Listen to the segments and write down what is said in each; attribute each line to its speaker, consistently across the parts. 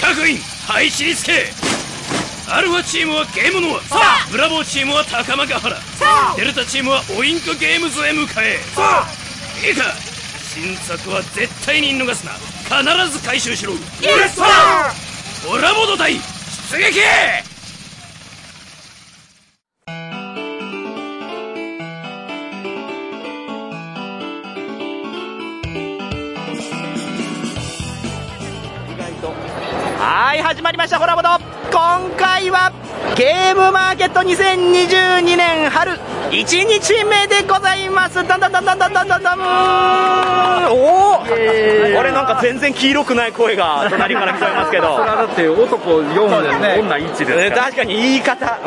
Speaker 1: 各員配置につけアルファチームはゲームノア
Speaker 2: さあ
Speaker 1: ブラボーチームは高間ヶ原
Speaker 2: さあ
Speaker 1: デルタチームはオインクゲームズへ向かえ
Speaker 2: さ
Speaker 1: いいか新作は絶対に逃すな必ず回収しろ
Speaker 2: イエスサ
Speaker 1: オラモド隊出撃
Speaker 3: はい始まりましたホラボド今回はゲームマーケット2022年春1日目でございますだんだんだんだんだんだんだんだんおお俺なんか全然黄色くない声が隣から聞こえますけど
Speaker 4: それは だって男4で女1です
Speaker 3: えー
Speaker 4: から
Speaker 3: 確かに言い方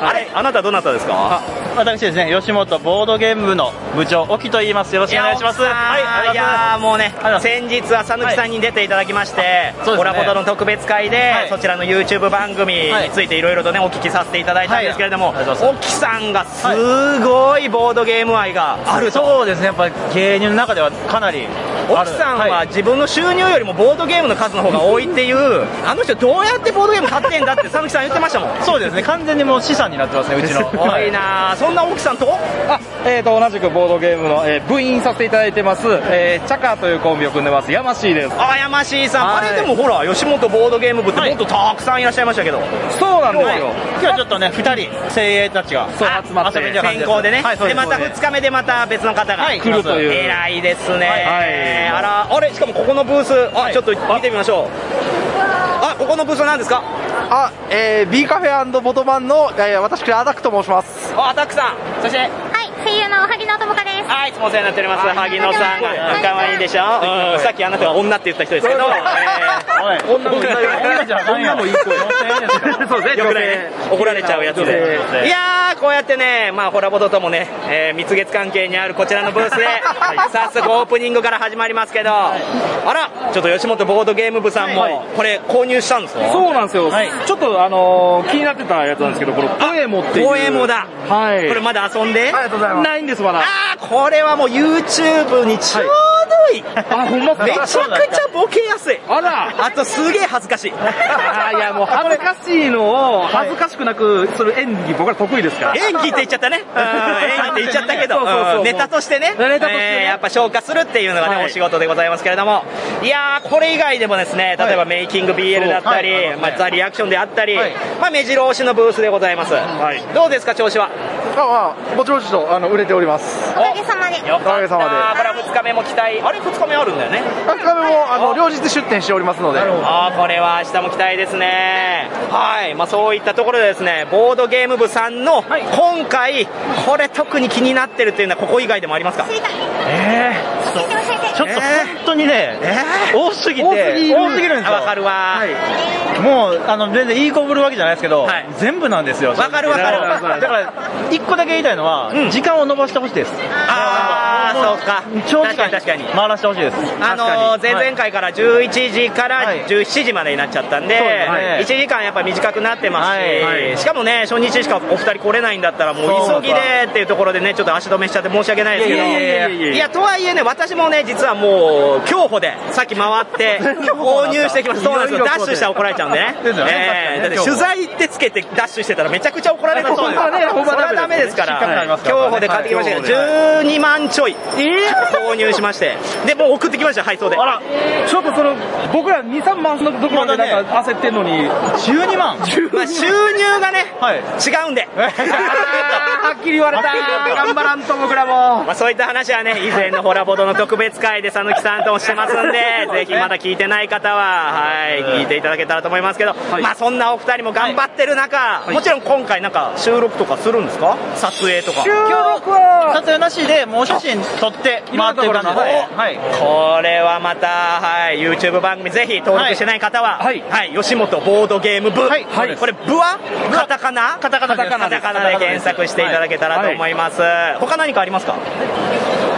Speaker 3: あれあなたどなたですか
Speaker 5: 私ですね、吉本ボードゲーム部の部長、沖と言います。よろしくお願いします。
Speaker 3: は
Speaker 5: はい、あ
Speaker 3: い、
Speaker 5: り
Speaker 3: い
Speaker 5: が
Speaker 3: やーもうね
Speaker 5: ありがとうござい
Speaker 3: 先日は讃岐さんに出ていただきまして、
Speaker 5: そうですね
Speaker 3: コラボとの特別会で、
Speaker 5: はい
Speaker 3: そちらの YouTube 番組についていろいろとねお聞きさせていただいたんですけれど
Speaker 5: は
Speaker 3: も、
Speaker 5: いありがとうござい
Speaker 3: 沖さんがすごいボードゲーム愛が
Speaker 5: とうございま
Speaker 3: ある
Speaker 5: す。
Speaker 3: と。
Speaker 5: そうですね、やっぱ芸人の中ではかなりあ
Speaker 3: 沖
Speaker 5: る。
Speaker 3: さんは
Speaker 5: はい
Speaker 3: 自分の収入よりもボードゲームの数の方が多いっていう、 あの人どうやってボードゲーム買ってんだって讃岐さん言ってましたもん
Speaker 5: そうですね、完全にもう資産になってますね、うち の。
Speaker 3: すごいなあそんな沖さんと
Speaker 4: あえー、と同じくボードゲームの、えー部員させていただいてます、えーチャカというコンビを組んでますヤマシーです
Speaker 3: あやましいさん、
Speaker 5: はい
Speaker 3: あれでもほら吉本ボードゲーム部ってもっとたくさんいらっしゃいましたけど、
Speaker 4: そうなんですよ、
Speaker 5: 今日はちょっとね、二人、精鋭たちが
Speaker 4: そう
Speaker 3: あ
Speaker 4: 集まって
Speaker 5: 遊びには
Speaker 3: 先行でね、
Speaker 5: はいそう
Speaker 3: で
Speaker 5: です
Speaker 3: また
Speaker 5: そうです
Speaker 3: 2日目でまた別の方が、
Speaker 5: はい
Speaker 4: 来るという
Speaker 3: 偉いですね、
Speaker 4: はい
Speaker 3: あらあれしかもここのブースあ、ちょっと見てみましょうあここのブースは何ですか
Speaker 6: あ、えー、B カフェボトマンの、えー、私、アダクと申します。
Speaker 3: あアタックさんそして
Speaker 2: はい、声優の萩野智香です。
Speaker 3: あいつもお世話になっております萩野さんが
Speaker 2: はい
Speaker 3: 可愛いでしょ、うんさっきあなたが女って言った人ですけど、
Speaker 5: はい女もいない女じゃないよ女もいい子よ女性ですから
Speaker 4: そうですね
Speaker 3: よくないね怒られちゃうやつで
Speaker 5: 女性
Speaker 3: いやーこうやってね、まあ、ホラボドともね、えー蜜月関係にあるこちらのブースで、早速オープニングから始まりますけど、あらちょっと吉本ボードゲーム部さんも、これ購入したんですか
Speaker 4: そうなんですよ、
Speaker 5: はい
Speaker 4: ちょっとあのー気になってたやつなんですけどこれポエモっていう
Speaker 3: 公演もだ、
Speaker 4: はい
Speaker 3: これまだ遊んで、
Speaker 6: ありがとうございます。
Speaker 4: ないんですまだ
Speaker 3: あーこれはもう YouTube にちょうどいい、
Speaker 4: あほんまっすか
Speaker 3: めちゃくちゃボケやすい
Speaker 4: あら
Speaker 3: あとすげえ恥ずかし い
Speaker 4: あーいやもう恥ずかしいのを恥ずかしくなくする演技僕ら得意ですから
Speaker 3: 演技って言っちゃったね。うん演技って言っちゃったけど
Speaker 4: そうそうそうそう、
Speaker 3: うんネタとしてね。
Speaker 4: ネタとしてね
Speaker 3: えーやっぱ消化するっていうのがね、
Speaker 4: はい
Speaker 3: お仕事でございますけれども。いやー、これ以外でもですね、例えばメイキング BL だった
Speaker 5: はいは
Speaker 3: り、
Speaker 5: い
Speaker 3: まあザリアクションであったり
Speaker 5: はい、
Speaker 3: まあ目白押しのブースでございます。どうですか、調子は。
Speaker 6: あ、まあ、ぼちぼちと、あの、売れております。
Speaker 2: おかげさまで。
Speaker 6: おかげさまで。
Speaker 3: あーこれは2日目も期待。あれ ?2 日目あるんだよね。
Speaker 6: あ、カメも、あの、両日出店しておりますので。
Speaker 3: あーこれは明日も期待ですねはい、まあ、そういったところでですねボードゲーム部さんの今回これ特に気になってるっていうのはここ以外でもありますか
Speaker 2: 知りたい。
Speaker 5: え
Speaker 2: 教えて教えて。
Speaker 5: ーちょっと本当にね、多すぎて、
Speaker 4: 多すぎる
Speaker 5: 多すぎるんです
Speaker 3: あ
Speaker 5: よ。
Speaker 3: わかるわ
Speaker 4: はい
Speaker 5: もうあの全然言いこぶるわけじゃないですけど、
Speaker 3: はい
Speaker 5: 全部なんですよ
Speaker 3: わかるわかるわかる
Speaker 5: だから一個だけ言いたいのは、
Speaker 3: うん
Speaker 5: 時間を延ばしてほしいです
Speaker 3: あーそうか
Speaker 5: 長時間
Speaker 3: 確かに確かに
Speaker 5: 回らせてほしいです
Speaker 3: あのー前々回から11時から17時までになっちゃったんで、
Speaker 5: そうですね
Speaker 3: 1時間やっぱ短くなってますし、
Speaker 5: はいはい
Speaker 3: しかもね、初日しかお二人来れないんだったら、も
Speaker 5: そうう
Speaker 3: 急ぎでっていうところでね、ちょっと足止めしちゃって申し訳ないですけど、
Speaker 5: いやいやいやいやいや
Speaker 3: いや、とはいえね、私もね、実はもう、競歩で、さっき回 って、購入してきました、そうなんですよ、
Speaker 5: い
Speaker 3: ダ
Speaker 5: ろいろ
Speaker 3: ッシュしたら怒られちゃう んでね、
Speaker 5: ですよね
Speaker 3: えーだって
Speaker 5: 確
Speaker 3: 取
Speaker 5: か
Speaker 3: 材ってつけてダッシュしてたら、めちゃくちゃ 怒られる
Speaker 5: そうですよね
Speaker 3: それはダメですか
Speaker 5: 失格になり
Speaker 3: ら
Speaker 5: ま、すからね
Speaker 3: 競歩で買ってきましたけど、12万ちょい、購入しまして、で、もう送ってきました、配送で。
Speaker 4: あらちょっとその僕ら23万のところでなんか焦ってんのに
Speaker 5: 12万
Speaker 3: まあ、収入がね、
Speaker 5: はい
Speaker 3: 違 うんで。
Speaker 4: はっきり言 われた頑張らんと僕らも
Speaker 3: まあ、そういった話はね、以前のホラボドの特別会で佐野木さんともして ますんで、ぜひまだ聞いてない方は、はい、聞いていただけたらと思いますけど、まあ、そんなお二人も頑張ってる中、もちろん今回なんか収録とかするんですか撮影とか。
Speaker 5: 今日は撮影なしでもうお写真撮って
Speaker 4: 今
Speaker 5: 回っ
Speaker 4: の
Speaker 5: て
Speaker 4: と
Speaker 5: る
Speaker 4: ころ
Speaker 5: 感じです
Speaker 4: お
Speaker 5: はい
Speaker 3: これはまた、はい、YouTube 番組ぜひ登録してない方は、は
Speaker 4: はいい、
Speaker 3: 吉本ボードゲーム部。
Speaker 5: はい
Speaker 4: はい
Speaker 3: これ、部はカタカナカタカ
Speaker 5: ナです
Speaker 3: カタカナで検索していただけたらと思います。他何かありますか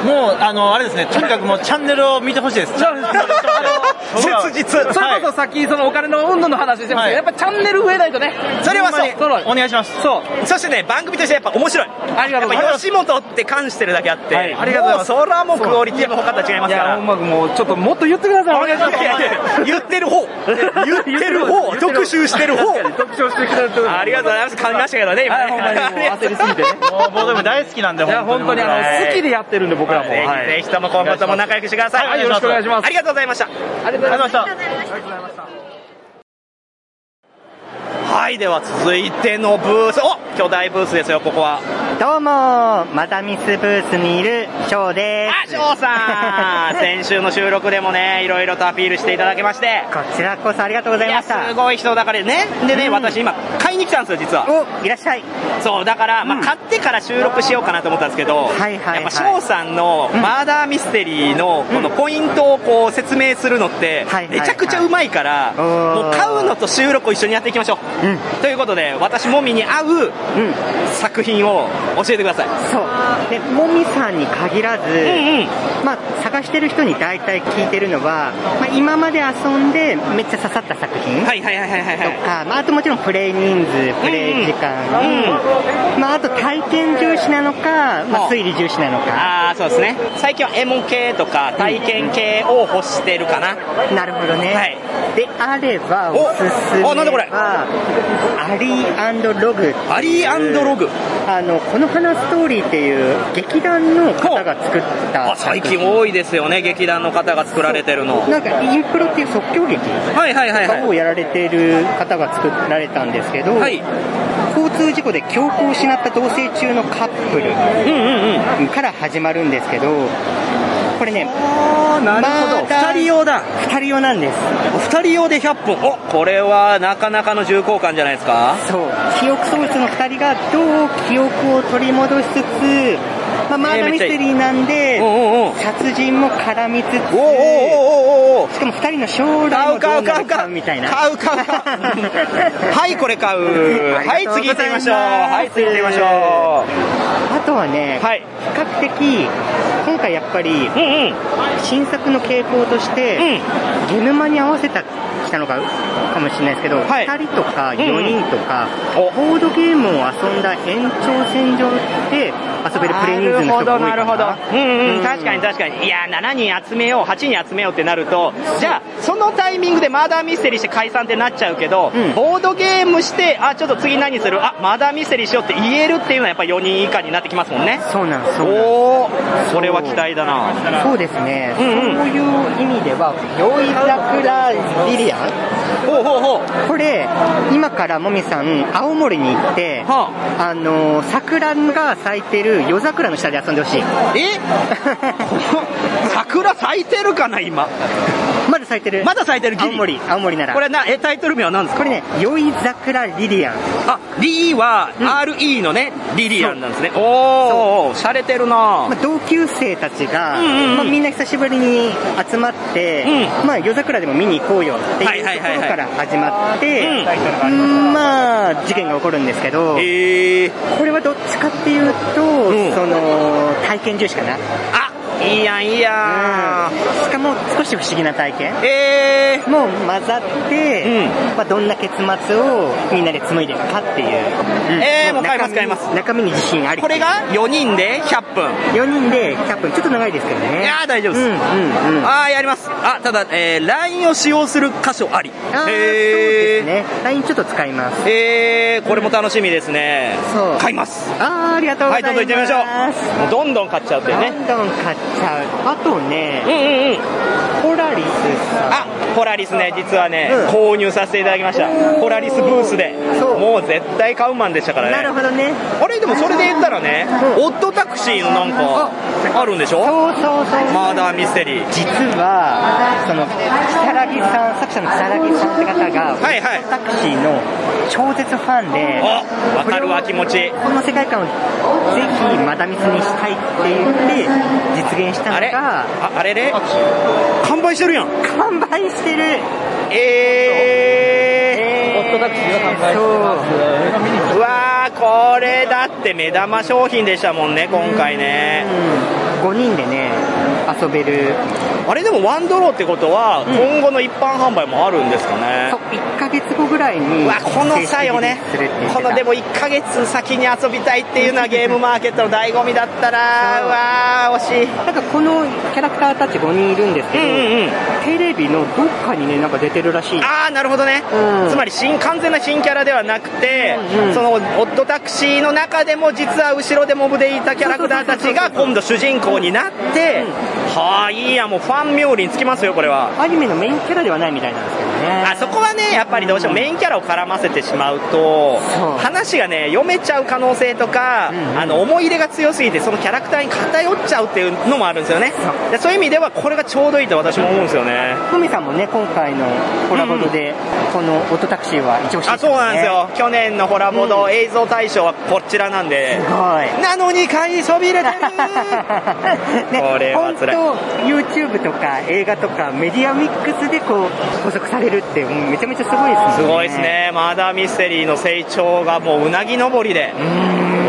Speaker 5: もうあのあれですねとにかくもうチャンネルを見てほしいですチャンネル
Speaker 3: 切実。
Speaker 4: それこそさっきそのお金の運動の話してましたけど、や
Speaker 5: はい
Speaker 4: っぱチャンネル増えないとね
Speaker 3: それはそう
Speaker 4: そ
Speaker 5: お願いします
Speaker 4: そう
Speaker 3: そしてね、番組としてやっぱ面白い。
Speaker 4: ありがとうござい
Speaker 3: やっぱ
Speaker 4: ます
Speaker 3: 吉本って関してるだけあって、
Speaker 4: はいありがとうございます
Speaker 3: もそれはもうクオリティも他と違いま
Speaker 4: い
Speaker 3: すか
Speaker 4: や
Speaker 3: ら。
Speaker 4: 音楽もうちょっともっと言ってくださいお願いします
Speaker 3: いやいや言ってる方。
Speaker 7: 言ってる方、特集してる方。
Speaker 2: 特徴してきたと
Speaker 3: ありがとうございます。噛みましたけどね、今
Speaker 2: は
Speaker 3: ね。
Speaker 2: い、ほんまにもう焦りすぎてね。
Speaker 5: もうボードゲーム大好きなんで、
Speaker 2: いや、本当にあ
Speaker 5: は
Speaker 2: の、
Speaker 5: い
Speaker 2: 好きでやってるんで、僕らも。は
Speaker 3: ぜ
Speaker 2: い。
Speaker 3: ひぜひとも今後とも仲良くしてください。
Speaker 5: はい
Speaker 2: よろしくお願いします
Speaker 3: あ。りがとうございました。
Speaker 2: ありがとうございます。
Speaker 5: ありがとうございました。
Speaker 3: はい、では続いてのブース、お巨大ブースですよ、こ こは。
Speaker 8: どうもマダミスブースにいるショウで
Speaker 3: あ、翔 さん先週の収録でもね、いろいろとアピールしていただきまして。
Speaker 8: すこちらこそありがとうござ
Speaker 3: い
Speaker 8: い
Speaker 3: や、
Speaker 8: ますした
Speaker 3: ごい人だからね。でね、私今、買いに来たんですよ、実は。
Speaker 8: おいらっしゃい
Speaker 3: そう、だから、まあ、買ってから収録しようかなと思ったんですけど、
Speaker 8: はいはい
Speaker 3: やっぱ翔さんの
Speaker 8: うん
Speaker 3: マーダーミステリーのこのポイントをこう説明するのって
Speaker 8: はい、はい
Speaker 3: めちゃくちゃうまいから、
Speaker 8: おー
Speaker 3: もう買うのと収録を一緒にやっていきましょう。
Speaker 8: うん
Speaker 3: ということで、私もみに合う
Speaker 8: うん
Speaker 3: 作品を教えてください。
Speaker 8: そうでもみさんに限らず、
Speaker 3: うんうん。
Speaker 8: まあ、探してる人に大体聞いてるのは、まあ、今まで遊んでめっちゃ刺さった作品
Speaker 3: はいはいはいはいはいはい。
Speaker 8: とか、まあ、あともちろんプレイ人数プレイ時間、まあ、あと体験重視なのか、まあ、推理重視なのか
Speaker 3: ああ、そうですね。最近はエモ系とか体験系を欲してるかな。
Speaker 8: なるほどね、
Speaker 3: はい
Speaker 8: であれば
Speaker 3: お
Speaker 8: おすすめ
Speaker 3: おなんだこれ
Speaker 8: はアリーログ
Speaker 3: アリーログ。
Speaker 8: あのこの花ストーリーっていう劇団の方が作った
Speaker 3: あ、最近多いですよね、劇団の方が作られてるの。
Speaker 8: なんかインプロっていう即興劇
Speaker 3: はいはいはいはい
Speaker 8: を。やられている方が作られたんですけど、
Speaker 3: はい。
Speaker 8: 交通事故で記憶を失った同棲中のカップル
Speaker 3: うんうんうん。
Speaker 8: から始まるんですけどこれね
Speaker 3: ああ、なるほ
Speaker 8: ま
Speaker 3: ど。
Speaker 8: た
Speaker 3: 二人用だ。
Speaker 8: 2人用なんです
Speaker 3: 二人用で100本。おこれはなかなかの重厚感じゃないですか
Speaker 8: そう記憶喪失の2人がどう記憶を取り戻しつつ、まあ、マーダーミステリーなんで、
Speaker 3: うんうんうん。
Speaker 8: 殺人も絡みつつ
Speaker 3: おおおおおお
Speaker 8: しかも2人の将来
Speaker 3: 買
Speaker 8: も
Speaker 3: う買
Speaker 8: どう
Speaker 3: う
Speaker 8: な
Speaker 3: 買う
Speaker 8: るか
Speaker 3: 買う
Speaker 8: みたいな
Speaker 3: 買う買う買う はいこれ買う
Speaker 8: あり
Speaker 3: はい
Speaker 8: がとう
Speaker 3: 次
Speaker 8: ご
Speaker 3: 行って
Speaker 8: ざい
Speaker 3: みま
Speaker 8: ます
Speaker 3: しょうはい次行ってみましょう
Speaker 8: あとはね、
Speaker 3: はい
Speaker 8: 比較的今回やっぱり
Speaker 3: うんうん
Speaker 8: 新作の傾向として、ゲヌマに合わせたきたのかかもしれないですけど、
Speaker 3: はい
Speaker 8: 2人とか
Speaker 3: んうん
Speaker 8: 4人とか、
Speaker 3: お
Speaker 8: ボードゲームを遊んだ延長線上で遊べるプレイ人数の人が多いかな
Speaker 3: なるほどなるほどうん、う、
Speaker 8: うんん
Speaker 3: 確かに確かにいや7人集めよう8人集めようってなるとじゃあそのタイミングでマーダーミステリーして解散ってなっちゃうけど、
Speaker 8: うん
Speaker 3: ボードゲームしてあちょっと次何するあマーダーミステリーしようって言えるっていうのはやっぱ4人以下になってきますもんね
Speaker 8: そうなんですそうなんです
Speaker 3: おおそれは期待だな
Speaker 8: そうですね、
Speaker 3: うんうん
Speaker 8: そういう意味では「よい桜リリアン」
Speaker 3: ほうほうほう
Speaker 8: これ今からもみさん青森に行って、
Speaker 3: は
Speaker 8: あのー桜が咲いてる夜桜の下で遊んでほしい
Speaker 3: え 桜咲いてるかな今
Speaker 8: まだ咲いてる
Speaker 3: まだ咲いてるギリ
Speaker 8: 青森青森なら
Speaker 3: これなえタイトル名は何ですか
Speaker 8: これね「宵桜リリアン
Speaker 3: あ D は
Speaker 8: うん
Speaker 3: RE のね、リリアンなんですねおお洒落てる」な
Speaker 8: まあ、同級生たちが、
Speaker 3: うんうんうん
Speaker 8: まあ、みんな久しぶりに集まって、まあ、夜桜でも見に行こうよって
Speaker 3: はい
Speaker 8: いう
Speaker 3: はい
Speaker 8: とこ
Speaker 3: はい
Speaker 8: ろ
Speaker 3: はい
Speaker 8: から始まって、
Speaker 3: うん
Speaker 8: うんまあ事件が起こるんですけど、
Speaker 3: へえ
Speaker 8: これはどっちかっていうと、
Speaker 3: うん
Speaker 8: その体験重視かな、
Speaker 3: あいいやんいいや
Speaker 8: うん、しかも少し不思議な体験
Speaker 3: んえ
Speaker 8: もう混ざって、まあ、どんな結末をみんなで紡いでいくかっていう、うん
Speaker 3: えーもう
Speaker 8: 中
Speaker 3: 買
Speaker 8: 身
Speaker 3: います買います
Speaker 8: 中身に自信あ
Speaker 3: ー
Speaker 8: り
Speaker 3: これが4人で100分
Speaker 8: 4人で100分ちょっと長いですけどね
Speaker 3: いやー大丈夫
Speaker 8: う
Speaker 3: で
Speaker 8: ん
Speaker 3: す、
Speaker 8: うんうんあ
Speaker 3: ああやりますあただ、えー、LINE を使用する箇所あり
Speaker 8: ーそう
Speaker 3: へ
Speaker 8: です
Speaker 3: え
Speaker 8: ね LINE ちょっと使います
Speaker 3: えー、これも楽しみですね、
Speaker 8: そう
Speaker 3: 買います
Speaker 8: あーありがとうござ
Speaker 3: はい
Speaker 8: います
Speaker 3: どうぞ行ってみましょうもうどんどん買っちゃうっていう
Speaker 8: ど
Speaker 3: ね
Speaker 8: んどん買っちゃうあと
Speaker 3: うん
Speaker 8: ね
Speaker 3: うんう
Speaker 8: ポ
Speaker 3: ん
Speaker 8: ラリスさん
Speaker 3: あポラリスね実はね、
Speaker 8: うん
Speaker 3: 購入させていただきましたポラリスブースで
Speaker 8: そう
Speaker 3: もう絶対買うマンでしたからね
Speaker 8: なるほどね
Speaker 3: あれでもそれで言ったらね、
Speaker 8: うん
Speaker 3: オットタクシーのなんかあるんでしょ
Speaker 8: そうそうそう
Speaker 3: マーダーミステリー
Speaker 8: 実はその如月さん作者の如月さんって方が、
Speaker 3: はいはい
Speaker 8: タクシーの超絶ファンで
Speaker 3: あわかるわ気持ち
Speaker 8: この世界観をぜひマダミスにしたいって言って実現した
Speaker 3: あ
Speaker 8: の
Speaker 3: れ
Speaker 8: が
Speaker 3: ああれれ完売してるやん
Speaker 8: 完売してる
Speaker 3: え
Speaker 2: ホットタクシーが販売してます。
Speaker 3: ー、うわーこれだって目玉商品でしたもんね今回ね
Speaker 8: うん5人でね遊べる
Speaker 3: あれでもワンドローってことは、今後の一般販売もあるんですかね
Speaker 8: そう、1ヶ月後ぐらいに、
Speaker 3: うわこの際をね
Speaker 8: 正式リリースするって言って
Speaker 3: こ
Speaker 8: た
Speaker 3: のでも1ヶ月先に遊びたいっていうのはゲームマーケットの醍醐味だったな
Speaker 8: そう
Speaker 3: うわー惜しい
Speaker 8: なんかこのキャラクターたち5人いるんですけど、
Speaker 3: うんうん
Speaker 8: テレビのどっかにね、なんか出てるらしい。
Speaker 3: ああなるほどね、
Speaker 8: うん
Speaker 3: つまり新完全な新キャラではなくて、
Speaker 8: うんうん
Speaker 3: そのオッドタクシーの中でも実は後ろでモブでいたキャラクターたちが今度主人公になって、はあいいやもうファン冥利につきますよこれは
Speaker 8: アニメのメインキャラではないみたいなんですけどね。
Speaker 3: あそこはねやっぱりどうしてもメインキャラを絡ませてしまうと
Speaker 8: そう
Speaker 3: 話がね読めちゃう可能性とか、
Speaker 8: んうん
Speaker 3: あの思い入れが強すぎてそのキャラクターに偏っちゃうっていうのもあるんですよね
Speaker 8: そう
Speaker 3: でそういう意味ではこれがちょうどいいと私も思うんですよね
Speaker 8: ふみさんもね、今回のコラボで、このオトタクシーは一押し
Speaker 3: あ
Speaker 8: でし
Speaker 3: そうな
Speaker 8: た
Speaker 3: んです
Speaker 8: ね。
Speaker 3: よ去年のホラボド映像大賞はこちらなんで、
Speaker 8: はい。
Speaker 3: なのに買いそびれて
Speaker 8: ね、
Speaker 3: るこれは
Speaker 8: 本
Speaker 3: 辛い
Speaker 8: 当 YouTube とか映画とかメディアミックスでこう補足されるってもうめちゃめちゃすごいですね
Speaker 3: すごいですねマーダーミステリーの成長がもううなぎ登りで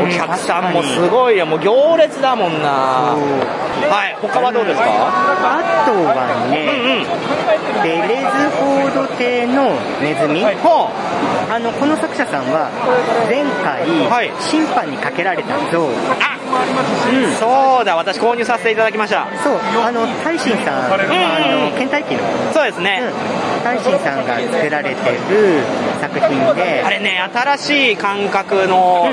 Speaker 3: お客さんもすごいよもう行列だもんなはい他はどうですか
Speaker 8: あとは
Speaker 3: うん
Speaker 8: ね、
Speaker 3: うん
Speaker 8: ベレズフォード邸のネズミ、
Speaker 3: ほ
Speaker 8: あのこの作者さんは前
Speaker 3: はい
Speaker 8: 回審判にかけられた像、
Speaker 3: うそうだ私購入させていただきました
Speaker 8: そうあの大神さん、あの倦怠期の、
Speaker 3: そうですね、
Speaker 8: うん、大神さんが作られてる作品で
Speaker 3: あれね、新しい感覚の、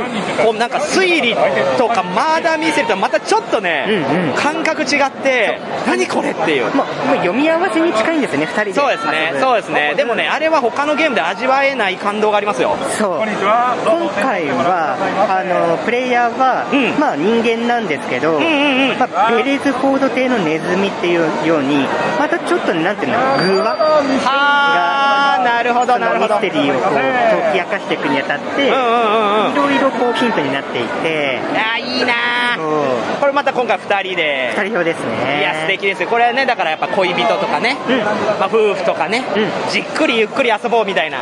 Speaker 3: こうなんか推理とかマーダーミステリーとはまたちょっとね、
Speaker 8: うんうん
Speaker 3: 感覚違って、何これっていう。
Speaker 8: もうもう読み合わせに近いんですね2人で
Speaker 3: そうですね
Speaker 8: 遊、ぶ
Speaker 3: そうですね。でもね、あれは他のゲームで味わえない感動がありますよ。
Speaker 8: そう今回はあのプレイヤーは、
Speaker 3: うん
Speaker 8: まあ、人間なんですけど、
Speaker 3: んうん
Speaker 8: まあ、ベレーズフォード邸のネズミっていうようにまたちょっとねなんていうの偶話
Speaker 3: はー、なるほど、
Speaker 8: そ
Speaker 3: な
Speaker 8: の
Speaker 3: る
Speaker 8: ミ
Speaker 3: ほど。
Speaker 8: ステリーをこう解き明かしていくにあたって、
Speaker 3: うんうんうんうん。
Speaker 8: いろいろこうヒントになっていて
Speaker 3: あー、いいなー。
Speaker 8: 2
Speaker 3: これまた今回2人で。
Speaker 8: 人表ですね
Speaker 3: いや素敵ですよこれはねだからやっぱ恋人とかね、
Speaker 8: うん
Speaker 3: まあ、夫婦とかね、
Speaker 8: う
Speaker 3: じっくりゆっくり遊ぼうみたいな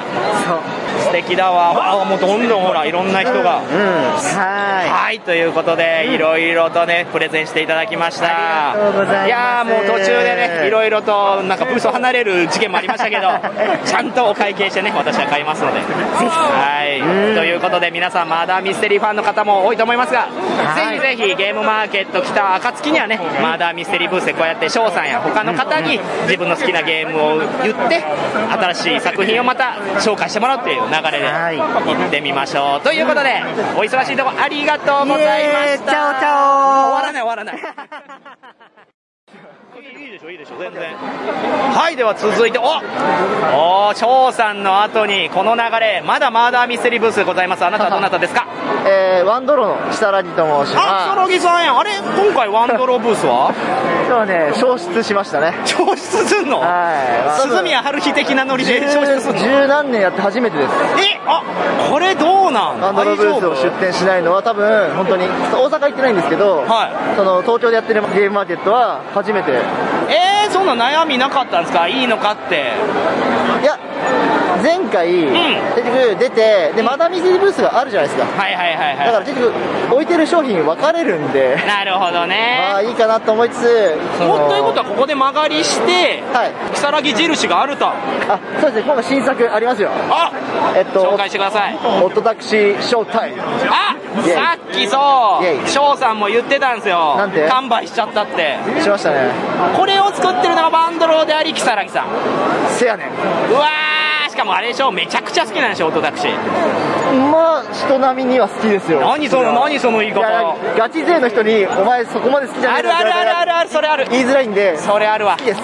Speaker 8: そう
Speaker 3: 素敵だわあもうどんどんほらいろんな人
Speaker 8: う
Speaker 3: が
Speaker 8: んは
Speaker 3: はい、ということで、いろいろとね、プレゼンしていただきました。
Speaker 8: ありがとうございます
Speaker 3: やー、もう途中でね、いろいろと、なんかブースを離れる事件もありました けど、ちゃんとお会計してね、私は買いますので。はい、
Speaker 8: うん
Speaker 3: ということで、皆さん、マーダーミステリーファンの方も多いと思いますが、
Speaker 8: はい
Speaker 3: ぜひぜひ、ゲームマーケット来た暁にはね、マーダーミステリーブースでこうやって、翔さんや他の方に自分の好きなゲームを言って、新しい作品をまた紹介してもらうっていう流れで。
Speaker 8: はい
Speaker 3: 行ってみましょうということでお忙しいところありがとうございま
Speaker 8: イエー
Speaker 3: し
Speaker 8: イ
Speaker 3: た
Speaker 8: チャオチャオ
Speaker 3: 終わらない終わ らないいいでしょいいでしょ全然はいでは続いておお翔さんの後にこの流れまだマーダーミステリーブースでございますあなたはどなたですか
Speaker 9: えー、ワンドローの設楽と申し
Speaker 3: あ
Speaker 9: ま
Speaker 3: 草薙さんやあれ今回ワンドローブースは
Speaker 9: す 今日はね消失しましたね
Speaker 3: 消失すん の
Speaker 9: はい
Speaker 3: 鈴宮春日的なノリで消失すん のえ
Speaker 9: 十何年やって初めてです
Speaker 3: あこれどうなん
Speaker 9: ワンドローブースを出店しないのは多分本当に大阪行ってないんですけど、
Speaker 3: は
Speaker 9: その東京でやってるゲームマーケットは初めてい
Speaker 3: えー、そんな悩みなかったんですかいいのかって
Speaker 9: や前回、結局出てでまだ店ブースがあるじゃないですか
Speaker 3: はいはいはい
Speaker 9: だか
Speaker 3: は
Speaker 9: ら結局置いてる商品分かれるんで
Speaker 3: いなるほど
Speaker 9: ま
Speaker 3: ね
Speaker 9: あいいかなと思いつつそ
Speaker 3: も
Speaker 9: の
Speaker 3: っということはここで曲がりして
Speaker 9: はい
Speaker 3: 如月印があると
Speaker 9: あそうですね今度新作ありますよ
Speaker 3: あ
Speaker 9: えっと
Speaker 3: 紹介してください
Speaker 9: オットタクシーショータイム
Speaker 3: あ
Speaker 9: イエイ
Speaker 3: さっきそ
Speaker 9: イエ
Speaker 3: う
Speaker 9: イ
Speaker 3: 翔さんも言ってたんですよ
Speaker 9: なんて
Speaker 3: 完売しちゃったって
Speaker 9: しましたね
Speaker 3: これを作ってるのがバンドローであり如月さんう
Speaker 9: せやねん
Speaker 3: わーしかもあれでしょめちゃくちゃ好きなんでしょオートタクシー
Speaker 9: まあ人並みには好きですよ
Speaker 3: 何その何その言い
Speaker 9: い
Speaker 3: 方
Speaker 9: やガチ勢の人にお前そこまで好きじゃな
Speaker 3: あ
Speaker 9: い
Speaker 3: るあるあるあるあるそれある
Speaker 9: 言いづらいんで
Speaker 3: それあるわ
Speaker 9: 好きです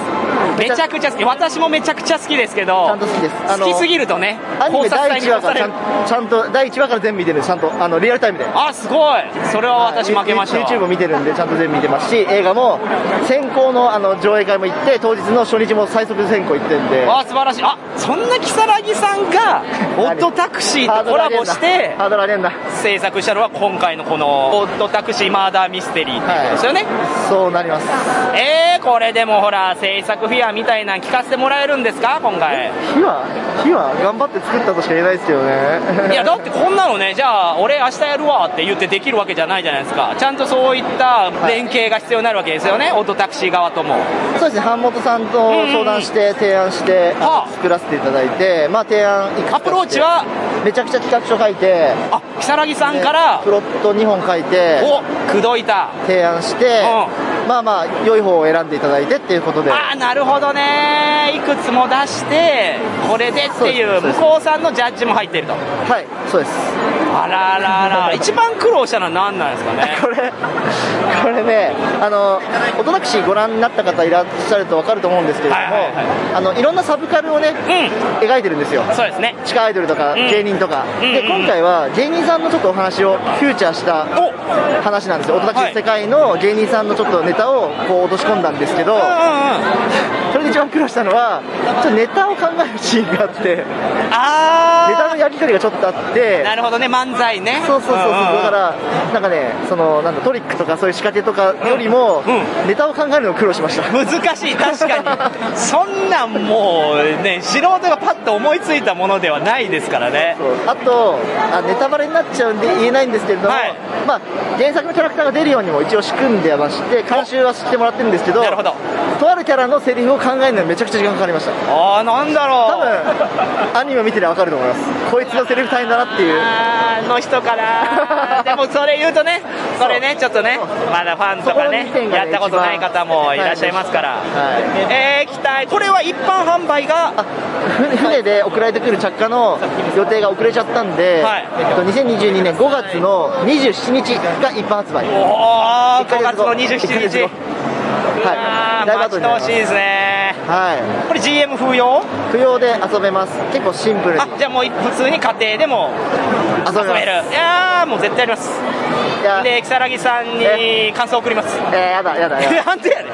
Speaker 3: めちゃくちゃ好き私もめちゃくちゃ好きですけど
Speaker 9: ちゃんと好きですあ
Speaker 3: 好
Speaker 9: の
Speaker 3: きすぎるとね
Speaker 9: アニメ第1話から
Speaker 3: 考察隊に殺さ
Speaker 9: ち
Speaker 3: れ
Speaker 9: ゃ
Speaker 3: る
Speaker 9: んちゃんと第1話から全部見てるんでちゃんとあのリアルタイムで
Speaker 3: あすごいそれは私負けましたわ
Speaker 9: YouTube も見てるんでちゃんと全部見てますし映画も先行のあの上映会も行って当日の初日も最速先行行ってんで
Speaker 3: わあ素晴らし いあそんな如月さんがオットタクシーとコラボして
Speaker 9: ハードル上げんなハードル上げんな
Speaker 3: 制作したのは今回のこの、オッドタクシーマーダーミステリーっていうことですよね。
Speaker 9: そうなります
Speaker 3: えー、これでもほら、制作フィアみたいなん聞かせてもらえるんですか今回。
Speaker 9: 火は火は頑張って作ったとしか言えないですけどね
Speaker 3: いやだってこんなのね、じゃあ、俺、明日やるわって言ってできるわけじゃないじゃないですか、ちゃんとそういった連携が必要になるわけですよね、オートタクシー側とも。
Speaker 9: そうですね版元さんと相談して提案して、作らせていただいてまあ提案いくつかアプローチ
Speaker 3: は
Speaker 9: めちゃくちゃ企画書書いて
Speaker 3: あ如月さんから
Speaker 9: プロット2本書いて
Speaker 3: お口説いた
Speaker 9: 提案して、まあまあ良い方を選んでいただいてっていうことで、
Speaker 3: あーなるほどね、いくつも出して、これでっていう、向こうさんのジャッジも入ってると、はい
Speaker 9: そうです、
Speaker 3: あらあらあ ら、一番苦労したのは何なんですかね、
Speaker 9: これ、これね、あの、オトタクシーご覧になった方いらっしゃると分かると思うんですけれども、いあの、いろんなサブカルをね、描いてるんですよ。
Speaker 3: そうですね。
Speaker 9: 地下アイドルとか、芸人とか、で、今回は芸人さんのちょっとお話をフューチャーした話なんですよ。オトタクシー世界の芸人さんのちょっとネタをこう落とし込んだんですけど、それで一番苦労したのは、ちょっとネタを考えるシーンがあって、
Speaker 3: あ
Speaker 9: ネタのやり取りがちょっとあって、
Speaker 3: なるほどね、漫才ね、
Speaker 9: そうそうそうそう、
Speaker 3: んんん
Speaker 9: だから、なんかね、そのなんだトリックとかそういう仕掛けとかよりも、ネタを考えるの苦労しました。
Speaker 3: 難しい 確かにそんなんもうね素人がパッと思いついたものではないですからね
Speaker 9: あとあ、ネタバレになっちゃうんで言えないんですけれども、まあ、原作のキャラクターが出るようにも一応仕組んでまして、監修はしてもらってるんですけど、とあるキャラのセリフを考えるのにめちゃくちゃ時間かかりました。
Speaker 3: ああ、なんだろ
Speaker 9: う。多分、アニメ見てりゃ分かると思います。こいつのセリフ大変だなっていう。
Speaker 3: あの人か なでもそれ言うとねそれねちょっとねまだファンとかねやったことない方もいらっしゃいますから、えー、期待これは一般販売が
Speaker 9: 船船で送られてくる着火の予定が遅れちゃったんで、えっと、2022年5月の27日が一般発売
Speaker 3: おお5月の27日
Speaker 9: はいライブ後になります
Speaker 3: 待ち遠しいですね
Speaker 9: はい
Speaker 3: これ GM 風用
Speaker 9: 不要で遊べます結構シンプルに
Speaker 3: じゃあもう普通に家庭でも遊べるいやーもう絶対やりますで如月さんに感想を送りますえ
Speaker 9: やだやだやだ
Speaker 3: なんでやね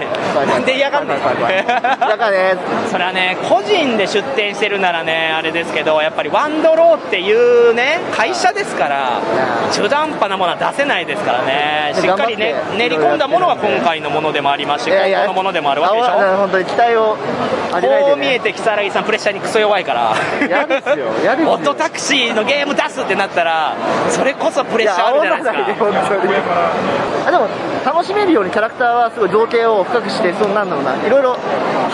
Speaker 3: んなんで嫌がんねん
Speaker 9: だからね
Speaker 3: それはね個人で出店してるならねあれですけどやっぱりワンドローっていうね会社ですから中途半端なものは出せないですからねしっかりね
Speaker 9: 頑張って
Speaker 3: 練り込んだものは今回のものでもあります
Speaker 9: い
Speaker 3: し
Speaker 9: やい
Speaker 3: 今
Speaker 9: や
Speaker 3: 後のものでもあるわけでしょ
Speaker 9: あ本当に期待をあげない
Speaker 3: こ
Speaker 9: で
Speaker 3: う見えて如月さんプレッシャーにクソ弱いから
Speaker 9: やですよやですよ
Speaker 3: オットタクシーのゲーム出すってなったらそれこそプレッシャーあるじゃないですか
Speaker 9: いや煽らないで本当にあでも楽しめるようにキャラクターはすごい造形を深くしてそのなんだろうないろいろ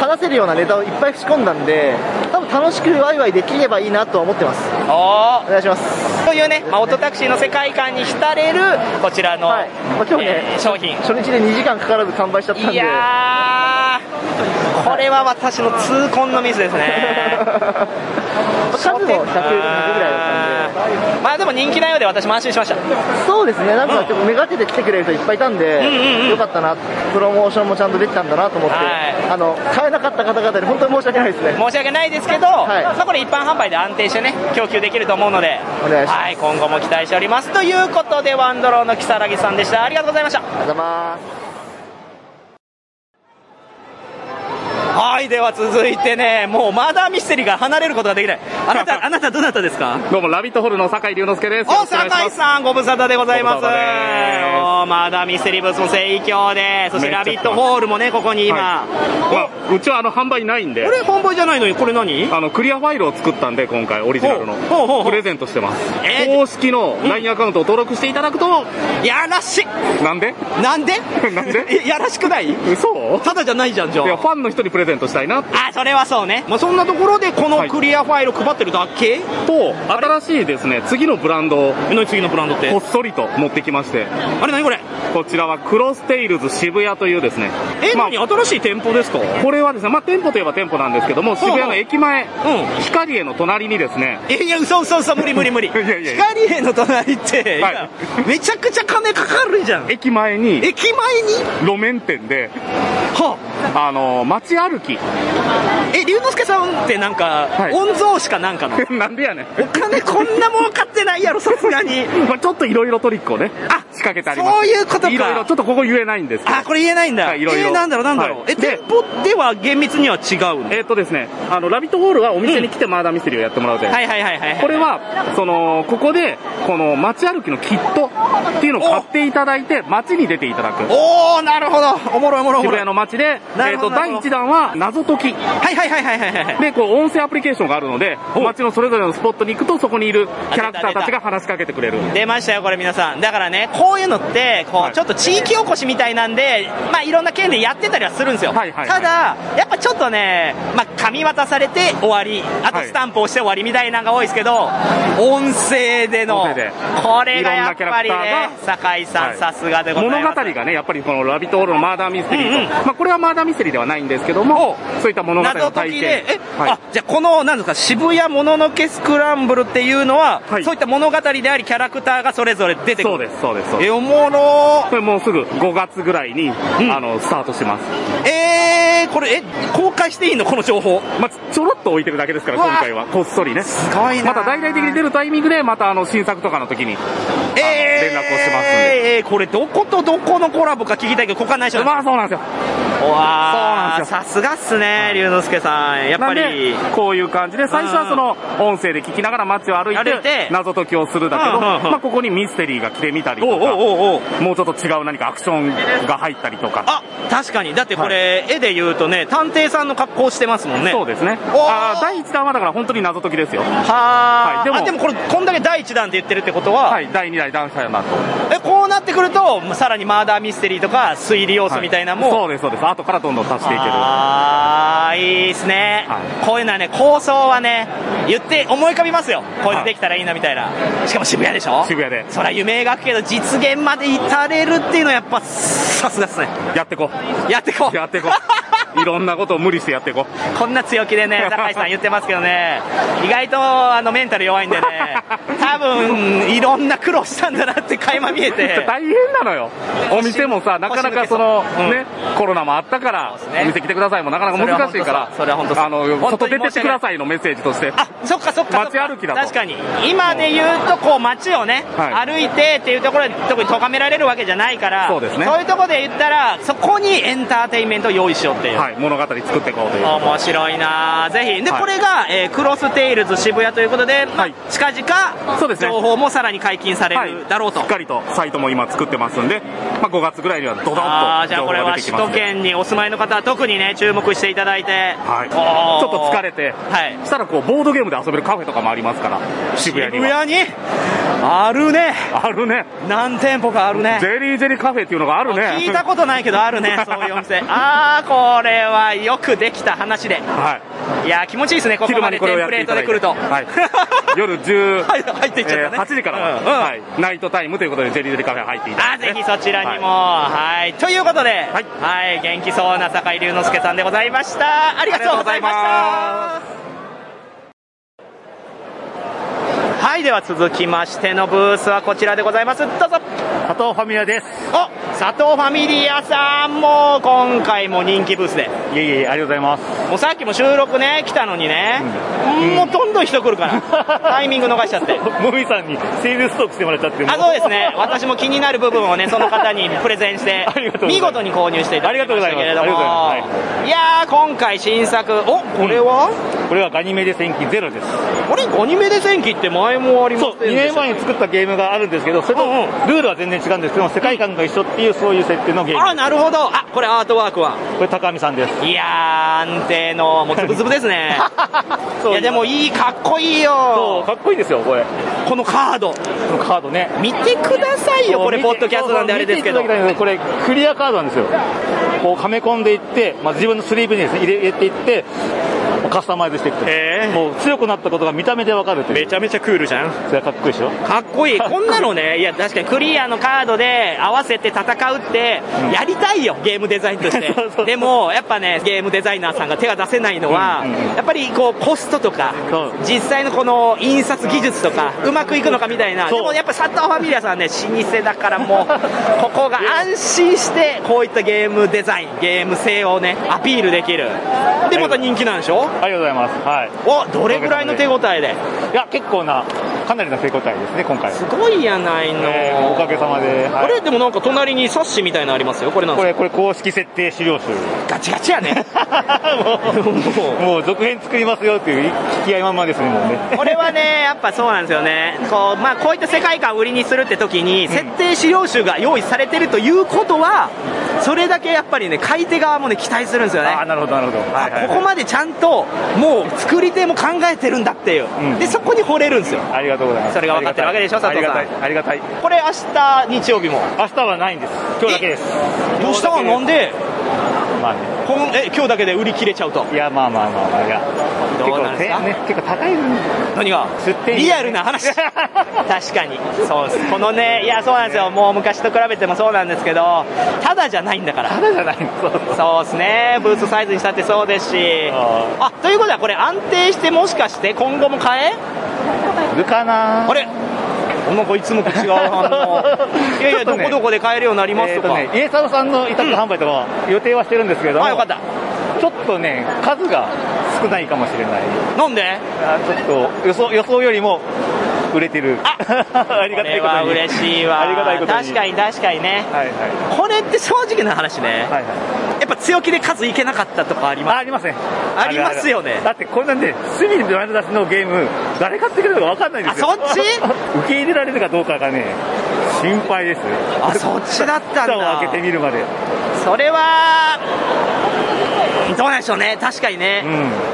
Speaker 9: 話せるようなネタをいっぱい仕込んだんで多分楽しくワイワイできればいいなとは思ってます
Speaker 3: お
Speaker 9: 願いします
Speaker 3: というね、まあ、オットタクシーの世界観に浸れるこちらの、
Speaker 9: 今日ね、
Speaker 3: 商品
Speaker 9: 初日で2時間かからず完売しちゃったんで
Speaker 3: いやーこれは私の痛恨のミスです ね
Speaker 9: 数も100ぐらいだったんで
Speaker 3: まあでも人気なようで私も安心しました
Speaker 9: そうですね、なんかちょっと目がけて来てくれる人いっぱいいたんで、よかったな、プロモーションもちゃんとできたんだなと思って、あの買えなかった方々に本当に申し訳ないですね。
Speaker 3: 申し訳ないですけど、まあこれ一般販売で安定してね供給できると思うので
Speaker 9: お願いします
Speaker 3: はい、今後も期待しておりますということでワンドローの如月さんでしたありがとうございましたあり
Speaker 9: がとうございます
Speaker 3: はいでは続いてねもうマーダーミステリーが離れることができないあ なたあなたどなたですか
Speaker 4: どうも、ラビットホールの酒井龍之介です。
Speaker 3: お酒井さんご無沙汰でございます
Speaker 4: ご無沙
Speaker 3: おマーダーミステリーブースも盛況でそして「
Speaker 4: めっちゃ
Speaker 3: ラビットホール」もねここに今、
Speaker 4: まあ、うちはあの、販売ないんで。こ
Speaker 3: れ販売じゃないのに、これ何
Speaker 4: あの、クリアファイルを作ったんで、今回、オリジナルの。プレゼントしてます。公式の LINE アカウントを登録していただくと、
Speaker 3: やらし
Speaker 4: いなんで
Speaker 3: なんで
Speaker 4: なんで
Speaker 3: やらしくない
Speaker 4: そう
Speaker 3: ただじゃないじゃん、じゃあ。
Speaker 4: いや、ファンの人にプレゼントしたいなって。
Speaker 3: あそれはそうね、まあ、そんなところでこのクリアファイル配ってるだけ、
Speaker 4: と、新しいですね、次のブランドを。
Speaker 3: 次のブランドって
Speaker 4: こっそりと持ってきまして。
Speaker 3: あれ何これ
Speaker 4: こちらは、クロステイルズ渋谷というですね。
Speaker 3: え、何新しい店舗ですか
Speaker 4: これはですね、まあ、店舗といえば店舗なんですけども、渋谷の駅前、光栄の隣にですね、
Speaker 3: えいや嘘嘘嘘無理無 理無理光栄の隣って、今めちゃくちゃ金かかるじゃん
Speaker 4: 駅前に
Speaker 3: 駅前に
Speaker 4: 路面店であの街歩き
Speaker 3: え龍之介さんってなんか、御曹司かなんかの
Speaker 4: なんでやねん
Speaker 3: お金こんな儲かってないやろさすがに
Speaker 4: まあちょっといろいろトリックをね仕掛けてあります
Speaker 3: そういうことか
Speaker 4: いろいろちょっとここ言えないんですあ
Speaker 3: これ言えないんだ
Speaker 4: いろいろ
Speaker 3: えーなんだろうなんだろうえ
Speaker 4: 店舗では厳密には違うえっとですねあのラビットホールはお店に来てマーダーミステリーをやってもらうという
Speaker 3: はいはいはいはいはい
Speaker 4: これはそのここでこの街歩きのキットっていうのを買っていただいて街に出ていただく
Speaker 3: おおなるほどおもろいおもろいおも
Speaker 4: 渋
Speaker 3: ろい
Speaker 4: 谷の街で、
Speaker 3: な
Speaker 4: え
Speaker 3: る
Speaker 4: っ
Speaker 3: ほ
Speaker 4: と
Speaker 3: どなる
Speaker 4: 第
Speaker 3: ほど
Speaker 4: 1弾は謎解きはい
Speaker 3: はいはいはいはいはい
Speaker 4: でこう音声アプリケーションがあるので街のそれぞれのスポットに行くとそこにいるキャラクターたちが話しかけてくれる
Speaker 3: 出ましたよこれ皆さんだからねこういうのってこうちょっと地域おこしみたいなんでまあいろんな県でやってたりはするんですよた
Speaker 4: はい
Speaker 3: だやっぱちょっとねまあ紙渡されて終わりあとスタンプ押して終わりみたいなのが多いですけど音声でのこれがやっぱり
Speaker 4: いろんなキャラ
Speaker 3: ね
Speaker 4: ク
Speaker 3: 酒井さんさすがでござ
Speaker 4: 物
Speaker 3: います
Speaker 4: 語がねやっぱりこの「ラビットホール」のマーダーミステリーと、まあ、これはマーダーミステリーではないんですけどもそういった物語の
Speaker 3: 謎解
Speaker 4: 体
Speaker 3: き
Speaker 4: 験
Speaker 3: で、え、あ、じゃあこの、なんですか、渋谷もののけスクランブルっていうのは、そういった物語であり、キャラクターがそれぞれ出てくる。
Speaker 4: そうですそうですそうです
Speaker 3: えおもろ
Speaker 4: これもうすぐ5月ぐらいに、あのスタートします
Speaker 3: えー、これ、え、公開していいのこの情報。
Speaker 4: まあ、ちょろっと置いてるだけですから
Speaker 3: うわ
Speaker 4: 今回はこっそりねすごいなまた大々的に出るタイミングでまたあの新作とかの時に、
Speaker 3: えー、連絡をしますえー、これどことどこのコラボか聞きたいけど、ここは内緒ま
Speaker 4: あ、そうなんですよ。
Speaker 3: わー、さすがっすね、龍之介さん。やっぱり。
Speaker 4: なんでこういう感じで最初はその音声で聞きながら街を歩いて
Speaker 3: 歩いて
Speaker 4: 謎解きをするだけど、
Speaker 3: うんうんうん
Speaker 4: まあ、ここにミステリーが来てみたりとかもうちょっと違う何かアクションが入ったりとか
Speaker 3: 確かに。だってこれ、絵で言うとね、探偵さんの格好してますもんね。
Speaker 4: そうですねあー第1弾はだから本当に謎解きですよ
Speaker 3: はー、
Speaker 4: はい
Speaker 3: で
Speaker 4: で
Speaker 3: も
Speaker 4: も
Speaker 3: でもこれこんだけ第1弾って言ってるってことは、
Speaker 4: 第2弾第3弾
Speaker 3: とえこうなってくるとさらにマーダーミステリーとか推理要素みたいなのも、
Speaker 4: はいそうですそうです後からどんどん足していける
Speaker 3: あーいいですね、こういうのはね構想はね言って思い浮かびますよこうやってできたらいいなみたいな、しかも渋谷でしょ
Speaker 4: 渋谷で
Speaker 3: そりゃ夢描くけど実現まで至れるっていうのはやっぱさすがっすね
Speaker 4: やってこ
Speaker 3: うやってこう
Speaker 4: やってこ ういろんなことを無理してやっていこう、
Speaker 3: こんな強気でね、酒井さん言ってますけどね、意外とあのメンタル弱いんでね、多分いろんな苦労したんだなって垣間見えて
Speaker 4: 大変なのよお店もさなかなかそのねコロナもあったからお店来てくださいもなかなか難しいから
Speaker 3: それは本当そう
Speaker 4: あの
Speaker 3: 本当
Speaker 4: 外
Speaker 3: に
Speaker 4: 出
Speaker 3: 申し訳な
Speaker 4: て
Speaker 3: い
Speaker 4: ってくださいのメッセージとして
Speaker 3: そっかそっか
Speaker 4: 街歩きだと
Speaker 3: 確かに、今で言うと、こう街をね、
Speaker 4: は
Speaker 3: 歩いてっていうところで、特に咎められるわけじゃないから、
Speaker 4: そうですね
Speaker 3: いうところで言ったら、そこにエンターテインメントを用意しようっていう。
Speaker 4: はい物語作っていこうという
Speaker 3: 面白いなあぜひ。で、
Speaker 4: はい
Speaker 3: これが、えークロステイルズ渋谷ということで、まあ近々、情報もさらに解禁される、だろうと
Speaker 4: しっかりとサイトも今作ってますんで、まあ、5月ぐらいにはドドンと
Speaker 3: あーじゃあ
Speaker 4: 情
Speaker 3: こ
Speaker 4: 報
Speaker 3: れ
Speaker 4: が出
Speaker 3: は
Speaker 4: てき
Speaker 3: 首
Speaker 4: ます
Speaker 3: 都
Speaker 4: んで
Speaker 3: 圏にお住まいの方は特にね注目していただいて、
Speaker 4: はい、ち
Speaker 3: おー
Speaker 4: ょっと疲れて、 したらこうボードゲームで遊べるカフェとかもありますから渋谷には
Speaker 3: 渋谷にあるね
Speaker 4: あるね
Speaker 3: 何店舗かあるね
Speaker 4: ゼリーゼリーカフェっていうのがあるね
Speaker 3: 聞いたことないけど あるねそういうお店ああこれはよくできた話で、い、やー気持ちいいですねここ
Speaker 4: 昼
Speaker 3: ま
Speaker 4: 間
Speaker 3: で
Speaker 4: に
Speaker 3: テ
Speaker 4: これをや
Speaker 3: ン
Speaker 4: っ
Speaker 3: プ
Speaker 4: て
Speaker 3: レー
Speaker 4: いただ
Speaker 3: トで
Speaker 4: いて
Speaker 3: 来ると
Speaker 4: はい、夜10、え ー8時から、はい、ナイトタイムということでゼリーゼリーカフェ入っていただい
Speaker 3: あぜひそちらにもはい、ということで、はい元気そうな坂井龍之介さんでございましたありがとうございましたはいでは続きましてのブースはこちらでございますどうぞ佐藤ファミリアですお佐藤ファミリアさんもう今回も人気ブースでいえいえありがとうございますもうさっきも収録ね来たのにね、もうどんどん人来るか らタイミング逃しちゃってもみさんにセールストックしてもらっちゃってあそうですね私も気になる部分をねその方にプレゼンして 見事に購入していただきましたけれ
Speaker 10: ありがと
Speaker 3: ども
Speaker 10: うございますありがとうござい
Speaker 3: いやー今回新作おこれは、
Speaker 10: これはガニメデ戦記ゼロです。
Speaker 3: あれガニメデ戦記って前もありま
Speaker 10: そう、2年前に作ったゲームがあるんですけど、それとルールは全然違うんですけど、世界観が一緒っていうそういう設定のゲーム。
Speaker 3: あなるほどあこれアートワークは
Speaker 10: これ高見さんです。
Speaker 3: いやー安定のもうズブズブで すねいやでもいいかっこいいよ
Speaker 10: かっこいいですよ、これ。
Speaker 3: このカード。
Speaker 10: カードね。
Speaker 3: 見てくださいよこれポッドキャストなんであれですけど
Speaker 10: 見ていただきたいんですけどこれクリアカードなんですよこうはめ込んでいって、まあ、自分のスリーブにですね入れ入れていって
Speaker 4: カスタマイズしていくと、もう強くなったことが見た目でわかるというめちゃめちゃクールじゃんそれはかっこいいでしょ
Speaker 3: かっこいい。こんなのね、いや、確かにクリアのカードで合わせて戦うって、やりたいよ、ゲームデザイン として。でも、やっぱね、ゲームデザイナーさんが手が出せないのは、やっぱりこう、コストとか、実際のこの印刷技術とか、うまくいくのかみたいな。でもやっぱ佐藤ファミリアさんはね、老舗だからもう、 ここが安心して、こういったゲームデザイン、ゲーム性をね、アピールできる。で、また人気なんでしょ
Speaker 4: ありがとうございます。
Speaker 3: はい。お、どれぐらいの手応えで
Speaker 4: いや、結構な、かなりな成功体ですね、今回。す
Speaker 3: ごいやないの、
Speaker 4: おかげさまで。
Speaker 3: あれでもなんか隣に冊子みたいなのありますよ。これなん
Speaker 4: こ
Speaker 3: です
Speaker 4: れ、
Speaker 3: か
Speaker 4: これ公式設定資料集。
Speaker 3: ガチガチやね。
Speaker 4: もう、もう続編作りますよっていう、聞き合いまんまですね、もうね。
Speaker 3: これはね、やっぱそうなんですよね。こう、まあこういった世界観を売りにするって時に、設定資料集が用意されてるということは、それだけやっぱりね、買い手側もね、期待するんですよね。あ、
Speaker 4: なるほど、なるほど。
Speaker 3: ここまでちゃんと、もう作り手も考えてるんだっていう。で、そこに惚れるんですよ。
Speaker 4: ありがとうございます。
Speaker 3: それが分かってるわけでしょ
Speaker 4: ありがたい
Speaker 3: 佐
Speaker 4: ありがたい。ありがたい
Speaker 3: これ明日、日曜日も。
Speaker 4: 明日はないんです。今日だけです。
Speaker 3: どうしたのなんで
Speaker 4: まあね。
Speaker 3: こんえ今日だけで売り切れちゃうと
Speaker 4: いやまあまあまあまあいや
Speaker 3: どうなんですか
Speaker 4: ね結構高い
Speaker 3: 何がリアルな話確かにそうですこのねいやそうなんですよもう昔と比べてもそうなんですけどただじゃないんだからた
Speaker 4: だじゃない
Speaker 3: そうですねブースサイズにしたってそうですしあということはこれ安定してもしかして今後も買え
Speaker 4: るかな
Speaker 3: あれなんかいつもと違う反応いやいや、どこどこで買えるようになりますとか、
Speaker 4: えーとね、イエサロさんの委託販売とかは予定はしてるんですけども、ちょっとね数が少ないかもしれない
Speaker 3: なんで
Speaker 4: ちょっと予想予想よりも売れてるありがた
Speaker 3: これ
Speaker 4: いこと
Speaker 3: は
Speaker 4: に
Speaker 3: 嬉しいわ
Speaker 4: ありがたいことに
Speaker 3: 確かに確かにね、これって正直な話ね、やっぱ強気で数いけなかったとかあります
Speaker 4: ありますね
Speaker 3: ありますよね
Speaker 4: あるあるだってこんなんで趣味で丸出しのゲーム誰買ってくれるか分かんないですよ
Speaker 3: あそっち
Speaker 4: 受け入れられるかどうかがね心配です
Speaker 3: あそっちだったんだ
Speaker 4: 蓋を開けてみるまで
Speaker 3: それはどうなんでしょうね確かにね、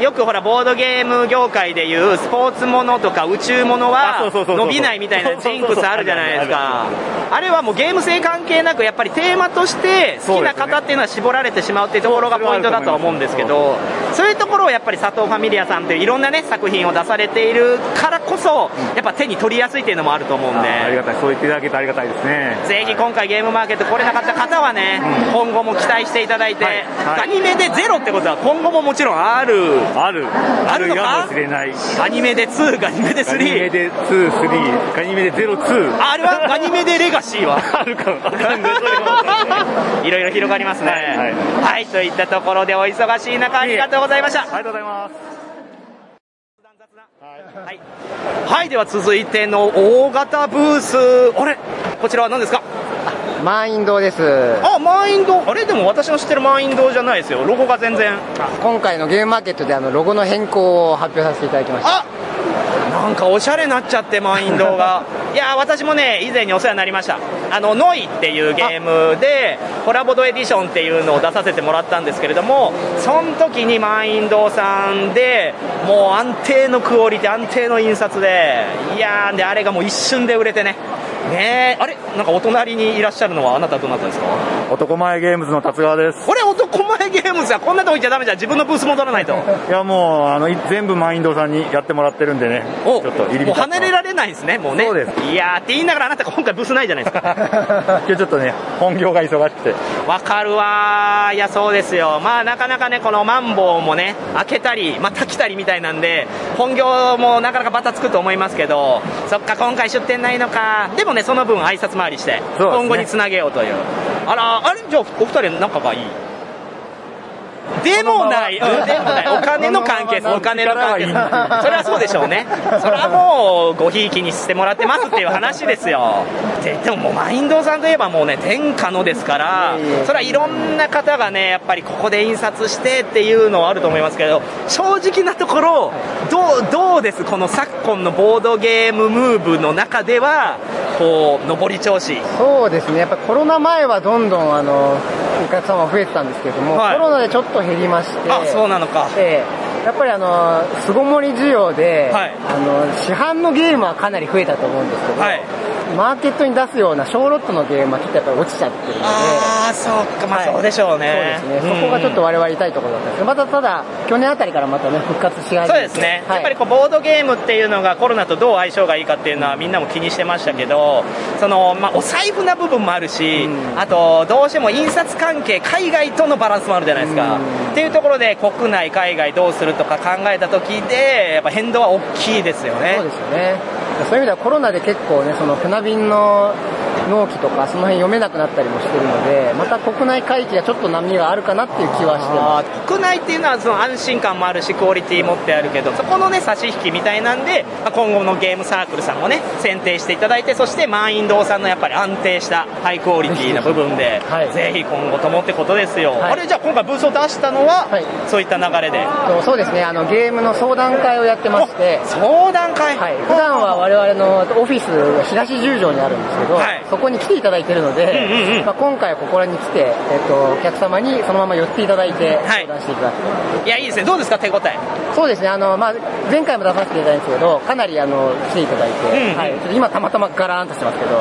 Speaker 3: よくほらボードゲーム業界でいうスポーツものとか宇宙もの
Speaker 4: あそうそうそう
Speaker 3: は
Speaker 4: そう
Speaker 3: 伸びないみたいなジンクスあるじゃないですかあれはもうゲーム性関係なくやっぱりテーマとして好きな方っていうのは絞られてしまうっていうところがポイントだとは思うんですけどそういうところをやっぱり佐藤ファミリアさんっていろんなね作品を出されているからこそやっぱ手に取りやすいっていうのもあると思うんで
Speaker 4: あありがたいそう言っていただけてありがたいですね
Speaker 3: ぜひ今回ゲームマーケット来れなかった方はね、今後も期待していただいて、アニメでゼロってことは今後ももちろんある。
Speaker 4: ある。
Speaker 3: あるの
Speaker 4: か
Speaker 3: か
Speaker 4: もしれない
Speaker 3: ガニメで2、ガニメで3。
Speaker 4: ガニメで2、3、ガニメで0、2。
Speaker 3: あ れはガニメでレガシーは
Speaker 4: あるか も。
Speaker 3: いろいろ広がりますね。はい、といったところでお忙しい中ありがとうございました。あ
Speaker 4: が
Speaker 3: り
Speaker 4: とうございます。
Speaker 3: はい、では続いての大型ブース。あれこちらは何ですか
Speaker 11: マインドです
Speaker 3: あ、マインド。あれでも私の知ってるマインドじゃないですよ。ロゴが全然。
Speaker 11: 今回のゲームマーケットであのロゴの変更を発表させていただきました
Speaker 3: なんかおしゃれになっちゃってマインドがいやー私もね以前にお世話になりましたあのノイっていうゲームでコラボドエディションっていうのを出させてもらったんですけれどもその時にマインドさんでもう安定のクオリティ安定の印刷でいやーであれがもう一瞬で売れてねねえあれなんかお隣にいらっしゃるのはあなたどなたですか
Speaker 4: 男前ゲームズの達川です。
Speaker 3: これ男前ゲームさこんなとこ行っちゃダメじゃん自分のブース戻らないとも
Speaker 4: いやもう、あの、い全部マインドさんにやってもらってるんでね。ちょっ と入り浸
Speaker 3: う
Speaker 4: った
Speaker 3: 離れられないですねもうねいやーって言いながらあなた今回ブースないじゃないですか
Speaker 4: 今日ちょっとね、本業が忙しくて。
Speaker 3: わかるわーいやそうですよまあなかなかねこのマンボウもね開けたりまた来たりみたいなんで本業もなかなかバタつくと思いますけどそっか今回出店ないのかでもねその分挨拶回りして、
Speaker 4: そうですね
Speaker 3: 今後につなげようというあらあれじゃあお二人仲がいいでもない、うんでもない、お金の関係です、お金の関係です、それはそうでしょうね、それはもう、ごひいきにしてもらってますっていう話ですよ、って言っても、もうマインドさんといえばもうね、天下のですから、それはいろんな方がね、やっぱりここで印刷してっていうのはあると思いますけど、正直なところ、どうどうです、この昨今のボードゲームムーブの中では、こう、上り調子、
Speaker 11: そうですねやっぱコロナ前はどんどんあのお客様増えてたんですけれども、
Speaker 3: はい
Speaker 11: コロナでちょっと減りまして
Speaker 3: あそうなのか。
Speaker 11: ええやっぱりあの巣ごもり需要で、
Speaker 3: はい
Speaker 11: あの市販のゲームはかなり増えたと思うんですけど、マーケットに出すような小ロットのゲームはきっとやっぱり落ちちゃってるので、
Speaker 3: ああ、そうか、まあそうでしょうね。
Speaker 11: そうですね、そこがちょっと我々痛いところだったんですけどまたただ、去年あたりからまたね、復活し始めて
Speaker 3: そうですね、
Speaker 11: はい
Speaker 3: やっぱりこうボードゲームっていうのがコロナとどう相性がいいかっていうのはみんなも気にしてましたけどその、まあ、お財布な部分もあるし、あとどうしても印刷関係海外とのバランスもあるじゃないですか、っていうところで国内海外どうするとか考えた時でやっぱ変動は大きいですよね
Speaker 11: そうですよね。そういう意味ではコロナで結構ね、その船便の納期とか、その辺読めなくなったりもしてるので、また国内回帰がちょっと波があるかなっていう気はしてます。
Speaker 3: 国内っていうのはその安心感もあるしクオリティ持ってあるけどそこのね差し引きみたいなんで、まあ今後のゲームサークルさんもね選定していただいてそして満員堂さんのやっぱり安定したハイクオリティな部分で、ぜひ今後ともってことですよ、あれじゃあ今回ブースを出したのは、そういった流れで
Speaker 11: そうそうですねあのゲームの相談会をやってまして相
Speaker 3: 談会、
Speaker 11: はい、普段は我々のオフィスが東十条にあるんですけど、そこに来ていただいてるので、まあ、今回はここらに来て、えっと、お客様にそのまま寄っていただいて相談していただく、
Speaker 3: いやいいですねどうですか手応え
Speaker 11: そうですねあの、まあ、前回も出させていただいたんですけどかなりあの来ていただいて、はい、ちょっと今たまたまガラーンとしてますけど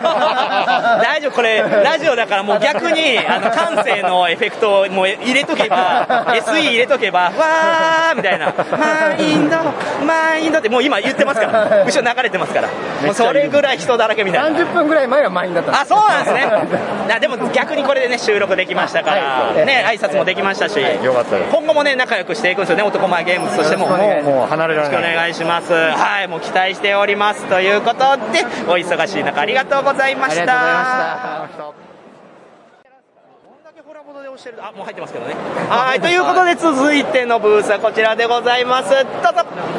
Speaker 3: 大丈夫これラジオだからもう逆にあの感性のエフェクトをもう入れとけば SE 入れとけばわーみたいなマインドマインドってもう今言ってますから後ろ流れてますからもうそれぐらい人だらけみたいな
Speaker 11: 30分ぐらい前は満員だったんです
Speaker 3: あそうなんですねなでも逆にこれでね収録できましたから、ね挨拶もできましたし、
Speaker 12: よかったです
Speaker 3: 今後もね仲良くしていくんですよね男前ゲームズとしても
Speaker 12: もうもう離れ
Speaker 3: よ
Speaker 12: られ
Speaker 3: ろしくお
Speaker 12: ない
Speaker 3: 願いします。はい、もう期待しております。ということで、お忙しい中ありがとうございました。
Speaker 12: あり
Speaker 3: がとうございました。あ、もう入ってますけどね。はい、ということで続いてのブースはこちらでございます。どうぞ。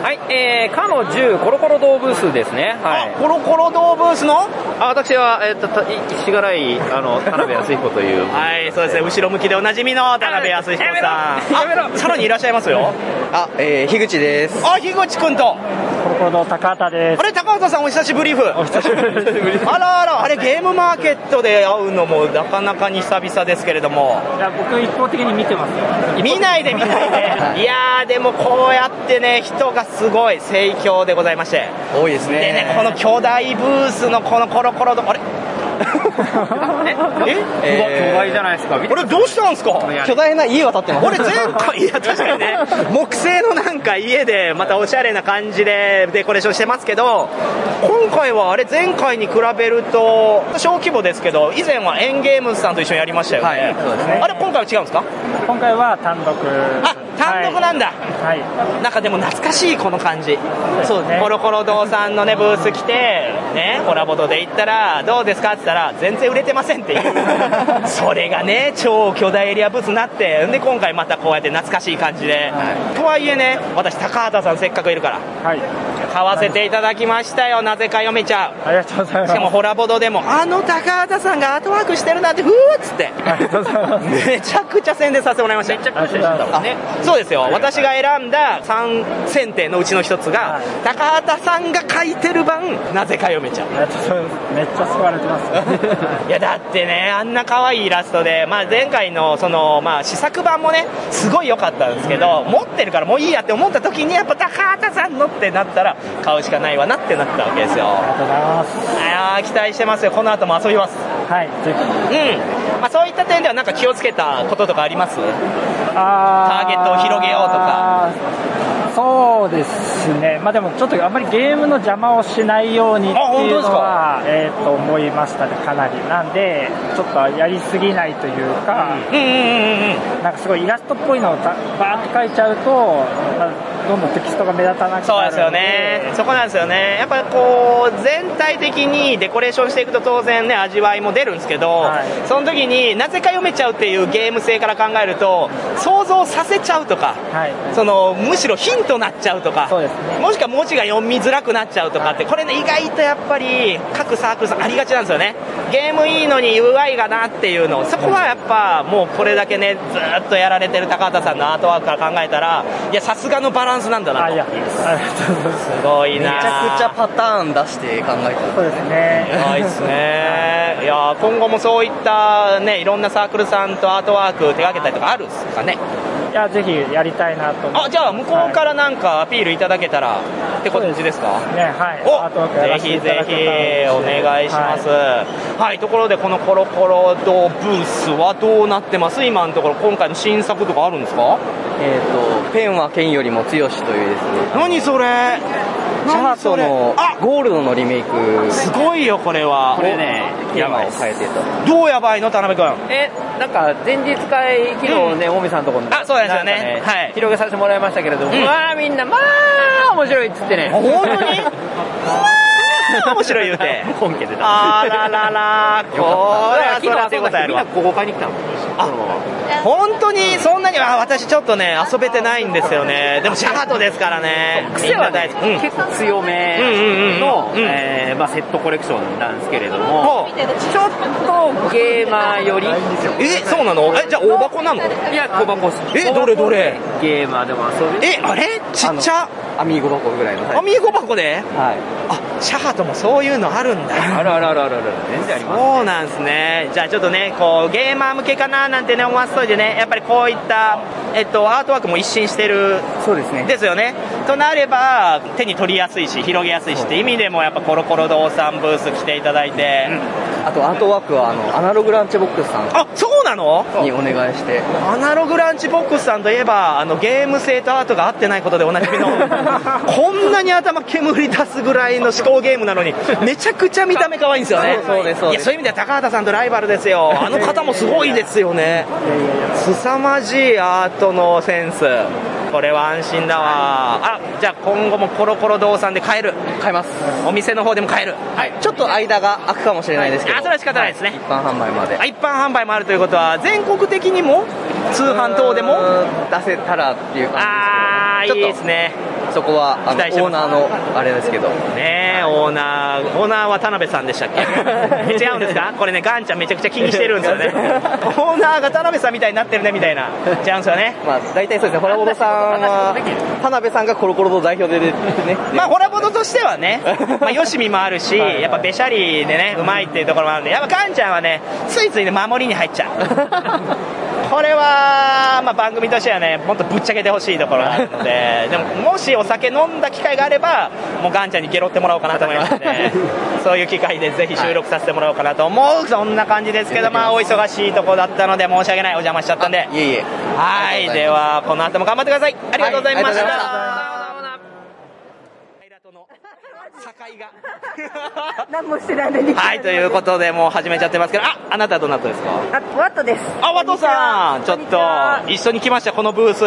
Speaker 3: はい、えー、かの10コロコロ動ブースですね。はい。コロコロ動ブースの
Speaker 13: あ私は、えっと、た石がらい、あの、田辺康彦という。
Speaker 3: はい、そうですね。後ろ向きでおなじみの田辺康彦さん。やめろさらにいらっしゃいますよ。
Speaker 5: あ、えー、樋口です。
Speaker 3: あ、樋口くんと。
Speaker 5: コロコロの高畑で
Speaker 3: あれ、高畑さんお久しぶりふ。お久しぶりあらあら、あれ、ゲームマーケットで会うのもなかなかに久々ですけれども。
Speaker 5: す。いや、僕一方的に見てますよ。
Speaker 3: 見ないで見ないで。いやー、でもこうやってね、人がすごい盛況でございまして。
Speaker 5: 多いですね。
Speaker 3: でね、この巨大ブースのこのコロコロ ど、あれえ
Speaker 5: えー巨大じゃないですか見てくだ
Speaker 3: 俺
Speaker 5: さい
Speaker 3: どうしたんですか
Speaker 5: 屋根巨大な家が建ってます
Speaker 3: 俺前回いや確かに ね木製のなんか家でまたおしゃれな感じでデコレーションしてますけど今回はあれ前回に比べると小規模ですけど以前はエンゲームズさんと一緒にやりましたよね,、あれ今回は違うんですか
Speaker 5: 今回は単独。あ、
Speaker 3: 単独なんだ、なんかでも懐かしいこの感じそうですねコロコロ堂さんのねブース来てねコラボドで行ったらどうですかって言ったら全然売れてませんっていう それがね超巨大エリアブースになってで今回またこうやって懐かしい感じで、とはいえね私高畑さんせっかくいるから買わせていただきましたよなぜか読めちゃう
Speaker 5: ありがとうございま
Speaker 3: し
Speaker 5: す。
Speaker 3: かもホラボドでもあの高畑さんがアートワークしてるなんてふーっつってめちゃくちゃ宣伝させてもらいましためちゃくちゃねそうですよ私が選んだ3選定のうちの一つが高畑さんが書いてる版なぜか読めちゃう
Speaker 5: めっちゃ救われてます。
Speaker 3: いやだってねあんな可愛いイラストで、まあ、前回のその、まあ、試作版もねすごい良かったんですけど持ってるからもういいやって思った時にやっぱ高畑さんのってなったら買うしかないわなってなったわけですよありがとうございます期待してますよこの後も遊びますはいぜひうん、まあ、そういった点ではなんか気をつけたこととかありますターゲットを広げようとか
Speaker 5: そうですね、まあ、でもちょっとあんまりゲームの邪魔をしないようにっていうのは、えー、と思いましたね、かなり。なんで、ちょっとやりすぎないというか、なんかすごいイラストっぽいのをざバーっと描いちゃうと、まあどんどんテキストが目立たなく
Speaker 3: そう
Speaker 5: なる
Speaker 3: ですよね、そこなんですよね、やっぱこう、全体的にデコレーションしていくと当然ね、味わいも出るんですけど、その時になぜか読めちゃうっていうゲーム性から考えると、想像させちゃうとか、そのむしろヒントになっちゃうとかもしくは文字が読みづらくなっちゃうとかって、これね、意外とやっぱり、各サークルさん、ありがちなんですよね、ゲームいいのに UI がなっていうの、そこはやっぱ、もうこれだけね、ずーっとやられてる高畑さんのアートワークから考えたら、いや、さすがのバランスなんだなと。すご
Speaker 5: め
Speaker 3: い
Speaker 5: ち
Speaker 3: な
Speaker 5: ゃくちゃ
Speaker 3: パターン出して考えてるそうです
Speaker 5: ね
Speaker 3: すごいですねいやー今後もそういったねいろんなサークルさんとアートワーク手がけたりとかあるんですかね
Speaker 14: いや、ぜひやりたいなと思って。
Speaker 3: あじゃあ向こうからなんかアピールいただけたらって感じですか
Speaker 14: ね、はい。おアートワークや
Speaker 3: ぜ
Speaker 14: らせて
Speaker 3: ひ
Speaker 14: いただ
Speaker 3: ぜひ
Speaker 14: けたら
Speaker 3: お願いします、はいところでこのコロコロ堂ブースはどうなってます今のところ今回の新作とかあるんですか
Speaker 5: えっ、と、ペンは剣よりも強しというですね。
Speaker 3: 何それ
Speaker 5: チャラットのゴールドのリメイク。
Speaker 3: すごいよ、これは。
Speaker 5: これね、テーマを変えてと。
Speaker 3: どうやばいの田辺君
Speaker 5: え、なんか、前日会、昨日ね、近江さんのとこに。
Speaker 3: あそうなんですよね
Speaker 5: なんか広げさせてもらいましたけれども、
Speaker 3: うん
Speaker 5: まあみんな、まあ面白いっつってね。
Speaker 3: 本当に面白い言うて
Speaker 5: 本家で
Speaker 3: あらららこれはそ
Speaker 5: よ
Speaker 3: れ
Speaker 5: か
Speaker 3: は
Speaker 5: った
Speaker 3: 手応えあるわ
Speaker 5: 昨日ここ買いに来たの
Speaker 3: 本当にそんなにあ私ちょっとね遊べてないんですよねでもシャートですからね
Speaker 15: 癖はね、
Speaker 3: みんな大好きうん
Speaker 15: 結構強めの、えーまあ、セットコレクションなんですけれども、ちょっとゲーマーより
Speaker 3: えそうなのえじゃあ大箱なの
Speaker 15: いや小箱っす
Speaker 3: えどれどれ
Speaker 15: ゲーマーでも遊べる
Speaker 3: えあれちっちゃ
Speaker 5: アミーゴ箱ぐらいのサイズ
Speaker 3: アミーゴ箱で
Speaker 5: はい。
Speaker 3: あシャハトもそういうのあるんだ
Speaker 5: あるあるあるあるある。全然あります。
Speaker 3: そうなんですねじゃあちょっとねこうゲーマー向けかななんてね思わせといてねやっぱりこういった、えっと、アートワークも一新してる
Speaker 5: そうですね
Speaker 3: ですよねとなれば手に取りやすいし広げやすいしって意味でもやっぱコロコロ堂さんブース来ていただいて、
Speaker 5: あと、アートワークは、あの、アナログランチボックスさん
Speaker 3: あそうなの
Speaker 5: にお願いして。
Speaker 3: アナログランチボックスさんといえばあのゲーム性とアートが合ってないことでおなじ みのこんなに頭煙出すぐらいの思考ゲームなのにめちゃくちゃ見た目可愛いんですよね
Speaker 5: そうそうですそうです
Speaker 3: いやそういう意味では高畑さんとライバルですよあの方もすごいですよね凄まじいアートのセンスこれは安心だわあじゃあ今後もコロコロ堂さんで買える
Speaker 5: 買えます
Speaker 3: お店の方でも買えるはい
Speaker 5: ちょっと間が空くかもしれないですけど。
Speaker 3: あそれは仕方ないですね、
Speaker 5: 一般販売まで。
Speaker 3: あ一般販売もあるということは全国的にも通販等でも
Speaker 5: 出せたらっていうじですけ
Speaker 3: 感
Speaker 5: ど。ああ、いい
Speaker 3: ですね。
Speaker 5: そこは、あの、
Speaker 3: 期待して
Speaker 5: オー
Speaker 3: ます
Speaker 5: ナーの、あれですけど。
Speaker 3: ねえオーナーオーナーは田辺さんでしたっ け違うんですかこれねガンちゃんめちゃくちゃ気にしてるんですよね オーナーが田辺さんみたいになってるねみたいな違うんですよね
Speaker 5: まあ、大体そうですね、ホラボドさんは、田辺さんがコロコロの代表で出てね。
Speaker 3: まあホラボドとしてはね、まあ、よしみもあるし、やっぱべしゃりでね、うまいっていうところもあるんで、やっぱカンちゃんはね、ついついね、守りに入っちゃ う。これは、まあ、番組としてはね、もっとぶっちゃけてほしいところがあるので、でも、もしお酒飲んだ機会があれば、もうガンちゃんにゲロってもらおうかなと思い ますね。そういう機会でぜひ収録させてもらおうかなと思う、そんな感じですけど、まあ、お忙しいとこだったので、申し訳ない、お邪魔しちゃったんで。
Speaker 5: いえいえ。
Speaker 3: はい、では、この後も頑張ってください。ありがとうございました。
Speaker 16: 何もしてないのに。
Speaker 3: はい、ということで、もう始めちゃってますけど、あ、あなたどなたですか
Speaker 16: あ、ワットです。
Speaker 3: あ、ワトさん、ちょっと、一緒に来ました、この ブース。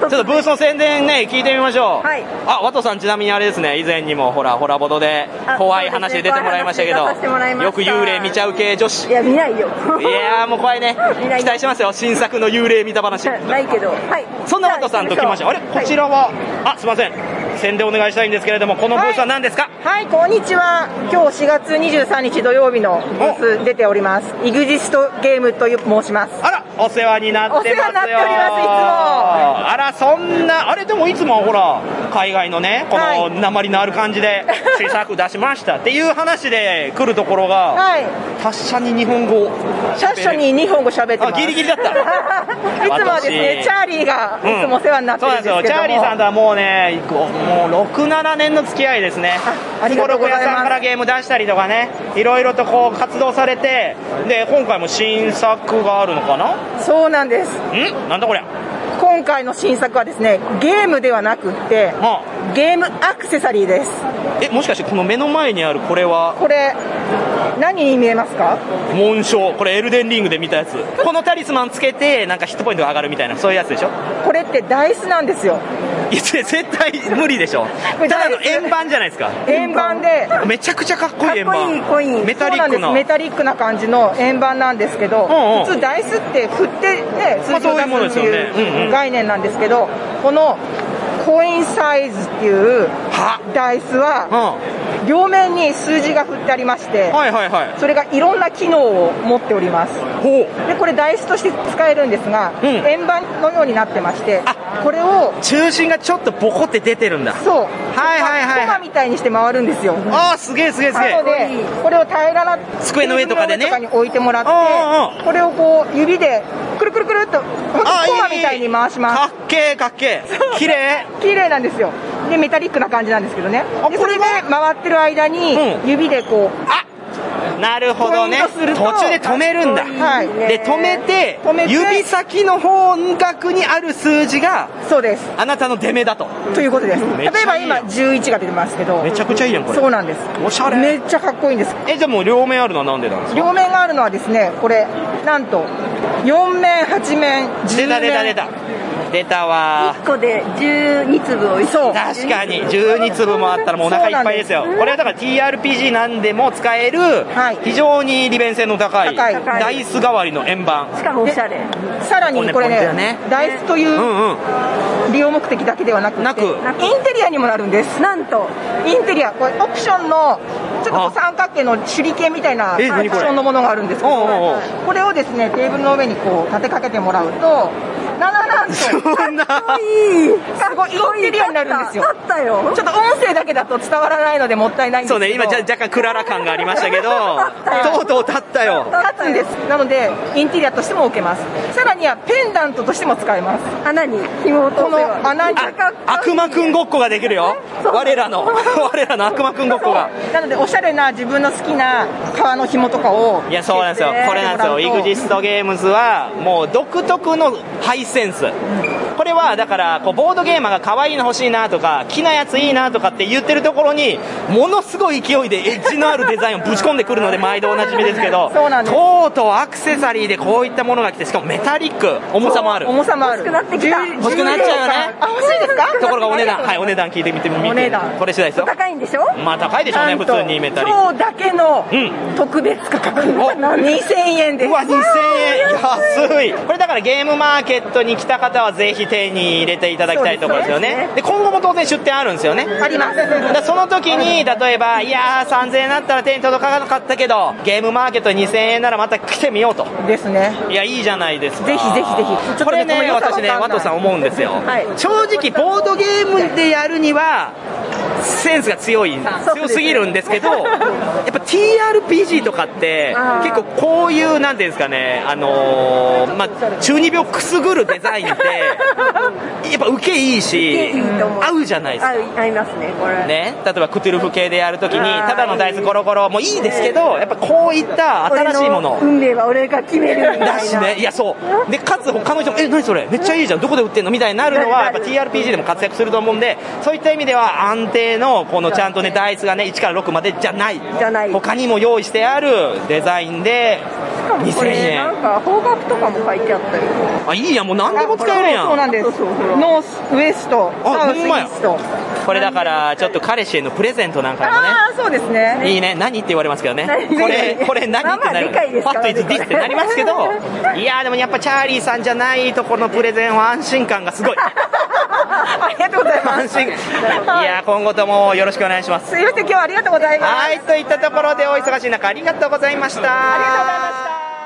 Speaker 3: ちょっとブースの宣伝ね、聞いてみましょう。
Speaker 16: はい
Speaker 3: あ、ワトさん、ちなみにあれですね、以前にも、ほら、ホラボドで、怖い話で出てもらいましたけど
Speaker 16: そうですね怖い話出させてもらい、ま
Speaker 3: よ
Speaker 16: し
Speaker 3: く
Speaker 16: た
Speaker 3: 幽霊見ちゃう系女子。い
Speaker 16: や、見ないよ。
Speaker 3: いやー、もう怖 いね。期待してますよ、新作の幽霊見た話。
Speaker 16: ないけど。はい。
Speaker 3: そんなワトさんと来ました。あれ、こちらは、あ、すいません。宣伝お願いしたいんですけれども、このブースは何ですか
Speaker 16: はい、こんにちは。今日4月23日土曜日のブース出ております。イグジストゲームという申します。
Speaker 3: あら、お世話になってますよ。
Speaker 16: お世話になっておりますいつも
Speaker 3: あら、そんな、あれでもいつもほら、海外のね、この鉛のある感 じで、新作出しましたっていう話で来るところが、
Speaker 16: はい。
Speaker 3: 達者に日本語。
Speaker 16: 達者に日本語喋ってます。
Speaker 3: あギリギリだった
Speaker 16: いつもはですね、
Speaker 3: 私
Speaker 16: チャーリーが
Speaker 3: うん
Speaker 16: いつもお世話になって
Speaker 3: そう
Speaker 16: る
Speaker 3: な
Speaker 16: ん
Speaker 3: ん
Speaker 16: でけ
Speaker 3: ですす
Speaker 16: ども、
Speaker 3: よ。チャーリーさんとはもうね、こうもう6、7年の付き合いですね。
Speaker 16: ありがとうございます
Speaker 3: コロコロ屋さんからゲーム出したりとかね、いろいろとこう活動されて、で、今回も新作があるのかな
Speaker 16: そうなんです。
Speaker 3: んなんだこりゃ。
Speaker 16: 今回の新作はですね、ゲームではなくって、ゲームアクセサリーです。
Speaker 3: えもしかしてこの目の前にあるこれは
Speaker 16: これ、何に見えますか
Speaker 3: 紋章これエルデンリングで見たやつこのタリスマンつけてなんかヒットポイントが上がるみたいなそういうやつでしょ
Speaker 16: これってダイスなんですよ。
Speaker 3: いや 絶対無理でしょただの円盤じゃないですか
Speaker 16: 円盤で。
Speaker 3: めちゃくちゃかっこいい円盤
Speaker 16: かっこいいコイン。
Speaker 3: メタリックな
Speaker 16: そうなんですメタリックな感じの円盤なんですけど、
Speaker 3: んうん
Speaker 16: 普通ダイスって振ってね、
Speaker 3: まあ
Speaker 16: 数字を出
Speaker 3: そういうものです
Speaker 16: すって
Speaker 3: よねうんう
Speaker 16: い
Speaker 3: ん
Speaker 16: う概念なんですけど、このコインサイズっていうダイスは、両面に数字が振ってありまして、
Speaker 3: はいはいはい
Speaker 16: それがいろんな機能を持っております。で、これダイスとして使えるんですが、円盤のようになってまして、これを
Speaker 3: 中心がちょっとボコって出てるんだ
Speaker 16: そう。はいはいはい。コマみたいにして回るんですよ。
Speaker 3: あーすげえすげえすげえ
Speaker 16: なので、これを平らな
Speaker 3: 机の上とかでね
Speaker 16: 机の上とかに置いてもらって、これをこう指でくるくるくるっと。あコマみたいに回します
Speaker 3: かっけえかっけえ綺麗
Speaker 16: 綺麗なんですよでメタリックな感じなんですけどねでそれで回ってる間に指でこう、あ
Speaker 3: なるほどね
Speaker 16: ポイントすると
Speaker 3: 途中で止めるんだ、
Speaker 16: はい
Speaker 3: で止めて
Speaker 16: 止めて
Speaker 3: 指先の方角にある数字が
Speaker 16: そうです
Speaker 3: あなたの出目だと
Speaker 16: ということです例
Speaker 3: め
Speaker 16: え
Speaker 3: っちゃ
Speaker 16: ば
Speaker 3: いい
Speaker 16: 今11が出てますけど
Speaker 3: めちゃくちゃいいやんこれ
Speaker 16: そうなんです
Speaker 3: おしゃれ
Speaker 16: めっちゃかっこいいんです
Speaker 3: えじゃあもう両面あるのはなんでなんですか
Speaker 16: 両面があるのはですねこれなんと4面8面
Speaker 3: 出
Speaker 16: 10
Speaker 3: た
Speaker 16: 面
Speaker 3: 出た出た出たわ
Speaker 5: 1個で12粒美味しい
Speaker 16: そう
Speaker 3: 確かに12粒もあったらもうお腹いっぱいですよ
Speaker 5: そうなんです
Speaker 3: これはだから TRPG なんでも使える非常に利便性の高い
Speaker 16: 高い
Speaker 3: ダイス代わりの円盤
Speaker 16: しかもおしゃれさらにこれ
Speaker 3: これ
Speaker 16: ね
Speaker 3: ね
Speaker 16: ダイスという利用目的だけではなくてインテリアにもなるんですなんとインテリアこれオプションのちょっとこう三角形の手裏剣みたいなオプ
Speaker 3: え
Speaker 16: シ
Speaker 3: 何これ
Speaker 16: ョンのものがあるんですけど
Speaker 3: おうおうおう
Speaker 16: これをですねテーブルの上にこう立てかけてもらうとなななんとそんなかっこいいすごいインテリアになるんですよあったよちょっと音声だけだと伝わらないのでもったいないんです
Speaker 3: そ
Speaker 16: け
Speaker 3: う
Speaker 16: ど
Speaker 3: ね今じゃ若干クララ感がありましたけどとうとう立ったよ
Speaker 16: 立つんですなのでインテリアとしても置けますさらにはペンダントとしても使えます穴に紐をこの穴に
Speaker 3: 悪魔くんごっこができるよ我ら の我らの悪魔くんごっこが
Speaker 16: なのでおしゃれな自分の好きな革の紐とかを
Speaker 3: いやそうなんです よこれなんですよイグジストゲームズはもう独特のハイセンスこれはだからこうボードゲーマーが可愛いの欲しいなとか木なやついいなとかって言ってるところにものすごい勢いでエッジのあるデザインをぶち込んでくるの で毎度おなじみですけど
Speaker 16: そうなんです
Speaker 3: とうとうアクセサリーでこういったものが来てしかもメタリック重さもある
Speaker 16: 重さもある欲しくなってきた
Speaker 3: 欲しくなっちゃうよね
Speaker 16: あ欲しいですか
Speaker 3: ところがお値段はいお値段聞いてみてみて
Speaker 16: お値段
Speaker 3: これ次第ですよ
Speaker 16: 高いんでしょ
Speaker 3: まあ高いでしょうね
Speaker 16: なん
Speaker 3: 普
Speaker 16: と
Speaker 3: 通にメタリック
Speaker 16: 今日だけの特別価格2000円です
Speaker 3: うわ2000円安いこれだからゲームマーケットに来た方はぜひ手に入れていただきたいところですよね
Speaker 16: そう
Speaker 3: で
Speaker 16: ですね
Speaker 3: 今後も当然出店あるんですよね
Speaker 16: あります
Speaker 3: だからその時に例えばいやー3000円だったら手に届かなかったけどゲームマーケット2000円ならまた来てみようと
Speaker 16: ですね
Speaker 3: いやいいじゃないですか
Speaker 16: ぜひぜひぜひちょっとね
Speaker 3: これ
Speaker 16: この
Speaker 3: ね
Speaker 16: 良さわか
Speaker 3: 私
Speaker 16: んな
Speaker 3: ね
Speaker 16: い
Speaker 3: ワトさん思うんですよ、
Speaker 16: はい
Speaker 3: 正直ボードゲームでやるにはセンスが強い強すぎるんですけどやっぱ TRPG とかって
Speaker 2: あー
Speaker 3: 結構こういうなんていうんですかねあのーまあ中二病くすぐるデザイン ってやっぱ受けいいし合うじゃないですか
Speaker 5: 合合いますねこれ
Speaker 3: ね、例えばクトゥルフ系でやるときに
Speaker 5: あー
Speaker 3: ただのダイスコロコロもいいですけどやっぱこういった新しいもの
Speaker 5: 俺運命は俺が決めるみた
Speaker 3: だ
Speaker 5: い
Speaker 3: し
Speaker 5: な
Speaker 3: ねいやそうでかつ他の人も「え何それめっちゃいいじゃんどこで売ってんの?」みたいになるのはやっぱ TRPG でも活躍すると思うんでそういった意味では安定のこのちゃんとねダイスがね1から6までじゃない他にも用意してあるデザインで
Speaker 5: こ
Speaker 3: 2000
Speaker 5: れな
Speaker 3: 円
Speaker 5: んか方角とかも書いてあったよ
Speaker 3: あいいやんもう何でも使えるや
Speaker 16: そうなん
Speaker 3: ん
Speaker 16: ですノースウエストサウスイースト
Speaker 3: これだからちょっと彼氏へのプレゼントなんかにもね
Speaker 16: ああそうですね
Speaker 3: いいね、何って言われますけどね、
Speaker 16: 何
Speaker 3: これ、これ何って
Speaker 16: まあ
Speaker 3: なる、
Speaker 16: まあでかいです
Speaker 3: パ
Speaker 16: か
Speaker 3: ッ
Speaker 16: ら
Speaker 3: とイズディスってなります けど、いやー、でもやっぱチャーリーさんじゃないとこのプレゼンは安心感がすごい、
Speaker 16: ありがとうございます
Speaker 3: 安心、いやー、今後ともよろしくお願いします。
Speaker 16: すいません今日はありがとうございます
Speaker 3: はい、といったところでお忙しい中、ありがとうございました。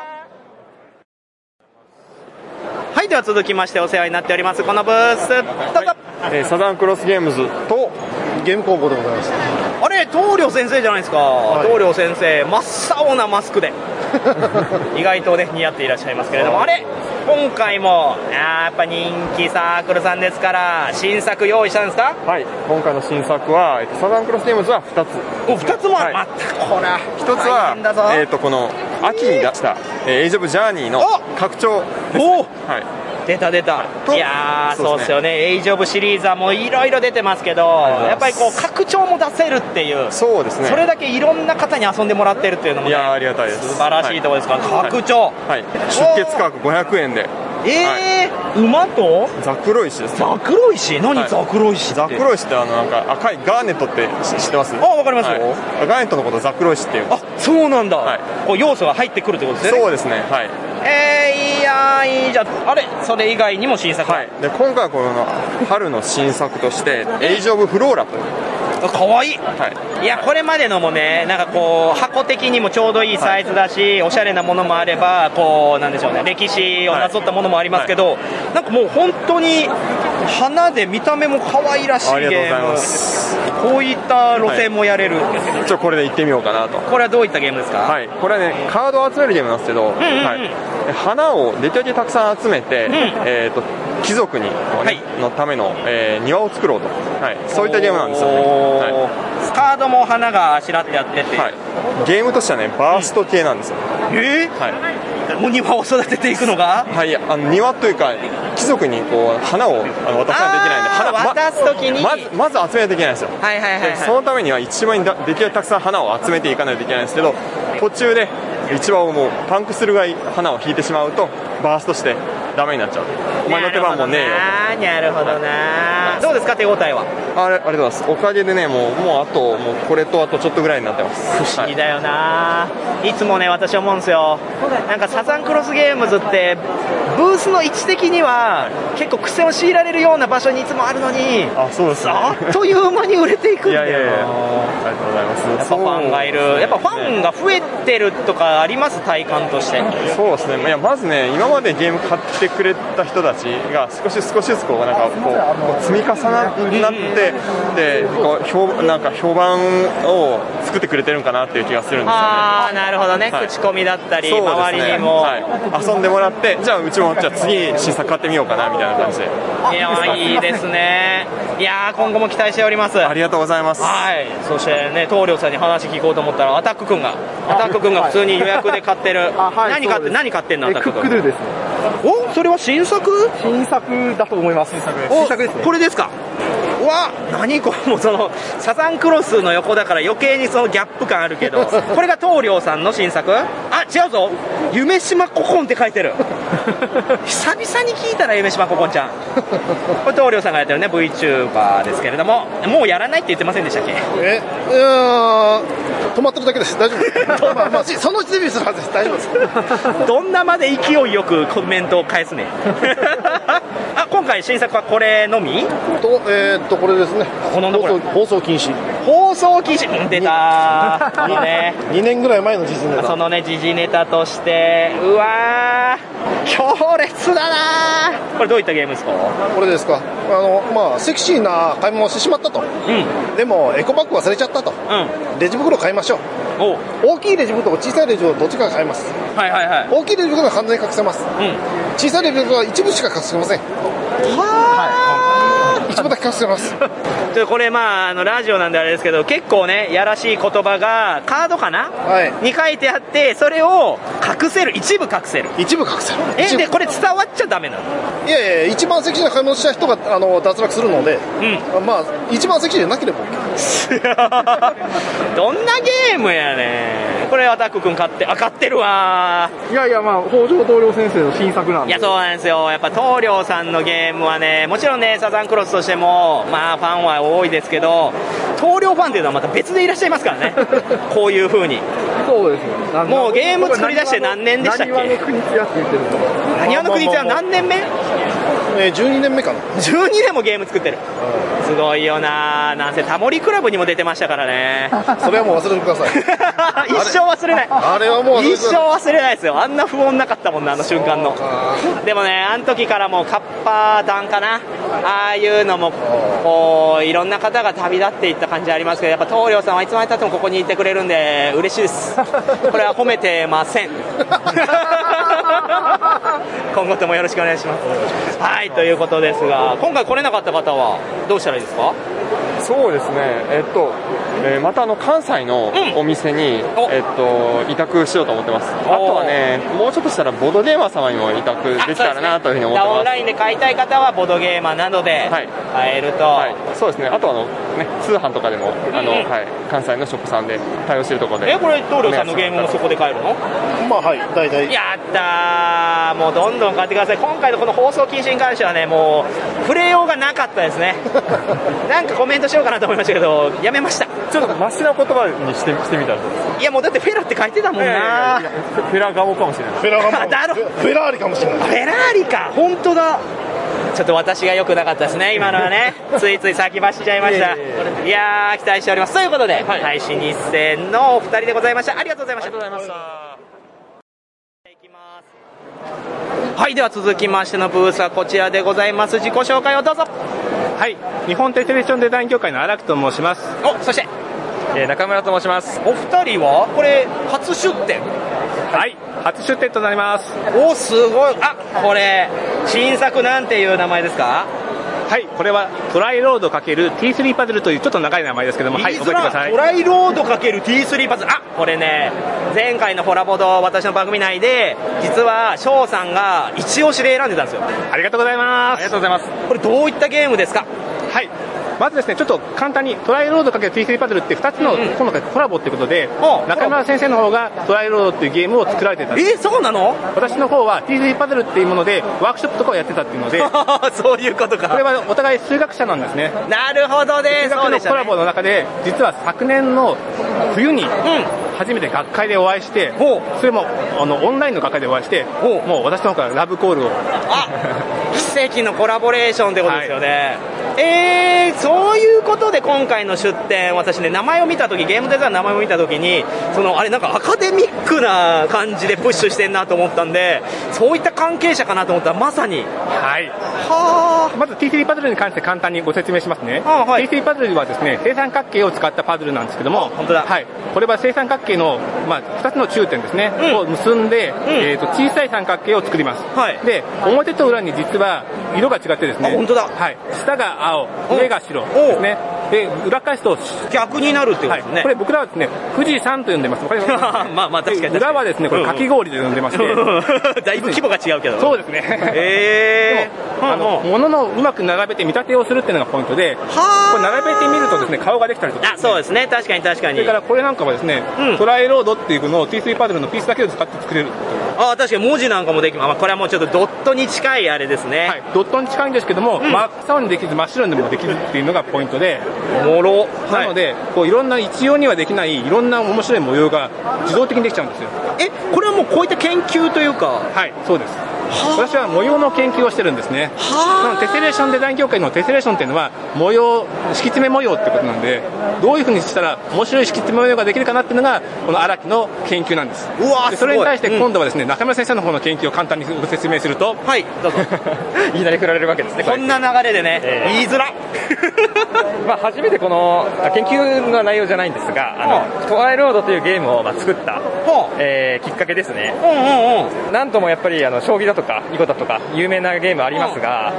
Speaker 3: はい、では続きましてお世話になっております、このブース、どうぞ。
Speaker 12: えーサザンクロスゲームズとゲーム工房でございます
Speaker 3: あれ、棟梁先生じゃないですか、棟梁先生、真っ青なマス クで、意外とね、似合っていらっしゃいますけれども、あれ、今回も、あーやっぱ人気サークルさんですから、新作用意したんですか
Speaker 12: はい、今回の新作は、えっとサザンクロスゲームズは2つ
Speaker 3: お2つもある、またこら、
Speaker 12: 一つは、えっとこの秋に出した「えーエイジ・オブ・ジャーニー」の拡張ですね、はい、
Speaker 3: 出た出たいやー
Speaker 12: そ
Speaker 3: そうう
Speaker 12: で
Speaker 3: です
Speaker 12: ね
Speaker 3: すよね、エイジ・オブ・シリーズはもういろいろ出てますけど、やっぱりこう拡張も出せるっていう、
Speaker 12: そうですね
Speaker 3: それだけいろんな方に遊んでもらってるっていうのも、
Speaker 12: いやーありがたいです
Speaker 3: 素晴らしいところですから、拡張、
Speaker 12: はい、出血価格500円で
Speaker 3: えー馬と
Speaker 12: ザクロ石です
Speaker 3: ザクロ石何ザクロ石って
Speaker 12: ザクロ石ってあのなんか赤いガーネットって知知ってます
Speaker 3: あわかります
Speaker 12: はいガーネットのことザクロ石っていうあ
Speaker 3: そうなんだ、こう要素が入ってくるってことですよね
Speaker 12: そうですねはい
Speaker 3: えー、いやーいいじゃんあれそれ以外にも新作はい
Speaker 12: で今回はこの春の新作として「エイジ・オブ・フローラ」という
Speaker 3: かわいい、
Speaker 12: はい
Speaker 3: やこれまでのもねなんかこう箱的にもちょうどいいサイズだし、おしゃれなものもあればこうなんでしょうね歴史をなぞったものもありますけど、なんかもう本当に
Speaker 17: 花で見た目も可愛らしい
Speaker 12: ありが
Speaker 17: ゲ
Speaker 12: とうござ
Speaker 17: ー
Speaker 12: い
Speaker 17: ム
Speaker 12: ます
Speaker 17: こういった路線もやれる、
Speaker 12: ちょこれで行ってみようかなと
Speaker 17: これはどういったゲームですか
Speaker 12: はいこれはねカードを集めるゲームなんですけど、はいで花をできるだけたくさん集めて、えっと貴族に、のための、えー庭を作ろうと、はい、そういったゲームなんですよね、はい、
Speaker 17: カードも花があしらってあってて、
Speaker 12: ゲームとしてはねバースト系なんですよ、
Speaker 17: え
Speaker 12: はい、
Speaker 17: お庭を育てていくのが
Speaker 12: はいあの庭というか貴族にこう花をあの渡さないといけないんで花ま
Speaker 17: 渡す時に
Speaker 12: まずまず集めないといけないんですよ
Speaker 17: はいはいはいはい
Speaker 12: でそのためには一番にだできるだけたくさん花を集めていかないといけないんですけど途中で一番をもうパンクするぐらい花を引いてしまうとバーストしてダメになっちゃうお前の手番もうねえよ
Speaker 3: あーなるほどなどうですか手応えは
Speaker 12: あれありがとうございますおかげでねもうもうあともうこれとあとちょっとぐらいになってます
Speaker 3: 不思議だよないつもね私思うんですよなんかサザンクロスゲームズってブースの位置的には結構癖を強いられるような場所にいつもあるのに
Speaker 12: あそうですね
Speaker 3: あっという間に売れていくんだよない
Speaker 12: やありがとうございます
Speaker 3: やっぱファンがいるやっぱファンが増えてるとかあります体感として
Speaker 12: そうですねいやまずね今までゲーム買ってくれた人たちが少し少しずつこうなんかこうこう積み重なってでこう評なんか評判を作ってくれてるんかなっていう気がするんですよね
Speaker 3: ああなるほどね、
Speaker 12: はい
Speaker 3: 口コミだったり、
Speaker 12: そうですね
Speaker 3: 周りにも、
Speaker 12: はい、遊んでもらってじゃあうちもじゃあ次新作買ってみようかなみたいな感じで
Speaker 3: いやいいです ねいやー今後も期待しておりますあ
Speaker 12: りがとうございます
Speaker 3: はいそしてね棟梁さんに話聞こうと思ったらアタック君がアタック君が普通に予約で買ってる、何買って何買ってんのアタック君
Speaker 18: クドゥですね
Speaker 17: おそれは新作
Speaker 18: 新作だと思います新作
Speaker 3: お
Speaker 18: ですね
Speaker 3: これですかうわ何これもうそのサザンクロスの横だから余計にそのギャップ感あるけどこれが棟梁さんの新作あ違うぞ夢島ココンって書いてる久々に聞いたら夢島ココンちゃん これ棟梁さんがやってるね VTuber ですけれどももうやらないって言ってませんでしたっ け
Speaker 5: えいやー止まってるだけです大丈 夫まあまあしそのうちデビューするはずです大丈夫です
Speaker 3: どんなまで勢いよくコメントを返すね あ今回新作はこれのみ
Speaker 5: とえーっとこれですね
Speaker 3: この
Speaker 5: 放送放送禁止
Speaker 3: 放送禁止出たーいい ね
Speaker 5: 2年ぐらい前の時事ネタ
Speaker 3: そのね時事ネタとしてうわー強烈だなーこれどういったゲームですか
Speaker 5: これですかあのまあセクシーな買い物をしてしまったと、でもエコバッグ忘れちゃったと、レジ袋買いましょう大きいレジ袋小さいレジ袋どっちかが買います
Speaker 3: はいはいはい
Speaker 5: 大きいレジ袋は完全に隠せます、小さいレジ袋は一部しか隠せませんはい一部だけ隠せ ます
Speaker 3: ちょっとこれまああのラジオなんであれですけど結構ねやらしい言葉がカードかな、に書いてあってそれを隠せる一部隠せる
Speaker 5: 一部隠せる
Speaker 3: えでこれ伝わっちゃダメなの
Speaker 5: いやいや一番セクシーな買い物をした人があの脱落するので、まあ一番セクシーじゃなければ OK
Speaker 3: どんなゲームやねんこれアタック君買ってあ買ってる わ
Speaker 18: いやいやまあ北条棟梁先生の新作なん
Speaker 3: ー
Speaker 18: で
Speaker 3: いやそうなんですよやっぱ棟梁さんのゲームはねもちろんねサザンクロスとしてもまあファンは多いですけど棟梁ファンっていうのはまた別でいらっしゃいますからねこういう風に
Speaker 18: そうですよ
Speaker 3: もうゲーム作り出して何年でしたっけ
Speaker 18: 何の国津屋って言ってるんですか
Speaker 3: 何わの国津は何年目
Speaker 5: え12年目かな
Speaker 3: 12年もゲーム作ってるすごいよななんせタモリクラブにも出てましたからね
Speaker 5: それはもう忘れてください
Speaker 3: 一生忘れない
Speaker 5: あれはもう忘れて
Speaker 3: 一生忘れないですよあんな不穏なかったもんなあの瞬間のでもねあの時からもうカッパ団かなああいうのもこういろんな方が旅立っていった感じありますけどやっぱ棟梁さんはいつまでたってもここにいてくれるんで嬉しいですこれは褒めてま せん今後ともよろしくお願いしますはいということですが今回来れなかった方はどうしたらいいですか
Speaker 12: そうですね、えっと、えーまたあの関西のお店に、えっと、委託しようと思ってます、あとはね、もうちょっとしたらボードゲーマー様にも委託できたらなというふうに思って
Speaker 3: オン
Speaker 12: ま
Speaker 3: ラインで買いたい方はボードゲーマーなどで買えると、
Speaker 12: す、そうですね、あとあの、ね、通販とかでも、あの
Speaker 3: うんうん
Speaker 12: はい、関西のショップさんで対応してるところで、
Speaker 3: えこれ棟梁さんのゲームもそこで買えるの
Speaker 5: まあはい大体
Speaker 3: やったーもうどんどん買ってください今回のこの放送禁止に関してはねもう触れようがなかったで すねなんかコメントしようかなと思いましたけどやめました
Speaker 12: ちょっとマシな言葉にしてしてみたらどうですか
Speaker 3: いやもうだってフェラって書いてたもん
Speaker 12: い
Speaker 3: な
Speaker 12: やいやいやフェラガモかもしれない
Speaker 5: フェラガモかも
Speaker 3: だろ
Speaker 5: フェラーリかもしれない
Speaker 3: フェラーリか本当だちょっと私が良くなかったですね今のはねついつい先走っちゃいましたいやー期待しておりますということで、配信日戦のお二人でございましたありがとうございましたありがとうございましたはい、では続きましてのブースはこちらでございます。自己紹介をどうぞ。
Speaker 19: はい、日本テレビジョンデザイン協会の荒木と申します。
Speaker 3: お、そして、
Speaker 19: えー中村と申します。
Speaker 3: お二人はこれ、初出店はい、初出店となります。お、すごい。あ、これ、新作なんていう名前ですか
Speaker 19: はい、これはトライロード ×T3 パズルというちょっと長い名前ですけども、はい、
Speaker 3: 言い
Speaker 19: 覚
Speaker 3: づ
Speaker 19: えて
Speaker 3: ら
Speaker 19: ください。
Speaker 3: トライロード ×T3 パズル。あ、これね、前回のホラボド、私の番組内で、実は翔さんが一押しで選んでたんですよ。ありがとうございます。ありがとうございます。これどういったゲームですか
Speaker 19: はい。まずですね、ちょっと簡単にトライロード ×T3 パズルって2つの今回コラボってことで、中村先生の方がトライロードっていうゲームを作られてたんです。
Speaker 3: えそうなの
Speaker 19: 私の方は T3 パズルっていうものでワークショップとかをやってたっていうの で、
Speaker 3: そういうことか。
Speaker 19: これはお互い数学者なんですね。
Speaker 3: なるほどね、
Speaker 19: 数
Speaker 3: そ
Speaker 19: 学
Speaker 3: うで
Speaker 19: の
Speaker 3: し
Speaker 19: コ
Speaker 3: たね
Speaker 19: ラボの中で、実は昨年の冬に、初めて学会でお会いして、それもあのオンラインの学会でお会いして、もう私の方からラブコールを。
Speaker 3: 奇跡のコラボレーションってことですよね、えー、そういうことで今回の出展私ね名前を見た時ゲームデザインの名前を見た時にそのあれなんかアカデミックな感じでプッシュしてんなと思ったんでそういった関係者かなと思ったらまさに
Speaker 19: はい。
Speaker 3: は
Speaker 19: まず T3 パズルに関して簡単にご説明しますね。T3 パズルはですね、正三角形を使ったパズルなんですけども、はい。これは正三角形の、まあ、2つの中点ですね、を結んで、えーと、小さい三角形を作ります。で、表と裏に実は色が違ってですね、
Speaker 3: あ本当だ
Speaker 19: はい。下が青、上が白ですね。で、裏返すと
Speaker 3: 逆になるってことですね
Speaker 19: はい、これ僕らはですね、富士山と呼んでます。わかりますか
Speaker 3: まあまあ確かに確かに
Speaker 19: 裏はですね、これかき氷で呼んでまして、
Speaker 3: だいぶ規模が違うけど
Speaker 19: そうですね。
Speaker 3: え
Speaker 19: でも、あの、もののうまく並べて見立てをするっていうのがポイントで、これ並べてみるとですね、顔ができたりとか。
Speaker 3: あそうですね確かに確か
Speaker 19: そ
Speaker 3: に
Speaker 19: れからこれなんかはですね、トライロードっていうのを T3 パズルのピースだけを使って作れる。
Speaker 3: あ確かに文字なんかもできます、まあ、これはもうちょっとドットに近いあれですね、
Speaker 19: ドットに近いんですけども、真っ青にできず真っ白にもできるっていうのがポイントで。
Speaker 3: もろ。
Speaker 19: なので、こういろんな一様にはできない、いろんな面白い模様が自動的にできちゃうんですよ。
Speaker 3: え、これはもうこういった研究というか。
Speaker 19: はい、そうです。私は模様の研究をしてるんですね。なのでテセレーションデザイン協会のテセレーションっていうのは模様、敷き詰め模様ってことなんで、どういうふうにしたら面白い敷き詰め模様ができるかなっていうのが、この荒木の研究なんです。
Speaker 3: うわー
Speaker 19: ですそ
Speaker 3: ごい
Speaker 19: れに対して今度はですね、中村先生の方の研究を簡単にご説明すると、
Speaker 3: はい、ど うぞ。
Speaker 19: いきなり振られるわけですね、
Speaker 3: こんな流れでね、言いづら
Speaker 5: まあ、初めてこのあ研究の内容じゃないんですが、あのトワイロードというゲームをまあ作った、えーきっかけですね、なんともやっぱりあの将棋だとか囲碁だとか有名なゲームありますが、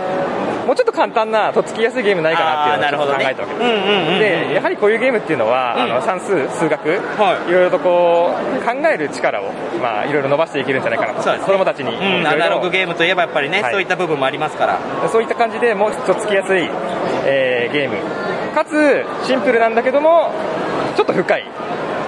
Speaker 5: もうちょっと簡単なとっつきやすいゲームないかなっていうのをちょっと考えたわけです、でやはりこういうゲームっていうのは、あの算数数学、い、ろいろとこう考える力を、まあ、いろいろ伸ばしていけるんじゃないかなと、子供たちにいろいろ
Speaker 3: アナログゲームといえばやっぱりね、
Speaker 5: はい
Speaker 3: そういった部分もありますから。
Speaker 5: そういった感じでもうちょっとつきやすい、えーゲーム。かつ、シンプルなんだけども、ちょっと深い。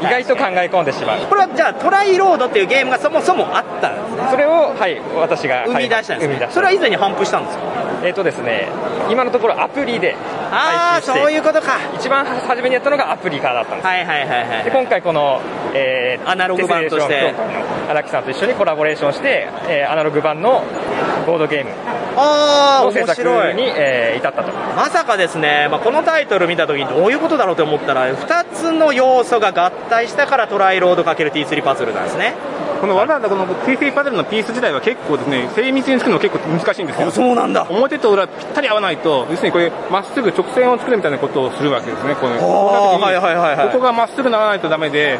Speaker 5: 意外と考え込んでしまう。
Speaker 3: これはじゃあトライロードっていうゲームがそもそもあったんですね。
Speaker 5: それを、はい、私が
Speaker 3: 生み出したんで
Speaker 5: 生
Speaker 3: すね
Speaker 5: み出
Speaker 3: それは以前に反布したんですか
Speaker 5: えっ、とですね、今のところアプリで
Speaker 3: あ
Speaker 5: 配
Speaker 3: ー
Speaker 5: 信して。
Speaker 3: そういうことか。
Speaker 5: 一番初めにやったのがアプリからだったんです。
Speaker 3: はいはいはいはい。
Speaker 5: で今回この、えー
Speaker 3: アナログ版と
Speaker 5: テ
Speaker 3: して
Speaker 5: スレーション協会の荒木さんと一緒にコラボレーションして、えーアナログ版のボードゲーム
Speaker 3: あー
Speaker 5: の制作
Speaker 3: 面白い
Speaker 5: に、えー至ったと。
Speaker 3: まさかですね、まあ、このタイトル見た時にどういうことだろうと思ったら、2つの要素が合体したからトライロード ×T3 パズルなんですね。
Speaker 19: このわざわざこの TC パズルのピース自体は結構ですね、精密に作るの結構難しいんですよ。
Speaker 3: そうなんだ。
Speaker 19: 表と裏ぴったり合わないと、要するにこれ、まっすぐ直線を作るみたいなことをするわけですね、これ。
Speaker 3: あー
Speaker 19: こうなった時に
Speaker 3: はいはいはいはい
Speaker 19: ここがまっすぐならないとダメで、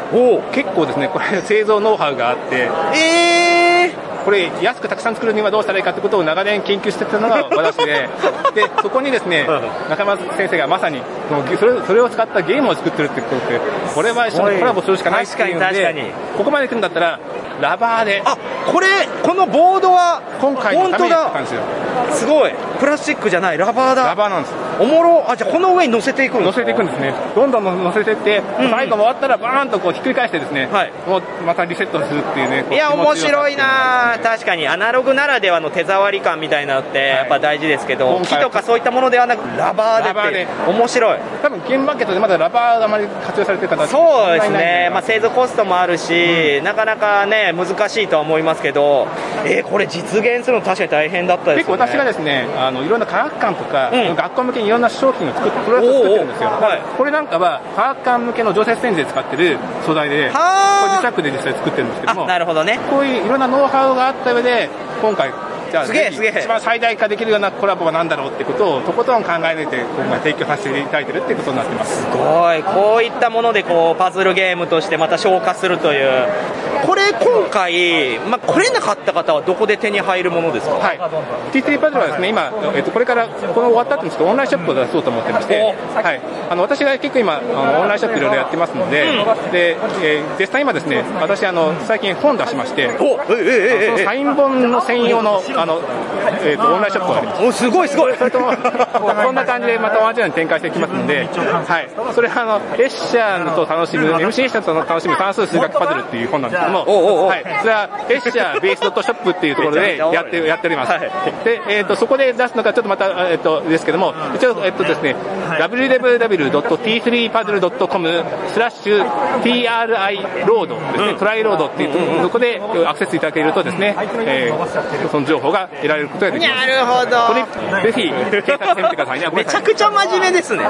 Speaker 19: 結構ですね、これ製造ノウハウがあって、
Speaker 3: え
Speaker 19: これ安くたくさん作るにはどうしたらいいかってことを長年研究してたのが私で、で、そこにですね、中村先生がまさにそのそれ、それを使ったゲームを作ってるってことで、これは一緒にコラボするしかないっていうの
Speaker 3: 確かに
Speaker 19: で、ここまで来るんだったら、ラバーで。
Speaker 3: あ、これ、このボードは、
Speaker 19: 今回のために作ったんですよ。
Speaker 3: すごいプラスチックじゃないラバーだラ
Speaker 19: バーなんです
Speaker 3: おもろあじゃあこの上に乗せていくんで
Speaker 19: 乗
Speaker 3: すか
Speaker 19: せていくんですね。どんどん乗せていって、最後終わったらバーンとこうひっくり返してですね、もうまたリセットするっていうね。こう
Speaker 3: いや
Speaker 19: 気持
Speaker 3: 面
Speaker 19: ちよさ
Speaker 3: 白いな確かにアナログならではの手触り感みたいなのってやっぱ大事ですけど、
Speaker 19: 今
Speaker 3: 木
Speaker 19: 回は
Speaker 3: とかそういったものではなくラバ
Speaker 19: ラバ
Speaker 3: ー
Speaker 19: ー
Speaker 3: で
Speaker 19: で
Speaker 3: って面白い
Speaker 19: 多分ゲームマーケットでまだラバーがあまり活用されてる方
Speaker 3: そうです
Speaker 19: いないん
Speaker 3: ね、まあ、製造コストもあるし、なかなかね難しいとは思いますけどえーこれ実現するの確かに大変だったで
Speaker 19: 結
Speaker 3: す
Speaker 19: 構
Speaker 3: よね
Speaker 19: 私がですね、あのいろんな科学館とか、学校向けにいろんな商品を作って、プロダクトを作ってるんですよ。これなんかは、科学館向けの常設展示で使ってる素材で、これ自宅で実際作ってるんですけども、
Speaker 3: なるほどね
Speaker 19: こういういろんなノウハウがあった上で、今回、じゃあ
Speaker 3: すげえ
Speaker 19: ぜひ
Speaker 3: すげえ
Speaker 19: 一番最大化できるようなコラボは何だろうってことをとことん考え抜いて今回提供させていただいてるってことになってます
Speaker 3: すごいこういったものでこうパズルゲームとしてまた消化するというこれ今回、まあ、来れなかった方はどこで手に入るものですか
Speaker 19: はい T3 パズルはですね、今、えっと、これから、この終わった後にちょっとオンラインショップを出そうと思ってまして、はい、あの私が結構今、あのオンラインショップいろいろやってますので、で、えー実際今ですね、私、あの、最近本出しまして、
Speaker 3: ええ
Speaker 19: あ
Speaker 3: え
Speaker 19: のそのサイン本の専用の、あの、えっと、オンラインショップがあります。
Speaker 3: お、すごいすごい
Speaker 19: それとも、こんな感じでまた同じように展開していきますので、はい。それは、あの、エッシャーと楽しむ、MC エッシャーと楽しむ算数数学パズルっていう本なんですけども、はい。それは、エッシャーベースドットショップっていうところでやって、やっております。で、えっ、と、そこで出すのがちょっとまた、えっ、と、ですけども、一応、えっ、とですね、www.t3puzzle.com スラッシュ tri ロードですね、トライロードっていうところ、そこでアクセスいただけるとですね、えーその情報が得られることができます。
Speaker 3: なるほ
Speaker 19: ど。ぜひ、検索してみてくださいね。
Speaker 3: めちゃくちゃ真面目ですね、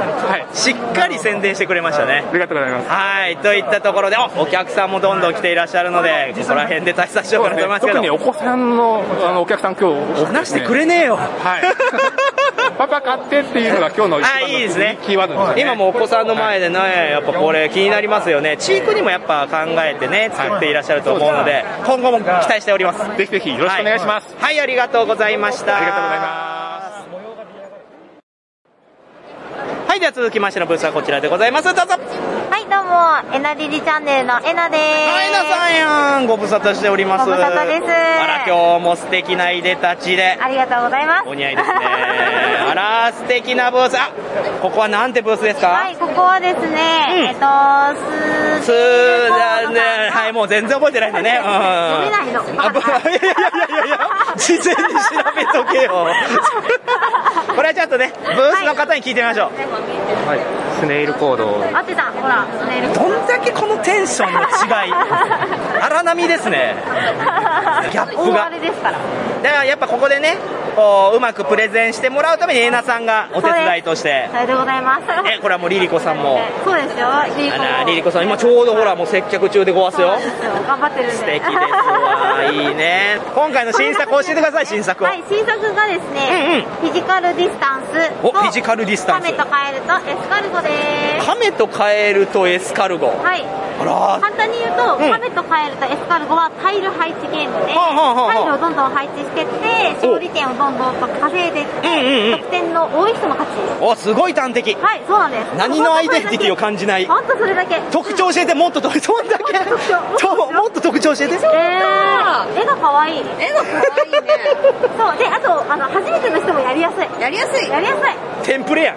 Speaker 3: しっかり宣伝してくれましたねあ
Speaker 19: りがとうございます
Speaker 3: はいといったところでおお客さんもどんどん来ていらっしゃるのでここら辺で対策しようかなと思いますけど
Speaker 19: 特にお子さんのあのお客さん今日
Speaker 3: 話してくれねえよ
Speaker 19: はいパパ買ってっていうのが今日の一番
Speaker 3: あ
Speaker 19: の
Speaker 3: いいですね
Speaker 19: キーワードですね
Speaker 3: 今もお子さんの前でね、やっぱこれ気になりますよね、チークにもやっぱ考えてね、作っていらっしゃると思うので、今後も期待しております。
Speaker 19: ぜひぜひよろしくお願いします。
Speaker 3: はい、ありがとうございました。ありがとうございます。はい、では続きましてのブースはこちらでございます。どうぞ。
Speaker 20: はい、どうも、えなりりチャンネルのえなです。えな
Speaker 3: さんやん、ご無沙汰しておりま
Speaker 20: ご
Speaker 3: す。
Speaker 20: 無沙汰です
Speaker 3: あら、今日も素敵ないでたちで。
Speaker 20: ありがとうございます。
Speaker 3: お似合 いですね。あら、素敵なブース。あ、ここはなんてブースですか
Speaker 20: はい、ここはですね、えっと、す、
Speaker 3: すーだね、はい、もう全然覚えてな いんだね。
Speaker 20: 読めないの。
Speaker 3: あぶいや いやいやいや、事前に調べとけよ。これはちょっとね、ブースの方に聞いてみましょう。
Speaker 4: はい、スネイル行動
Speaker 20: あってた、ほら、ネイル。
Speaker 3: どんだけこのテンションの違い、荒波ですね。 ギャップが
Speaker 20: 大荒れですから。
Speaker 3: だからやっぱここでね、こううまくプレゼンしてもらうために、えなさんがお手伝いとして
Speaker 20: そ、れでございます。
Speaker 3: え、これはもうリリコさんも。
Speaker 20: そうですよ、リリコ
Speaker 3: あ
Speaker 20: も
Speaker 3: ら、リリコさん、今ちょうどほら、もう接客中でごわすよ。
Speaker 20: 頑張ってるんで。素敵
Speaker 3: ですわいいね。今回の新作教えてください、新作を。
Speaker 20: はい、新作がですね、フィジカルディスタンス
Speaker 3: お、
Speaker 20: と、
Speaker 3: フィジカルディスタ
Speaker 20: カ
Speaker 3: ンス
Speaker 20: メ。とカエルとエスカルゴです。
Speaker 3: カメとカエルとエスカルゴ。
Speaker 20: はい。
Speaker 3: あら
Speaker 20: 簡単に言うと、カメとカエルとエスカルゴはタイル配置ゲームで、タイルをどんどん配置してって、勝利点をどんどんと稼いでって、得点の多い人の勝ちです。
Speaker 3: お、すごい端的。
Speaker 20: はい、そうなんです。
Speaker 3: 何のアイデンティティを感じない。
Speaker 20: 本当それだけ。
Speaker 3: 特徴教えて、もっと特徴、どんだけ。ともっと特徴教えて。
Speaker 20: えー、絵が可愛い。絵が可愛いね。 そう、で、あと、あの、初めての人もやりやすい。やりやすい。やりやすい。
Speaker 3: テンプレやん。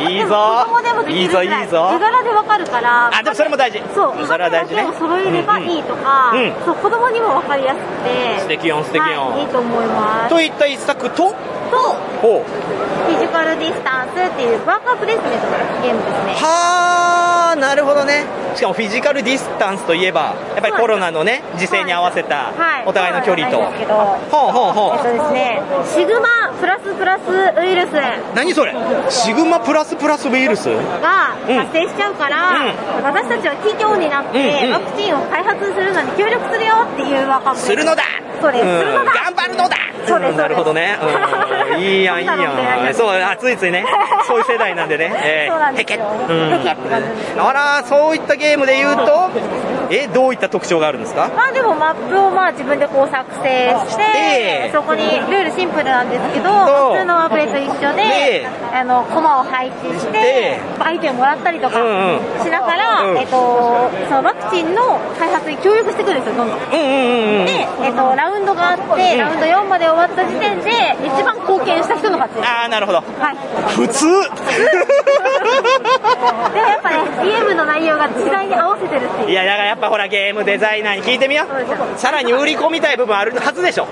Speaker 3: いい
Speaker 20: で
Speaker 3: ぞ
Speaker 20: も 子供でもできるくら
Speaker 3: いいぞいいぞ
Speaker 20: 絵柄でわかるから。
Speaker 3: あ、でもそれも大事。
Speaker 20: そう、
Speaker 3: それは大事ね
Speaker 20: 絵。を揃えればいいとか、
Speaker 3: うんうん
Speaker 20: そう子供にもわかりやすくて。
Speaker 3: 素敵よ素敵よ
Speaker 20: はい、いいと思います。
Speaker 3: といった一作と、
Speaker 20: と、
Speaker 3: お
Speaker 20: フィジカルディスタンスっていうワークアップレスメントのゲームですね。
Speaker 3: はあ、なるほどね。しかもフィジカルディスタンスといえば、やっぱりコロナのね、時勢に合わせた
Speaker 20: はい、
Speaker 3: お互いの距離と。
Speaker 20: そうなんですけど
Speaker 3: ほうほうほう
Speaker 20: えっとですね、シグマプラスプラスウイルス
Speaker 3: 何それシグマプラスプラスウイルス
Speaker 20: が発生しちゃうから、私たちは企業になって、
Speaker 3: うんうん
Speaker 20: ワクチンを開発するのに協力するよっていうワークアップ
Speaker 3: するのだ
Speaker 20: そうです、
Speaker 3: うん
Speaker 20: するのだ
Speaker 3: 頑張るのだ
Speaker 20: そうです
Speaker 3: なるほどね。うんいいやん、いい
Speaker 20: そんなの出会い
Speaker 3: や。
Speaker 20: なんい
Speaker 3: そう、あついついね。そういう世代なんでね。えー
Speaker 20: そうなんですよ。
Speaker 3: うん
Speaker 20: ペケって感じです
Speaker 3: あら、そういったゲームで言うと、 え、どういった特徴があるんですか
Speaker 20: まあでもマップをまあ自分でこう作成して、
Speaker 3: して
Speaker 20: そこにルールシンプルなんですけど、
Speaker 3: そう
Speaker 20: 普通のマップ絵と一緒
Speaker 3: ね
Speaker 20: で、あの、コマを配置して
Speaker 3: ね、
Speaker 20: アイテムもらったりとか
Speaker 3: うんうん
Speaker 20: しながら、
Speaker 3: うん
Speaker 20: えっと、そのワクチンの開発に協力してくるんですよ、どんどん。
Speaker 3: うんうん
Speaker 20: で、えっと、ラウンドがあって、ラウンド4まで終わった時点で、一番貢献した人の勝ちです。
Speaker 3: ああ、なるほど。
Speaker 20: はい。
Speaker 3: 普通
Speaker 20: でもやっぱね、ゲームの内容が時代に合わせてるっていう。
Speaker 3: いや、だからやっぱほら、ゲームデザイナーに聞いてみよう。さらに売り込みたい部分あるはずでしょ。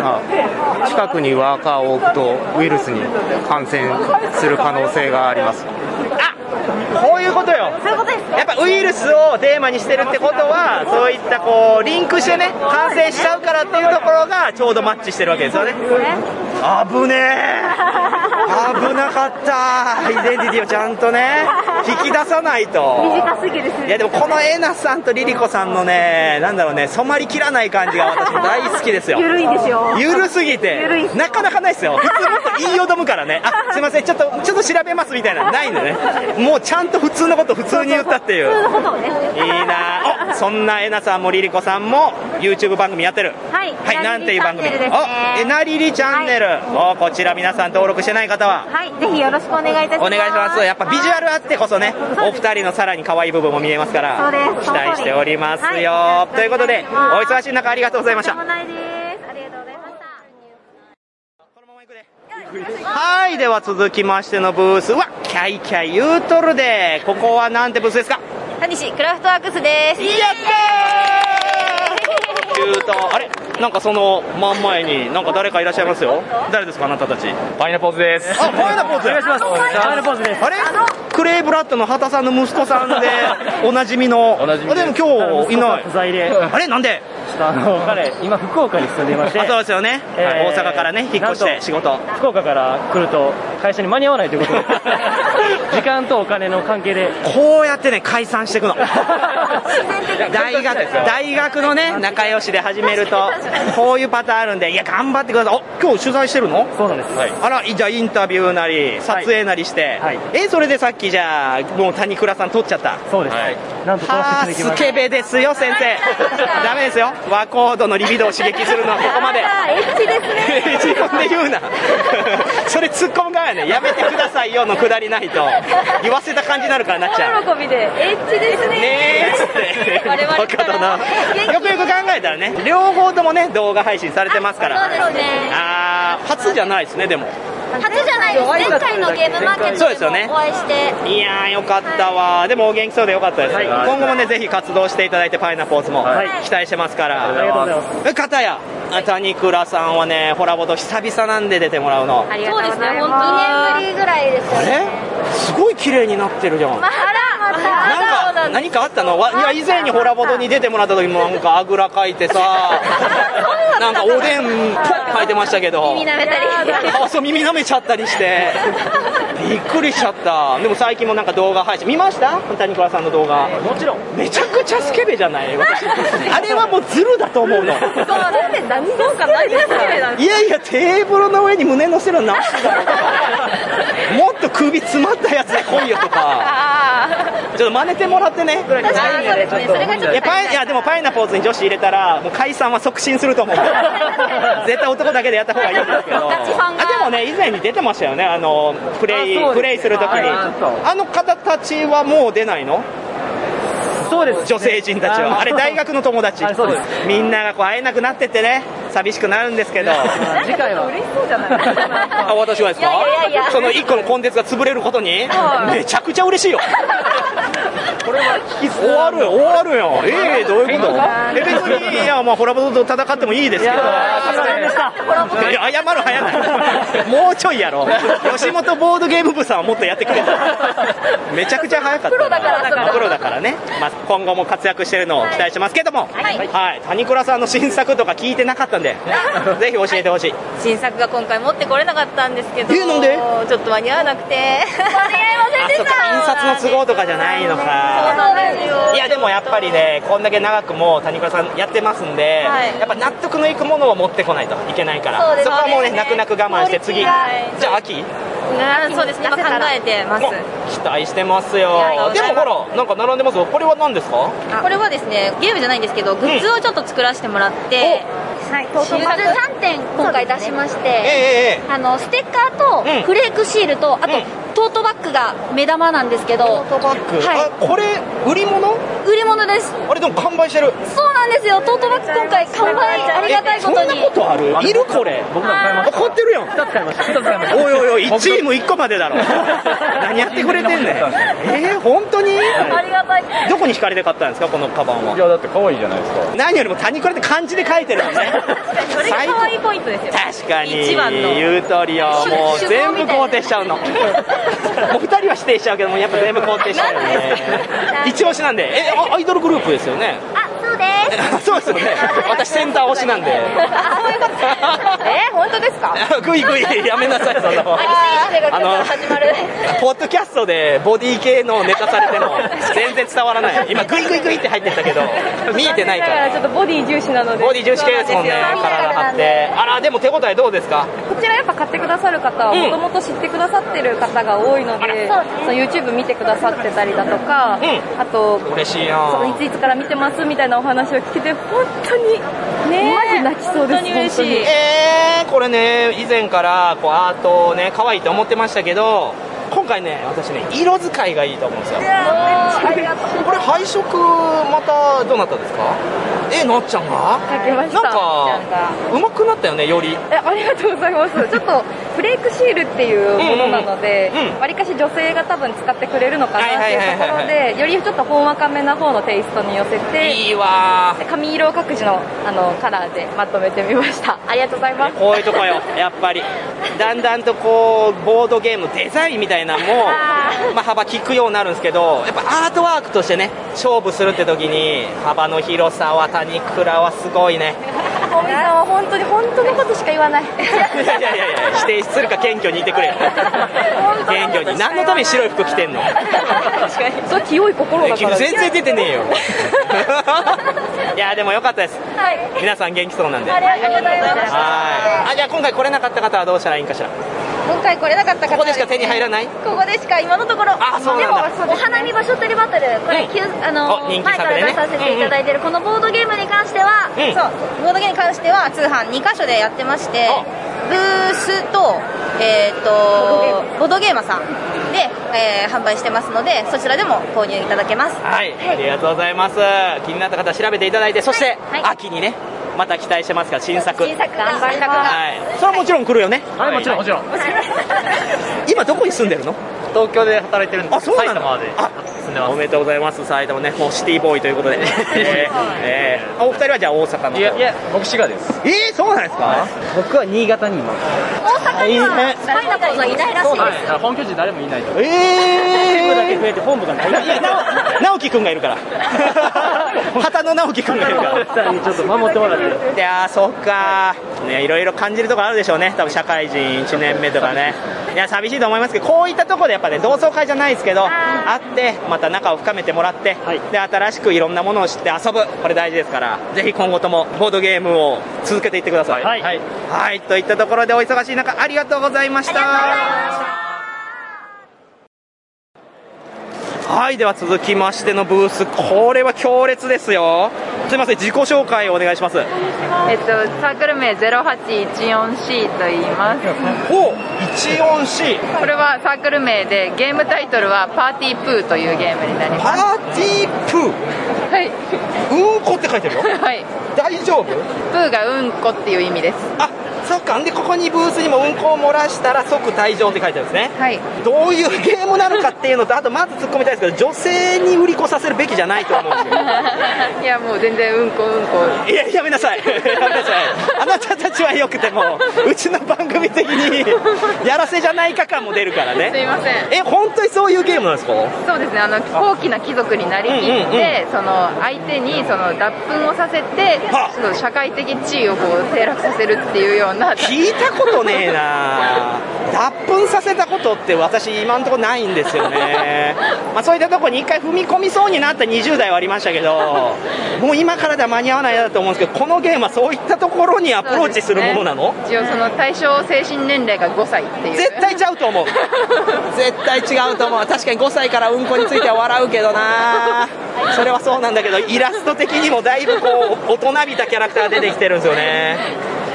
Speaker 4: あ近くにワーカーを置くとウイルスに感染する可能性があります
Speaker 3: こういうことよ。やっぱウイルスをテーマにしてるってことは、そういったこう、リンクしてね、感染しちゃう からっていうところが、ちょうどマッチしてるわけですよね。危ねえ。危なかったアイデンティティをちゃんとね引き出さない と
Speaker 21: 短すぎる数字
Speaker 3: いやでもこのえなさんとリリコさんのねなんだろうね染まりきらない感じが私も大好きですよ
Speaker 21: ゆるいんですよ
Speaker 3: ゆるすぎて
Speaker 21: ゆるい
Speaker 3: なかなかないですよ普通もっと言いよどむか らねあすいませんちょっとちょっと調べますみたいなのないんでねもうちゃんと普通のこと普通に言ったっていう
Speaker 21: 普通のことをね
Speaker 3: いいなあおそんなえなさんもリリコさんも YouTube 番組やってる
Speaker 21: はい
Speaker 3: はいなんていう番組
Speaker 21: チャンネルですね
Speaker 3: おえなりりチャンネル、おこちら皆さん登録してない方は
Speaker 21: はいぜひよろしくお願いいたします
Speaker 3: お願いしますやっぱビジュアルあってこそねお二人のさらに可愛い部分も見えますから
Speaker 21: そうです
Speaker 3: 期待しておりますよ、ということでお忙しい中ありがとうございましたはいでは続きましてのブースはキャイキャイ言うとるでここはなんてブースですか
Speaker 20: タニシクラフトワークスです
Speaker 3: やった言うとあれなんかその真ん前になんか誰かいらっしゃいますよ誰ですかあなたたちパイナポーズですあパイナポーズ
Speaker 5: お願いしますパイナポーズです
Speaker 3: あれクレイブラッドの畑さんの息子 さんでおなじみのおなじみでも今日いない
Speaker 5: 不在で
Speaker 3: あれなんで
Speaker 5: ちょっとあの彼今福岡に住んでいまして
Speaker 3: あそうですよねはい大阪からね引っ越して仕事
Speaker 5: 福岡から来ると会社に間に合わないということ で時間とお金の関係で
Speaker 3: こうやってね解散してい くの大学大学のね仲良しで始めるとこういうパターンあるんでいや頑張ってくださいお今日取材してるの
Speaker 5: そうなんです、
Speaker 3: あらじゃあインタビューなり撮影なりして、えそれでさっきじゃあもう谷倉さん撮っちゃった
Speaker 5: そうです、なんと撮らせ
Speaker 3: あ
Speaker 5: て
Speaker 3: ー
Speaker 5: いただきま
Speaker 3: ス
Speaker 5: した
Speaker 3: ケベですよ先生ダメですよ和コードのリビドーを刺激 するのはここまで
Speaker 20: あエッチですね
Speaker 3: 自分で言うなそれ突っ込む側やねやめてくださいよのくだりないと言わせた感じになるからなっちゃう
Speaker 20: 大喜びでエッチですね
Speaker 3: ねえつって
Speaker 20: 我々
Speaker 3: バカだなよくよく考えたらね両方ともね動画配信されてますから
Speaker 20: あそうですね
Speaker 3: あー初じゃないですねでも
Speaker 20: 初じゃないです前回のゲームマーケッ
Speaker 3: そうで
Speaker 20: ト
Speaker 3: すよね
Speaker 20: でもお会いして
Speaker 3: いやーよかったわでもお元気そうでよかったです、今後もねぜひ活動していただいてパイナポーズも期待してますから、
Speaker 5: ありがとうございます
Speaker 3: 片や谷倉さんはねホラボド久々なんで出てもらうの
Speaker 20: りがとうございますそうですね本当2年ぶりぐらいですよ
Speaker 3: あれすごい綺麗になってるじゃん
Speaker 20: まああらま
Speaker 3: なんか何かあったのわいや以前にホラボドに出てもらった時もなんかあぐらかいてさなんかおでんぽんかいてましたけど
Speaker 20: 耳舐めたり
Speaker 3: あそう耳舐めちゃったりしてびっくりしちゃったでも最近もなんか動画配信見ました谷倉さんの動画もちろんめちゃくちゃスケベじゃない私あれはもうズルだと思うの
Speaker 22: 何どうか何が好きなん
Speaker 3: いやいやテーブルの上に胸乗せるのなしだろうとかもっと首詰まったやつで来いよとかちょっと真似てもらってねぐらい
Speaker 20: 確かにそうですねそれがちょっと
Speaker 3: いやパイいやでもパイナポーズに女子入れたらもう解散は促進すると思う絶対男だけでやった方がいいんですけど
Speaker 20: ガチファンが
Speaker 3: あでもね以前に出てましたよねあのプレ
Speaker 5: あそう
Speaker 3: イ
Speaker 5: ですね
Speaker 3: プレイするときに
Speaker 5: あ
Speaker 3: あの方たちはもう出ないのそうです、女性人たちはあれ大学の友達
Speaker 5: そうです
Speaker 3: みんながこう会えなくなってってね寂しくなるんですけど
Speaker 22: 次回は嬉しそうじゃない
Speaker 3: あ私がですか
Speaker 22: いやいやいや
Speaker 3: その1個のコンテンツが潰れることに
Speaker 22: はい
Speaker 3: めちゃくちゃ嬉しいよ終わるよ終わるよええどういうことえ別にいやまあホラボドと戦ってもいいですけどいや謝る 早ないもうちょいやろ吉本ボードゲーム部さんはもっとやってくれためちゃくちゃ早かったプロだ
Speaker 20: から
Speaker 3: まあプロだからね、まあ、今後も活躍してるのを期待してますけども
Speaker 20: はい
Speaker 3: はい谷倉さんの新作とか聞いてなかったんでぜひ教えてほしい
Speaker 20: 新作が今回持ってこれなかったんですけど
Speaker 3: えなんで
Speaker 20: ちょっと間に合わなくて間に合いませんでした
Speaker 3: 印刷の都合とかじゃないの
Speaker 20: そう
Speaker 3: か
Speaker 20: なんですよ
Speaker 3: いやでもやっぱりねこんだけ長くもう谷倉さんやってますんで、
Speaker 20: はい
Speaker 3: やっぱ納得のいくものを持ってこないといけないから
Speaker 20: そうです
Speaker 3: こはもうね
Speaker 20: そうですね
Speaker 3: 泣く泣く我慢して次じゃ
Speaker 20: はい
Speaker 3: あ秋
Speaker 20: うんそうですね今考えてます
Speaker 3: 期待してますよ
Speaker 20: やいや
Speaker 3: でもほらなんか並んでますよこれは何ですか
Speaker 20: これはですねゲームじゃないんですけどグッズをちょっと作らせてもらって、はい、まず3点今回出しまして、あのステッカーとフレークシールと、あと、トートバッグが目玉なんですけどトートバッグはい
Speaker 3: これ売り物
Speaker 20: 売り物です
Speaker 3: あれでも完売してる
Speaker 20: そうなんですよトートバッグ今回完売ありがたいことに
Speaker 3: えそんなことあるいるこれ僕
Speaker 20: ら買いました
Speaker 3: 怒ってるやん2つ買いました2つ買いましたおいおいおい1チーム1個までだろ何やってくれてんねんえー、本当に
Speaker 20: ありがたい
Speaker 3: どこに惹かれて買ったんですかこのカバンはい
Speaker 4: やだって可愛いじゃないですか
Speaker 3: 何よりも谷倉って漢字で書いてるのね
Speaker 20: それが可愛いポイントですよ
Speaker 3: 確かに
Speaker 20: 一番 の
Speaker 3: 言うとりよ
Speaker 20: 手
Speaker 3: もう
Speaker 20: 手法
Speaker 3: 全部肯定しちゃうのもう2人は否定しちゃうけども うやっぱ全部肯定しちゃうよね一押しなんでえあアイドルグループですよね
Speaker 20: そうで
Speaker 3: そうですよね。私センター推しなんで。
Speaker 20: え本当ですか
Speaker 3: グイグイやめなさいその
Speaker 20: あれが来るから始まる
Speaker 3: ポッドキャストでボディ系のネタされても全然伝わらない。今グイグイグイって入ってったけど見えてないから。
Speaker 20: ちょっとボディ重視なので
Speaker 3: ボディ重視系ですもんね。体張って。あらでも手応えどうですか。
Speaker 20: こちらやっぱ買ってくださる方はもともと知ってくださってる方が多いので、そう YouTube 見てくださってたりだとか、あと
Speaker 3: 嬉しい
Speaker 20: そ
Speaker 3: な
Speaker 20: う。いついつから見てますみたいなお話を聞けて本当にマジ泣きそうです
Speaker 3: 本当に嬉しい
Speaker 20: 本当に
Speaker 3: えーこれね以前からこうアートをね可愛いと思ってましたけど今回ね私ね色使いがいいと思うんですよ
Speaker 20: ありがとう
Speaker 3: これ配色またどうなったんですかえなっちゃんが
Speaker 20: かけました
Speaker 3: なんかうまくなったよねより
Speaker 20: えありがとうござい ますちょっとフレークシールっていうものなのでわりかし女性が多分使ってくれるのかなっていうところ
Speaker 3: はいはいはいはい
Speaker 20: でよりちょっとほんわかめな方のテイストに寄せて
Speaker 3: いいわー
Speaker 20: 髪色を各自のあのカラーでまとめてみま したありがとうございます
Speaker 3: こういうとこ よやっぱりだんだんとこうボードゲームデザインみたいなのも、まあ、幅利くようになるんですけどやっぱアートワークとしてね勝負するって時に幅の広さは谷倉はすごいね
Speaker 20: おみさんは本当に本当のことしか言わない
Speaker 3: いやいやいやいや否定するか謙虚にいて くれよ謙虚に何のために白い服着てんの
Speaker 20: 確か にそれ清い心だから
Speaker 3: 全然出てねえよいやでもよかったです
Speaker 20: はい
Speaker 3: 皆さん元気そうなんで
Speaker 20: ありがとうございまし
Speaker 3: はいあじゃあ今回来れなかった方はどうしたらいいんかしら
Speaker 20: 今回来れなかった方
Speaker 3: ここでしか手に入らない
Speaker 20: ここでしか今のところ
Speaker 3: あそうなんだ
Speaker 20: でもお花見場所取りバトルこれ、きゅうあ
Speaker 3: お
Speaker 20: の
Speaker 3: 人気
Speaker 20: 前か
Speaker 3: 作
Speaker 20: ら
Speaker 3: でね
Speaker 20: 出させていただいてるこのボードゲームに関しては、
Speaker 3: うん
Speaker 20: そうボードゲームに関しては通販2カ所でやってましてブースと,、えー、とボードゲーマーさんで、えー販売してますのでそちらでも購入いただけます
Speaker 3: はい、ありがとうございます気になった方は調べていただいてそして、秋にねまた期待してますから新作
Speaker 20: 新作頑張り
Speaker 3: はいそれはもちろん来るよねはいもちろんもちろん今どこに住んでるの東京で働いてるんですあそうなんだ住んでますおめでとうございます埼玉ねもうシティボーイという ことで、えーえーお二人はじゃあ大阪の方
Speaker 5: いやいや僕滋賀です
Speaker 3: えー、そうなんですか、
Speaker 5: 僕は新潟にいます
Speaker 20: 大阪にはパイナポーズはいないらしいです
Speaker 5: はい本拠地誰もいないと
Speaker 3: え
Speaker 5: 部だけ増えて本部がない
Speaker 3: いやなお直樹君がいるから旗の直樹君がいるからちょっと守ってもらっていやーそっかねいろいろ感じるとこあるでしょうね多分社会人1年目とかねいや寂しいと思いますけどこういったところでやっぱね同窓会じゃないですけど会ってまた仲を深めてもらって、で新しくいろんなものを知って遊ぶこれ大事ですからぜひ今後ともボードゲームを続けていってくださいはい、はいといったところでお忙しい中ありがとうございましたはい、では続きましてのブース、これは強烈ですよ。すいません、自己紹介をお願いします。
Speaker 23: えっと、サークル名 0814C と言います。
Speaker 3: お 14C!
Speaker 23: これはサークル名で、ゲームタイトルはパーティープーというゲームになります。
Speaker 3: パーティープー
Speaker 23: はい。
Speaker 3: うんこって書いてるよ。
Speaker 23: はい。
Speaker 3: 大丈夫プ
Speaker 23: ーがうんこっていう意味です。
Speaker 3: あ、そっか。んで、ここにブースにもうんこを漏らしたら即退場って書いてあるんですね。
Speaker 23: はい。
Speaker 3: どういうゲームなのかっていうのと、あとまず突っ込みたいですけど、女性に売り越させるべきじゃないと思うんですよ。
Speaker 23: いや、もう全然うんこうんこ。
Speaker 3: いや、やめなさい。やめなさい。あなたたちは良くても、うちの番組的に、やらせじゃないか感も出るからね。
Speaker 23: すいません
Speaker 3: え、本当にそういうゲームなんですか
Speaker 23: そうですね、あの高貴な貴族になりきって、
Speaker 3: うんうんうん
Speaker 23: その相手にその脱粉をさせて、その社会的地位をこう低落させるっていうような。
Speaker 3: 聞いたことねえな脱粉させたことって私今のところないんですよね、まあ、そういったとこに一回踏み込みそうになった20代はありましたけどもう今からでは間に合わないなと思うんですけどこのゲームはそういったところにアプローチするものなの、
Speaker 23: 一応その対象精神年齢が5歳っていう
Speaker 3: 絶対ちゃうと思う 絶対違うと思う確かに5歳からうんこについては笑うけどなそれはそうなんだけどイラスト的にもだいぶこう大人びたキャラクターが出てきてるんですよね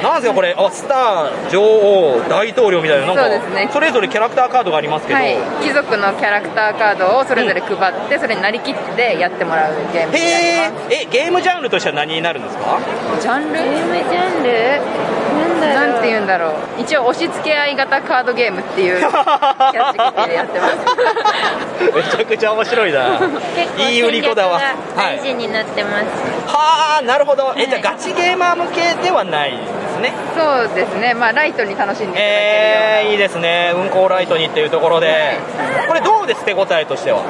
Speaker 3: なんですかこれあスター女王大統領みたいななんか
Speaker 23: そうですね
Speaker 3: それぞれキャラクターカードがありますけ ど、
Speaker 23: はい、貴族のキャラクターカードをそれぞれ配って、それになりきってやってもらうゲームになります
Speaker 3: えゲームジャンルとしては何になるんですか
Speaker 23: ジャンルゲームジャンルなんて言うんだろう一応押し付け合い型カードゲームって いうキャッチコピーでやってます
Speaker 3: めちゃくちゃ面白いないい売り子だわはい
Speaker 4: 事になってます、
Speaker 3: はあなるほどえじゃあガチゲーマー向けではないですね
Speaker 23: そうですねまあライトに楽しんでいただけるような
Speaker 3: えー、いいですね運行ライトにっていうところでこれどうです手応えとしては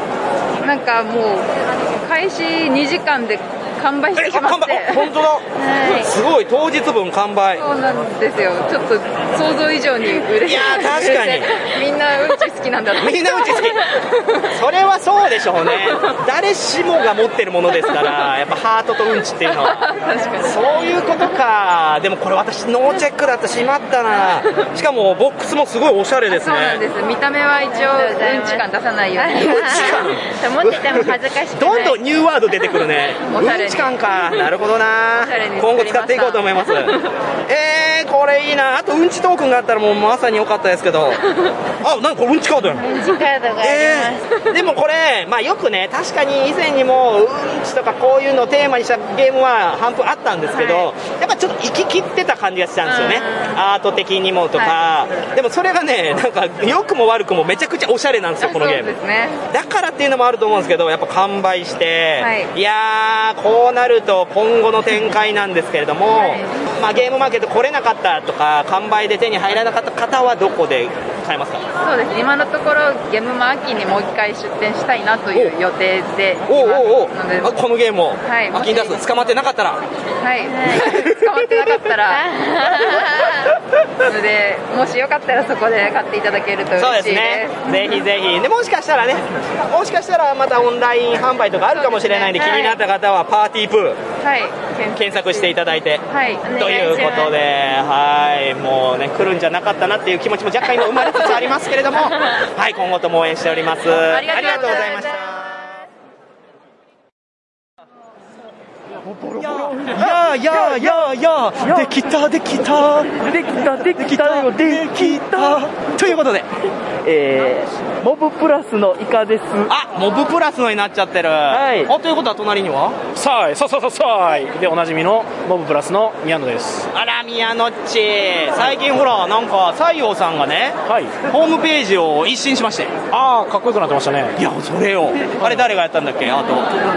Speaker 23: なんかもう開始2時間で完売してきまして
Speaker 3: あ本当だ
Speaker 23: はい
Speaker 3: すごい当日分完売
Speaker 23: そうなんですよちょっと想像以上に嬉しい
Speaker 3: いやー確かに
Speaker 23: みんなうんち好きなんだな
Speaker 3: みんなうん ち好きそれはそうでしょうね誰しもが持ってるものですからやっぱハートとうんちっていうのはそういうことかでもこれ私ノーチェックだったしまったなしかもボックスもすごいおしゃれです
Speaker 23: そうなんで
Speaker 3: ね
Speaker 23: す見た目は一応うんち感出さないように
Speaker 3: うん
Speaker 23: ち感持ってても恥ずかしく
Speaker 3: どんどんニューワード出てくるね
Speaker 23: おしゃれに
Speaker 3: うんち感かなるほどな
Speaker 23: おしゃれに作りました
Speaker 3: 今後使っていこうと思いますえーこれいいなあとうんちトークンがあったらもうまさに良かったですけどあなんかこれうんちカードやん
Speaker 23: うんちカードが
Speaker 3: えーでもこれ、まあ、よくね、確かに以前にもうんちとかこういうのをテーマにしたゲームは半分あったんですけど、やっぱちょっと行ききってた感じがしたんですよね、アート的にもとか、でもそれがね、なんか良くも悪くもめちゃくちゃおしゃれなんですよ、このゲーム。
Speaker 23: ね
Speaker 3: だからっていうのもあると思うんですけど、やっぱ完売して、、
Speaker 23: はい
Speaker 3: やー、こうなると今後の展開なんですけれども、まあ、ゲームマーケット来れなかったとか、完売で手に入らなかった方はどこで買えますか
Speaker 23: そうですね今のところゲームマ秋にもう一回出店したいなという予定で
Speaker 3: おうおうおうあこのゲームを、
Speaker 23: はい
Speaker 3: アキンダス捕まってなかったら
Speaker 23: はい、捕まってなかったらなのでもしよかったらそこで買っていただけると嬉
Speaker 3: そう
Speaker 23: し
Speaker 3: で
Speaker 23: い
Speaker 3: す
Speaker 23: です
Speaker 3: ねぜひぜひでもしかしたらねもしかしたらまたオンライン販売とかあるかもしれないんで
Speaker 23: そうです
Speaker 3: 気
Speaker 23: ね
Speaker 3: になった方はパーティープー
Speaker 23: はい
Speaker 3: 検索していただいて、
Speaker 23: はいお願いします
Speaker 3: ということではいもうね来るんじゃなかったなっていう気持ちも若干今生まれつつありますけ れどもはい今後とも応援しておりますありがとうございました
Speaker 5: やーやーやーやーできたできたできたできたよできた
Speaker 3: ということで
Speaker 5: えー、モブプラスのイカです
Speaker 3: あモブプラスのになっちゃってるはいおということは隣には
Speaker 4: さあ、そうそうそうそうでおなじみのモブプラスの宮野です。
Speaker 3: あら、宮野っち、最近ほら、なんか、西洋さんがね、ホームページを一新しまして、
Speaker 4: ああ、かっこよくなってましたね。
Speaker 3: いや、それを、あれ、誰がやったんだっけ、あと、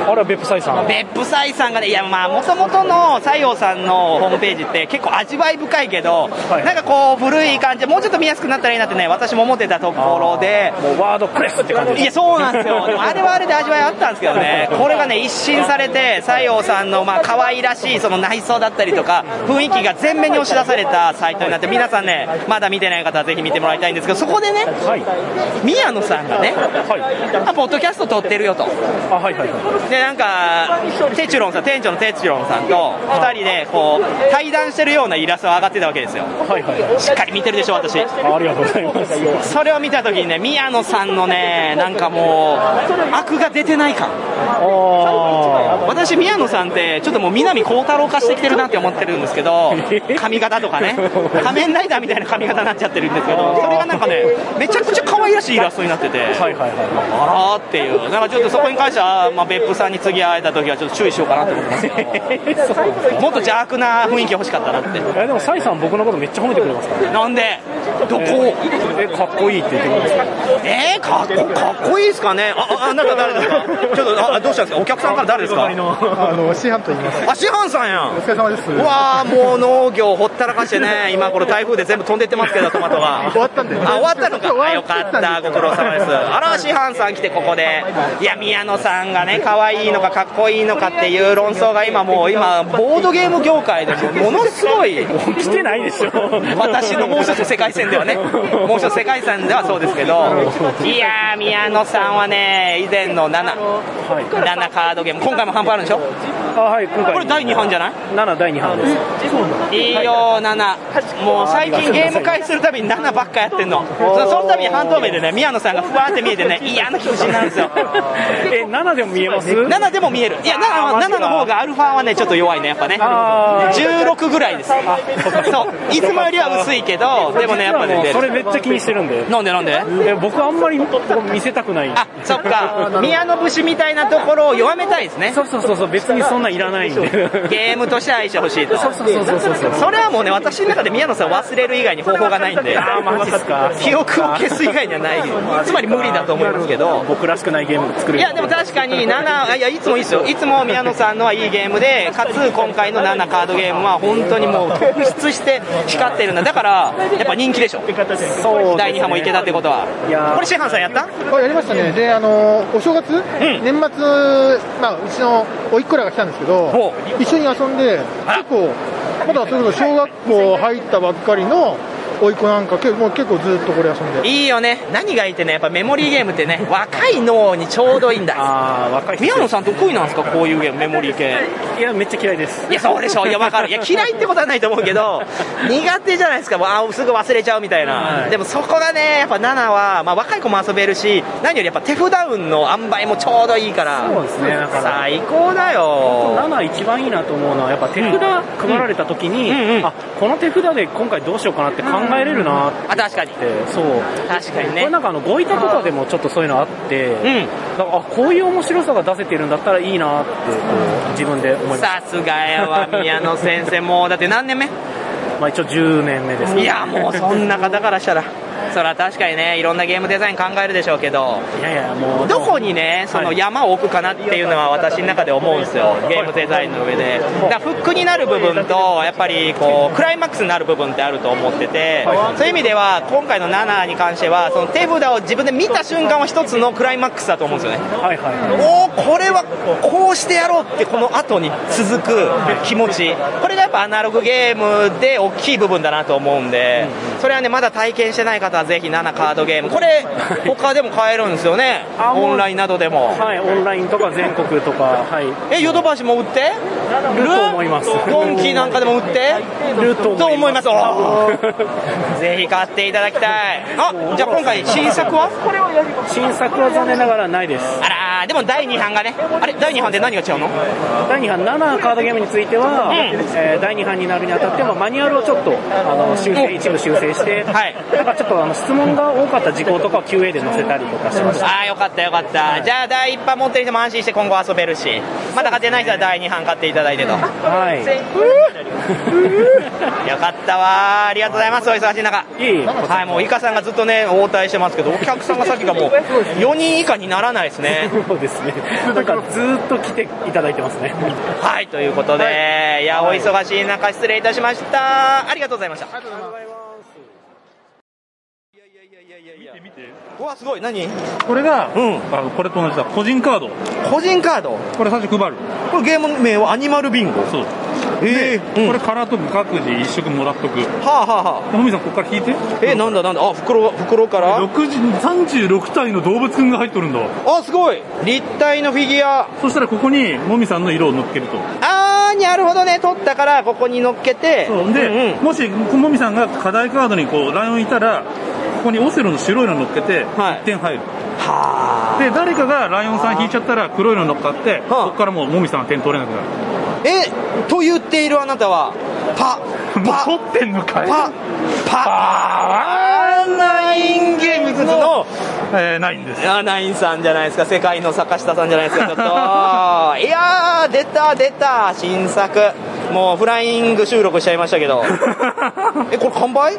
Speaker 4: あれは別府斎さん。
Speaker 3: 別府斎さんがね、いや、まあ、もともとの西洋さんのホームページって、結構味わい深いけど、なんかこう、古い感じで、もうちょっと見やすくなったらいいなってね、私も思ってたところで、
Speaker 4: もうワードプレスって感じ
Speaker 3: いや、そうなんですよ、でもあれはあれで味わいあったんですけどね、これがね、一新されて、西洋さんの、まあ、可愛らしいその内装だったりとか、雰囲気が全面に押し出されたサイトになって、皆さんね、まだ見てない方はぜひ見てもらいたいんですけど、そこでね、宮野さんがね、あポッドキャスト撮ってるよと。で、なんか、テチュロンさん、店長のテチュロンさんと、二人で、こう、対談してるようなイラストが上がってたわけですよ。しっかり見てるでしょ、私。
Speaker 4: ありがとうございます。
Speaker 3: それを見たときにね、宮野さんのね、なんかもう、悪が出てない感。私、宮野さんって、ちょっともう南光太郎化してきてるなって思ってるんですけ ど、髪型とか ね、仮面ライダーみたいな髪型になっちゃってるんですけど、それがなんかね、めちゃくちゃ可愛らしいイラストになってて、あらーっていう、なんかちょっとそこに関しては、まあ、別府さんに次会えたときは、ちょっと注意しようかなと思ってますけど、もっと邪悪な雰囲気欲しかったなって。
Speaker 4: えでもサイさん僕のことめっちゃ褒めてくれますからね。
Speaker 3: なんでどこ
Speaker 4: えかっこいいって言ってくれます
Speaker 3: えー、かっこかっこいいですかね、あああなんか誰ですか、ちょっとあどうしたんですか、お客さんから誰ですか、
Speaker 24: あの、シーハンと言います。
Speaker 3: あ師範さんやん、
Speaker 24: お疲れ様です。
Speaker 3: うわー、もう農業ほったらかしてね、今、これ、台風で全部飛んでってますけど、トマトが。終わったんで、あ終わったのか、あよかった、ご苦労様です、あら、師範さん来て、ここで、いや、宮野さんがね、可愛いのか、かっこいいのかっていう論争が今、もう、今、ボードゲーム業界でもものすごい、
Speaker 4: 起きてないでしょ、
Speaker 3: 私のもう一つ世界線ではね、もう一つ世界線ではそうですけど、いやー、宮野さんはね、以前の7、7カードゲーム、今回も半分あるんでしょ
Speaker 4: あはい、今回
Speaker 3: これ第2版じゃない
Speaker 4: ?7 第2版です。
Speaker 3: いいよ、7、もう最近ゲーム会するたびに7ばっかやってんの、そそのたびに半透明でね、宮野さんがふわーって見えて ね、嫌な気持ちになるんですよ。
Speaker 4: え、7でも見えます
Speaker 3: ?7 でも見える。いや、7, は7の方がアルファはね、ちょっと弱いね、やっぱね。16ぐらいです。そう。いつもよりは薄いけど、でもね、やっぱね、出る
Speaker 4: それめっちゃ気にしてるんで。
Speaker 3: なんでなんで
Speaker 4: え僕あんまり見せたくない。あ、
Speaker 3: そっか。宮野節みたいなところを弱めたいですね。
Speaker 4: そうそうそうそう、別にそんないらないんで。
Speaker 3: ゲームとして愛してほしいと。
Speaker 4: そうそうそうそうそう
Speaker 3: それはもうね、私の中で宮野さんを忘れる以外に方法がないんで。
Speaker 4: あーマジっすか
Speaker 3: 記憶を消す以外にはない。つまり無理だと思いますけど。
Speaker 4: 僕らしくないゲームを作る。
Speaker 3: いやでも確かに7いやいつもいいですよいつも宮野さんのはいいゲームでかつ今回の7カードゲームは本当にもう突出して光ってるんだだからやっぱ人気でしょ第2波もいけたってことはこれ師範さんやった
Speaker 24: あやりましたね。で、あの、お正月、年末、まあ、うちの甥っ子らが来たんです
Speaker 8: ですけど、一緒に遊んで、結構、まだそれこそ小学校入ったばっかりの甥っ子なんか、結構もう結構ずっとこれ遊んで。
Speaker 3: いいよね何がいいってねやっぱメモリーゲームってね若い脳にちょうどいいんだあ若い宮野さん得意なんですかこういうゲームメモリー系いやめっちゃ嫌いですいやそうでしょいや分かるいや嫌いってことはないと思うけど苦手じゃないですかもうあすぐ忘れちゃうみたいな、でもそこがねやっぱ7は、まあ、若い子も遊べるし何よりやっぱ手札運の塩梅もちょうどいいからそうです
Speaker 25: ねだから
Speaker 3: 最高だよ
Speaker 25: 7一番いいなと思うのはやっぱ手札配られた時に、あこの手札で今回どうしようかなって考えれるなって、
Speaker 3: あ確かに
Speaker 25: そう
Speaker 3: 確かにね
Speaker 25: これなんかあのごいたとかでもちょっとそういうのあって、だからあこういう面白さが出せてるんだったらいいなってこう自分で思いました
Speaker 3: さすがやわ宮野先生もうだって何年目
Speaker 25: まあ一応10年目ですね
Speaker 3: いやもうそんな方からしたらそれは確かにねいろんなゲームデザイン考えるでしょうけど
Speaker 25: いやいやもう
Speaker 3: どこにねその山を置くかなっていうのは私の中で思うんですよゲームデザインの上でだからフックになる部分とやっぱりこうクライマックスになる部分ってあると思っててそういう意味では今回の7に関してはその手札を自分で見た瞬間は一つのクライマックスだと思うんですよね
Speaker 25: はいはい
Speaker 3: おーこれはこうしてやろうってこの後に続く気持ちこれがやっぱアナログゲームで大きい部分だなと思うんでそれはねまだ体験してない方はぜひ7カードゲームこれ他でも買えるんですよねオンラインなどでも
Speaker 25: はいオンラインとか全国とかはい
Speaker 3: えヨドバシも売って
Speaker 25: ると思います
Speaker 3: ドンキーなんかでも売って
Speaker 25: ると
Speaker 3: 思いますおーぜひ買っていただきたいあじゃあ今回新作は
Speaker 25: 新作は残念ながらないです
Speaker 3: あらでも第2版がねあれ第2版で何が違うの
Speaker 25: 第2版7カードゲームについては、えー第2版になるにあたってもマニュアルをちょっとあの修正一部修正して、なんかちょっとあの質問が多かった事項とかを QA で載せたりとかしました
Speaker 3: ああよかったよかった、じゃあ第1版持ってる人も安心して今後遊べるしまだ買ってない人は第2版買っていただいてと、
Speaker 25: はい
Speaker 3: よかったわありがとうございますお忙しい中はいもうイカさんがずっとね応対してますけどお客さんがさっきが もう4人以下にならないですね
Speaker 25: そうです ねなんかずーっと来ていただいてますね
Speaker 3: はいということで、い、やお忙しい中失礼いたしましたありがとうございましたうわすごい何
Speaker 4: これが、あのこれと同じだ個人カード
Speaker 3: 個人カード
Speaker 4: これ最初配る
Speaker 3: これゲーム名はアニマルビンゴ
Speaker 4: そうええこれカラートーク各自一色もらっとく
Speaker 3: はあはあは
Speaker 4: あふみさんここから引いて
Speaker 3: えなんだなんだあ袋袋から
Speaker 4: 36体の動物くんが入っとるんだ
Speaker 3: あすごい立体のフィギュア
Speaker 4: そしたらここにもみさんの色を乗っけると
Speaker 3: あーなるほどね取ったからここに乗っけて
Speaker 4: そうで、もしもみさんが課題カードにこうライオンいたらここにオセロの白いの乗っけて1点入る、で誰かがライオンさん引いちゃったら黒いの乗っかって、そこからもうもみさんは点取れなくなる
Speaker 3: えと言っているあなたはパパ取
Speaker 4: ってんのかい
Speaker 3: パパワーナインゲーム ズの
Speaker 4: えー、ナインです
Speaker 3: あナインさんじゃないですか世界の坂下さんじゃないですかちょっと いやー出た出た新作 もうフライング収録しちゃいました けどえこれ完売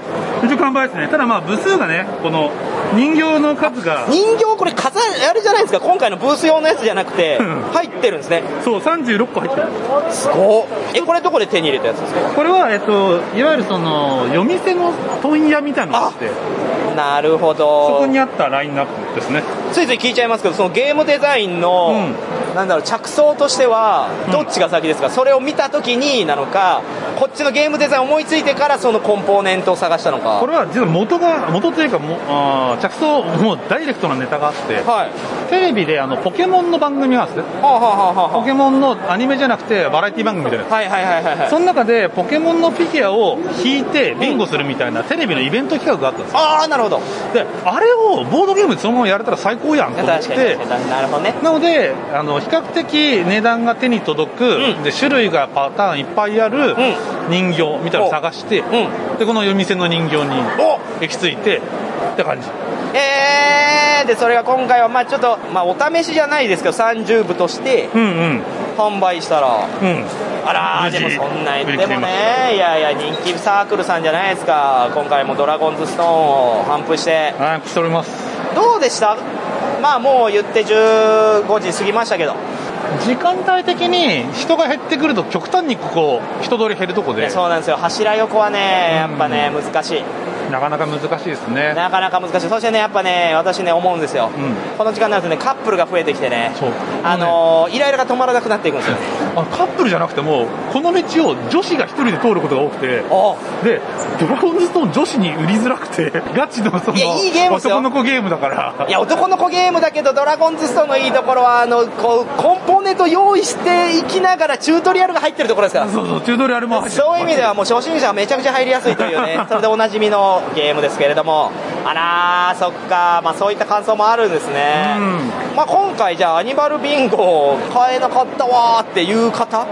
Speaker 4: 一応完売ですねただまあ部数がねこの人形の数が
Speaker 3: 人形これ飾あれじゃないですか今回のブース用のやつじゃな くて入ってるんですね
Speaker 4: そう36個入ってる
Speaker 3: すごっえこれどこで手に入れたやつですか
Speaker 4: これはえっといわゆるその夜店の問屋みたいなのがあって
Speaker 3: なるほど
Speaker 4: そこにあったラインナップですね
Speaker 3: ついつい聞いちゃいますけどそのゲームデザインの、なんだろう着想としてはどっちが先ですか、それを見た時になのかこっちのゲームデザイン思いついてからそのコンポーネントを探したのか
Speaker 4: これは実は元が元というかもあー着想もうダイレクトなネタがあって、テレビであのポケモンの番組があるんですね、ポケモンのアニメじゃなくてバラエティ番組みたいなやつ
Speaker 3: はいはいはいはいはい
Speaker 4: その中でポケモンのフィギュアを引いてビンゴするみたいなテレビのイベント企画があったんですよ
Speaker 3: ああなるほど
Speaker 4: であれをボードゲームでそのままやれたら最高やんと思っ
Speaker 3: 確かに
Speaker 4: て
Speaker 3: 確かになるほどね
Speaker 4: なのであの比較的値段が手に届く、で種類がパターンいっぱいある人形みたいなのを探して、でこの夜店の人形に行き着いてって感じ
Speaker 3: えー、でそれが今回はまあちょっと、まあ、お試しじゃないですけど30部として販売したら、あらーでもそんな言ってもねいやいや人気サークルさんじゃないですか今回も「ドラゴンズストーン」を反布して
Speaker 4: 反布しております
Speaker 3: どうでしたまあもう言って15時過ぎましたけど
Speaker 4: 時間帯的に人が減ってくると極端にここ人通り減るとこで
Speaker 3: そうなんですよ柱横はねやっぱね難しい
Speaker 9: なかなか難しいですね。
Speaker 3: なかなか難しい、そしてね、やっぱね、私ね、思うんですよ、この時間になるとね、カップルが増えてきてね、あのーイライラが止まらなくなっていくんですよ。
Speaker 9: あカップルじゃなくても、この道を女子が一人で通ることが多くて、で、ドラゴンズストーン女子に売りづらくて、ガチのその
Speaker 3: いやいいゲームですよ
Speaker 9: 男の子ゲームだから、
Speaker 3: いや男の子ゲームだけどドラゴンズストーンのいいところはあのこうコンポーネント用意していきながらチュートリアルが入ってるところですから
Speaker 9: そうそうチュートリアルも入ってる
Speaker 3: そういう意味ではもう初心者はめちゃくちゃ入りやすいというねそれでおなじみのゲームですけれどもあらーそっか、まあ、そういった感想もあるんですね、まあ、今回じゃあアニマルビンゴを買えなかったわーっていう 方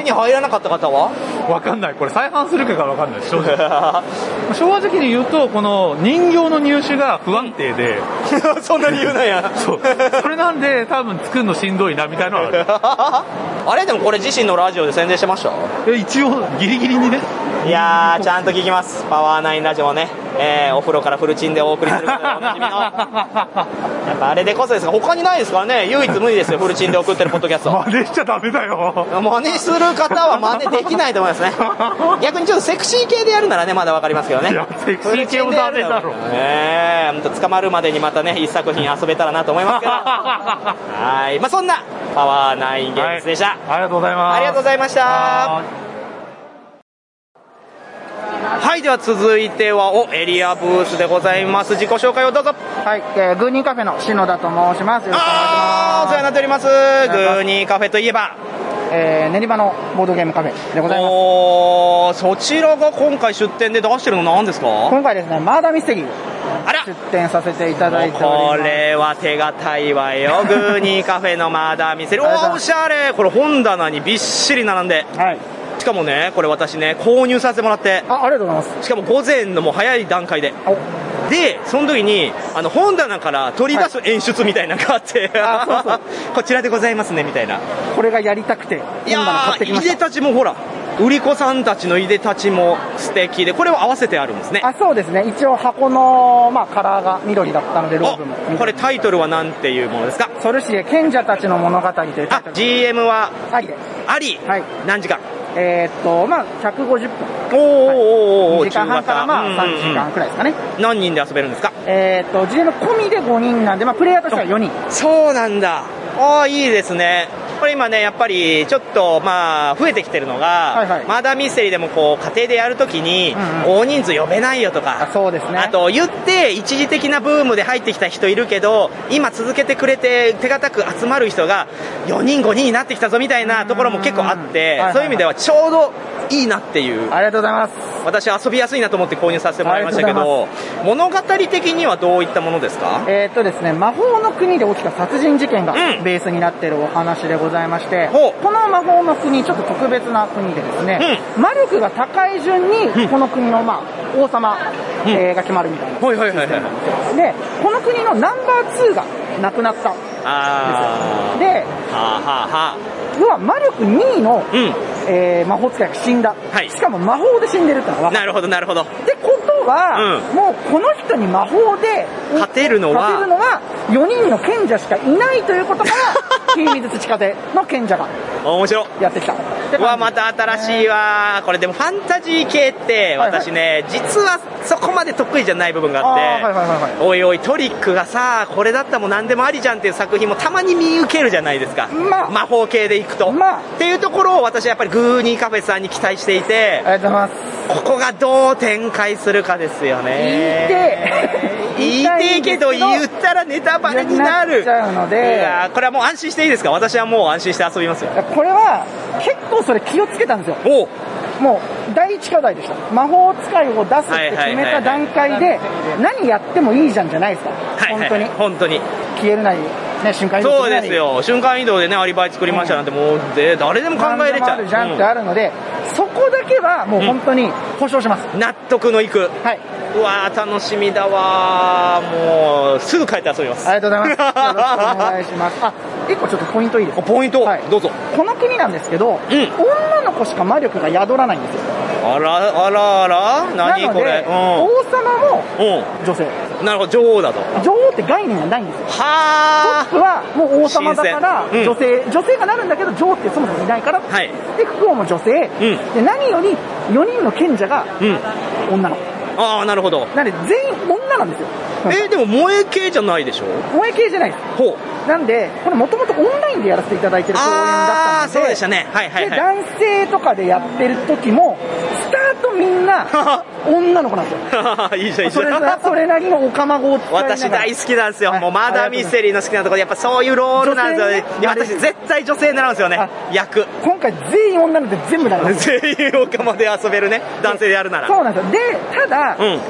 Speaker 3: 手に入らなかった方は
Speaker 9: わかんない、これ再販するかがわかんないです、正直。 正直に言うと、この人形の入手が不安定で、
Speaker 3: そんなに言うなや。
Speaker 9: そう。それなんで、多分作るのしんどいな、みたいなのは
Speaker 3: あれでもこれ自身のラジオで宣伝してました
Speaker 9: ある。え一応、ギリギリに ね。
Speaker 3: いやーちゃんと聞きますパワーナインラジオね、えーお風呂からフルチンでお送 りすることでおなじみのやっぱあれでこそですが他にないですからね唯一無二ですよフルチンで送ってるポッドキャスト
Speaker 9: 真似しちゃダメだよ
Speaker 3: 真似する方は真似できないと思います ね逆にちょっとセクシー系でやるならねまだわかりますけどね
Speaker 9: いやセクシー系もダメだろ
Speaker 3: フルチンでやるならねえほんと捕まるまでにまたね一作品遊べたらなと思いますけどはい、まあ、そんなパワーナインゲームズでした、
Speaker 9: ありがとうございます
Speaker 3: ありがとうございましたはいでは続いてはおエリアブースでございます自己紹介をどうぞ
Speaker 2: はい、えー、グーニーカフェの篠田と申します。よろしくお願いし
Speaker 3: あーお世話になっておりますグーニーカフェといえば
Speaker 2: ます。えー練馬のボードゲームカフェでございます。
Speaker 3: おーそちらが今回出店で出してるの何ですか
Speaker 2: 今回ですね、マーダーミステリーを出展させていただいております。
Speaker 3: これは手堅いわよグーニーカフェのマーダーミステリーおーおしゃれこれ本棚にびっしり並んでしかもねこれ私ね購入させてもらって
Speaker 2: あありがとうございます
Speaker 3: しかも午前のもう早い段階ででその時にあの本棚から取り出す演出みたいなのがあって、 こちらでございますねみたいな
Speaker 2: これがやりたくて、
Speaker 3: いやーいでたちもほら売り子さんたちのいでたちも素敵でこれを合わせてあるんですね
Speaker 2: あ、そうですね。一応箱の、まあ、カラーが緑だったので、ローブも。
Speaker 3: これタイトルは何ていうものですか
Speaker 2: ソルシエ賢者たちの物語というタイトル
Speaker 3: GM は
Speaker 2: ありで。
Speaker 3: あり、何時間
Speaker 2: えーっと、まあ、150分。
Speaker 3: おおお
Speaker 2: 2時間半から、まあ、3時間くらいですかね。
Speaker 3: 何人で遊べるんですか
Speaker 2: えーっと、GM 込みで5人なんで、まあ、プレイヤーとしては4人。
Speaker 3: そうなんだ。ああいいですねこれ今ねやっぱりちょっとまあ増えてきてるのが、マーダーミステリーでもこう家庭でやるときに大人数呼べないよとか、あと言って一時的なブームで入ってきた人いるけど今続けてくれて手堅く集まる人が4人5人になってきたぞみたいなところも結構あって、
Speaker 2: はいはいはい
Speaker 3: そういう意味ではちょうどいいなっていう
Speaker 2: ありがとうございます
Speaker 3: 私遊びやすいなと思って購入させてもらいましたけ
Speaker 2: ありがとう
Speaker 3: ど物語的にはどういったものですか
Speaker 2: えーっとですね、魔法の国で起きた殺人事件がベースになっているお話でございまして、この魔法の国、ちょっと特別な国でですね、魔力が高い順に、この国の、まあ、王様、えーが決まるみたいな。
Speaker 3: はいはいはいはい
Speaker 2: で、この国のナンバー2がなくなった。
Speaker 3: あー
Speaker 2: で
Speaker 3: はあはあは
Speaker 2: 要は魔力2位の、えー魔法使いが死んだ、しかも魔法で死んでるっての
Speaker 3: あ
Speaker 2: は
Speaker 3: なるほどなるほど
Speaker 2: ってことは、
Speaker 3: うん
Speaker 2: もうこの人に魔法で
Speaker 3: 勝てるのは
Speaker 2: 勝てるのは4人の賢者しかいないということから 金水地下での賢者が
Speaker 3: 面白
Speaker 2: やってきた
Speaker 3: うわまた新しいわこれでもファンタジー系って私ね、実はそこまで得意じゃない部分があって
Speaker 2: あーはいはいはいはい
Speaker 3: おいおいトリックがさこれだったらもう何でもありじゃんっていう作品もたまに見受けるじゃないですか、魔法系でいくと、っていうところを私はやっぱりグーニーカフェさんに期待していて
Speaker 2: ありがとうござい
Speaker 3: ますここがどう展開するかですよね言いてえけど言ったらネタバレになる
Speaker 2: っちゃうので
Speaker 3: いやーこれはもう安心していいですか私はもう安心して遊びますよ
Speaker 2: これは結構それ気をつけたんですよもう第一課題でした魔法使いを出すって決めた段階で何やってもいいじゃんじゃないですか本当に
Speaker 3: 本当に
Speaker 2: 消えるなり、ね、瞬間移動
Speaker 3: そう
Speaker 2: るなり
Speaker 3: ですよ瞬間移動でねアリバイ作りましたなんてもうで誰でも考えれち
Speaker 2: 何で
Speaker 3: ゃ
Speaker 2: もあ
Speaker 3: う
Speaker 2: るじゃんってあるので、そこだけはもう本当に保証します、
Speaker 3: 納得のいく
Speaker 2: は
Speaker 3: いうわー楽しみだわーもうすぐ帰って遊びます
Speaker 2: ありがとうございます。よろしくお願いします。 あ、一個ちょっとポイントいいですか
Speaker 3: ポイント、どうぞ。
Speaker 2: この国なんですけど、女の子しか魔力が宿らないんですよ。
Speaker 3: あらあらあら何
Speaker 2: なの
Speaker 3: こ
Speaker 2: で
Speaker 3: れ、
Speaker 2: 王様も
Speaker 3: うん
Speaker 2: 女性
Speaker 3: なるほど女王だと
Speaker 2: 女王って概念がないんですよ。
Speaker 3: は
Speaker 2: トップはもう王様だから、
Speaker 3: 新鮮うん
Speaker 2: 女性、女性がなるんだけど、女王ってそもそもいないから、
Speaker 3: はい
Speaker 2: で、国王も女性、で、何より4人の賢者が女の子。
Speaker 3: ああなるほど
Speaker 2: なんで全員女なんですよ
Speaker 3: えーでも萌え系じゃないでしょ
Speaker 2: 萌え系じゃないです
Speaker 3: ほ
Speaker 2: なんでこれもともとオンラインでやらせていただいてる公演だったので
Speaker 3: そうでしたねはいは
Speaker 2: で
Speaker 3: いはい
Speaker 2: 男性とかでやってる時もスタートみん な女の子なんですよ
Speaker 3: いいじゃんいいじ
Speaker 2: それ
Speaker 3: ゃん
Speaker 2: なそれなりのおかまごを使いながら
Speaker 3: 私大好きなんですよ、もうマーダーミステリーの好きなところで、やっぱそういうロールなんですよね、いや私、絶対女性になるんですよね、役、
Speaker 2: 今回全員女なんで全部なる
Speaker 3: 全員オカマで遊べるね、男性でやるなら、
Speaker 2: そうなんですよでただ、
Speaker 3: うん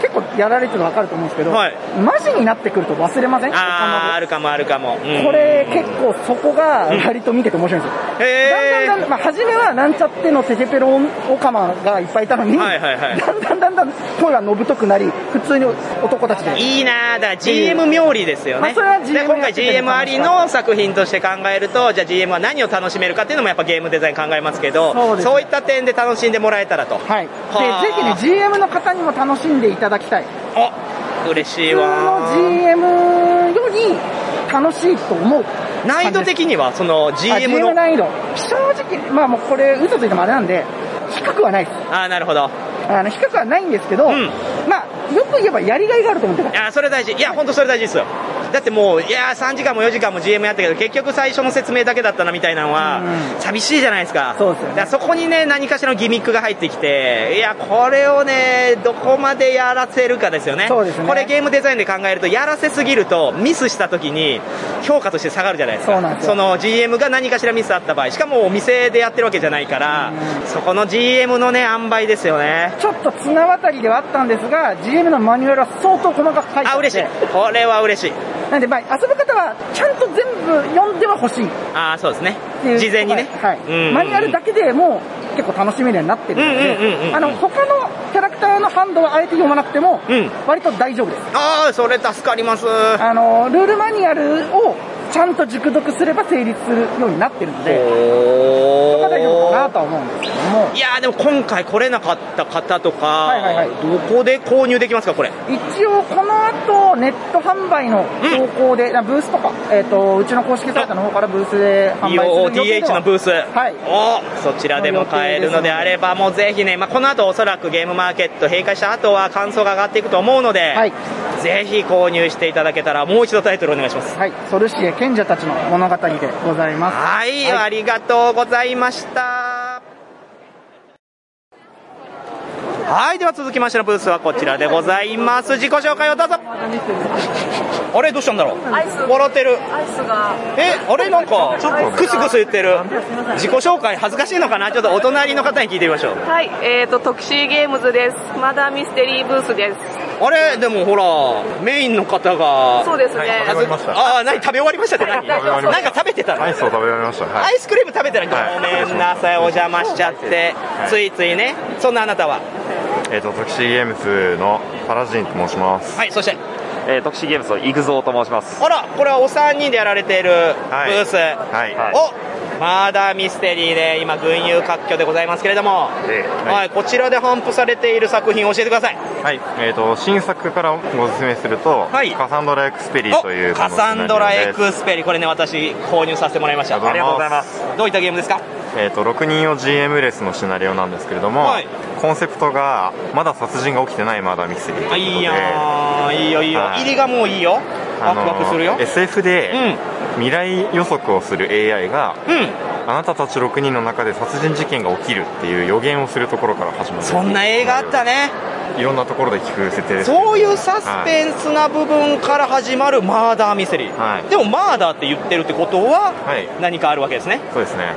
Speaker 2: 結構やられてるの分かると思うんですけど、
Speaker 3: はい
Speaker 2: マジになってくると忘れません
Speaker 3: あー、あるかもあるかも、うん
Speaker 2: これ結構そこが割と見てて面白いんですよ、だんだんだんだん、まあ、初めはなんちゃってのテヘペロオカマがいっぱいいたのに、
Speaker 3: はいはいはい
Speaker 2: だんだんだんだん声がのぶとくなり普通に男たちで
Speaker 3: いいなあだから GM 冥利ですよ
Speaker 2: まあ
Speaker 3: ね、
Speaker 2: それは GM
Speaker 3: で今回、
Speaker 2: やってても
Speaker 3: GM あ
Speaker 2: 楽し
Speaker 3: り
Speaker 2: かった
Speaker 3: の作品として考えると、じゃあ、GM は何を楽しめるかっていうのも、やっぱゲームデザイン考えますけど、
Speaker 2: そうです
Speaker 3: そういった点で楽しんでもらえたらと、は
Speaker 2: で
Speaker 3: い、
Speaker 2: ぜひね GM の方にも楽しんでいただきたい
Speaker 3: 嬉しい
Speaker 2: 普通
Speaker 3: わー。
Speaker 2: の GM より楽しいと思う
Speaker 3: 難易度的には、その
Speaker 2: あ
Speaker 3: GM の。
Speaker 2: 難易度正直まあもうこれ嘘ついてもあれなんで低くはないです
Speaker 3: ああ、なるほど。
Speaker 2: あの低くはないんですけど、まあよく言えばやりがいがあると思ってます
Speaker 3: いやそれ大事いや本当それ大事ですよだってもういや3時間も4時間も GM やったけど結局最初の説明だけだったなみたいなのは寂しいじゃないですかそうですよ、ね、そこにね何かしらのギミックが入ってきていやこれをねどこまでやらせるかですよね
Speaker 2: そうですね
Speaker 3: これゲームデザインで考えるとやらせすぎるとミスした時に評価として下がるじゃないですか
Speaker 2: そうなんですよ
Speaker 3: の GM が何かしらミスあった場合しかもお店でやってるわけじゃないからそこの GM のね塩梅ですよね
Speaker 2: ちょっと綱渡りではあったんですが GM のマニュアルは相当細かく書いてあっ
Speaker 3: あ
Speaker 2: て
Speaker 3: 嬉しいこれは嬉しい
Speaker 2: なんでまあ遊ぶ方はちゃんと全部読んではほしいっ
Speaker 3: ああそうですね
Speaker 2: ていう
Speaker 3: 事前にね
Speaker 2: はい
Speaker 3: うん
Speaker 2: マニュアルだけでもう結構楽しめるようになってるの
Speaker 3: うんうんうんう
Speaker 2: で
Speaker 3: ん
Speaker 2: あの他のキャラクターのハンドはあえて読まなくても割と大丈夫です
Speaker 3: ああそれ助かります
Speaker 2: あのルールマニュアルをちゃんと熟読すれば成立するようになってるのでそこは大丈夫かなとは思うんですけども
Speaker 3: いやーでも今回来れなかった方とか、どこで購入できますかこれ
Speaker 2: 一応この後ネット販売の方向で、なブースとか、えー、とうちの公式サイトの方からブースで販売する予定で
Speaker 3: EOTH の
Speaker 2: は
Speaker 3: ブース、おそちらでも買えるのであればもうぜひね、まあ、この後おそらくゲームマーケット閉会した後は感想が上がっていくと思うので、ぜひ購入していただけたらもう一度タイトルお願いします
Speaker 2: はいソルシエ賢者たちの物語でございます
Speaker 3: はい、ありがとうございましたはいでは続きましてのブースはこちらでございます自己紹介をどうぞあれどうしたんだろう笑ってる
Speaker 22: アイスが
Speaker 3: えあれなんかクスクス言ってる自己紹介恥ずかしいのかなちょっとお隣の方に聞いてみましょう
Speaker 22: はいえーとトクシーゲームズですマダーミステリーブースです
Speaker 3: あれでもほらメインの方が
Speaker 22: そうですねはい食べ終わりま
Speaker 3: ああ何食べ終わりましたって何
Speaker 22: 終わりました
Speaker 3: なんか食べてたの
Speaker 16: アイスを食べられました。は
Speaker 3: ア
Speaker 16: い。
Speaker 3: イスクリーム食べてないごめんなさいお邪魔しちゃって
Speaker 16: はい
Speaker 3: ついついねそんなあなたは
Speaker 16: えっ、と、トクシーゲームズのパラジンと申します。
Speaker 3: はいそして
Speaker 26: えー、特殊ゲームズのイグゾーと申します。
Speaker 3: あらこれはお三人でやられているブース
Speaker 26: はい
Speaker 3: おマーダーミステリーで今群雄割拠でございますけれども
Speaker 16: はい
Speaker 3: はいこちらで頒布されている作品教えてください
Speaker 16: はい。えっ、と、新作からご説明すると、カサンドラエクスペリという
Speaker 3: カサンドラエクスペリこれね私購入させてもらいました
Speaker 16: ありがとうございます
Speaker 3: どういったゲームですか
Speaker 16: えー、と6人用 GM レスのシナリオなんですけれども、コンセプトがまだ殺人が起きてないまだミステリーということで
Speaker 3: いいやーいいよいいよ
Speaker 16: は
Speaker 3: 入りがもういいよワクワクするよ
Speaker 16: あの SF で、未来予測をする AI が、あなたたち6人の中で殺人事件が起きるっていう予言をするところから始まる
Speaker 3: そんな映画あったね
Speaker 16: いろんなところで聞く設定です
Speaker 3: そういうサスペンスな部分から始まるマーダーミステリー、でもマーダーって言ってるってことは何かあるわけですね、
Speaker 16: そうですね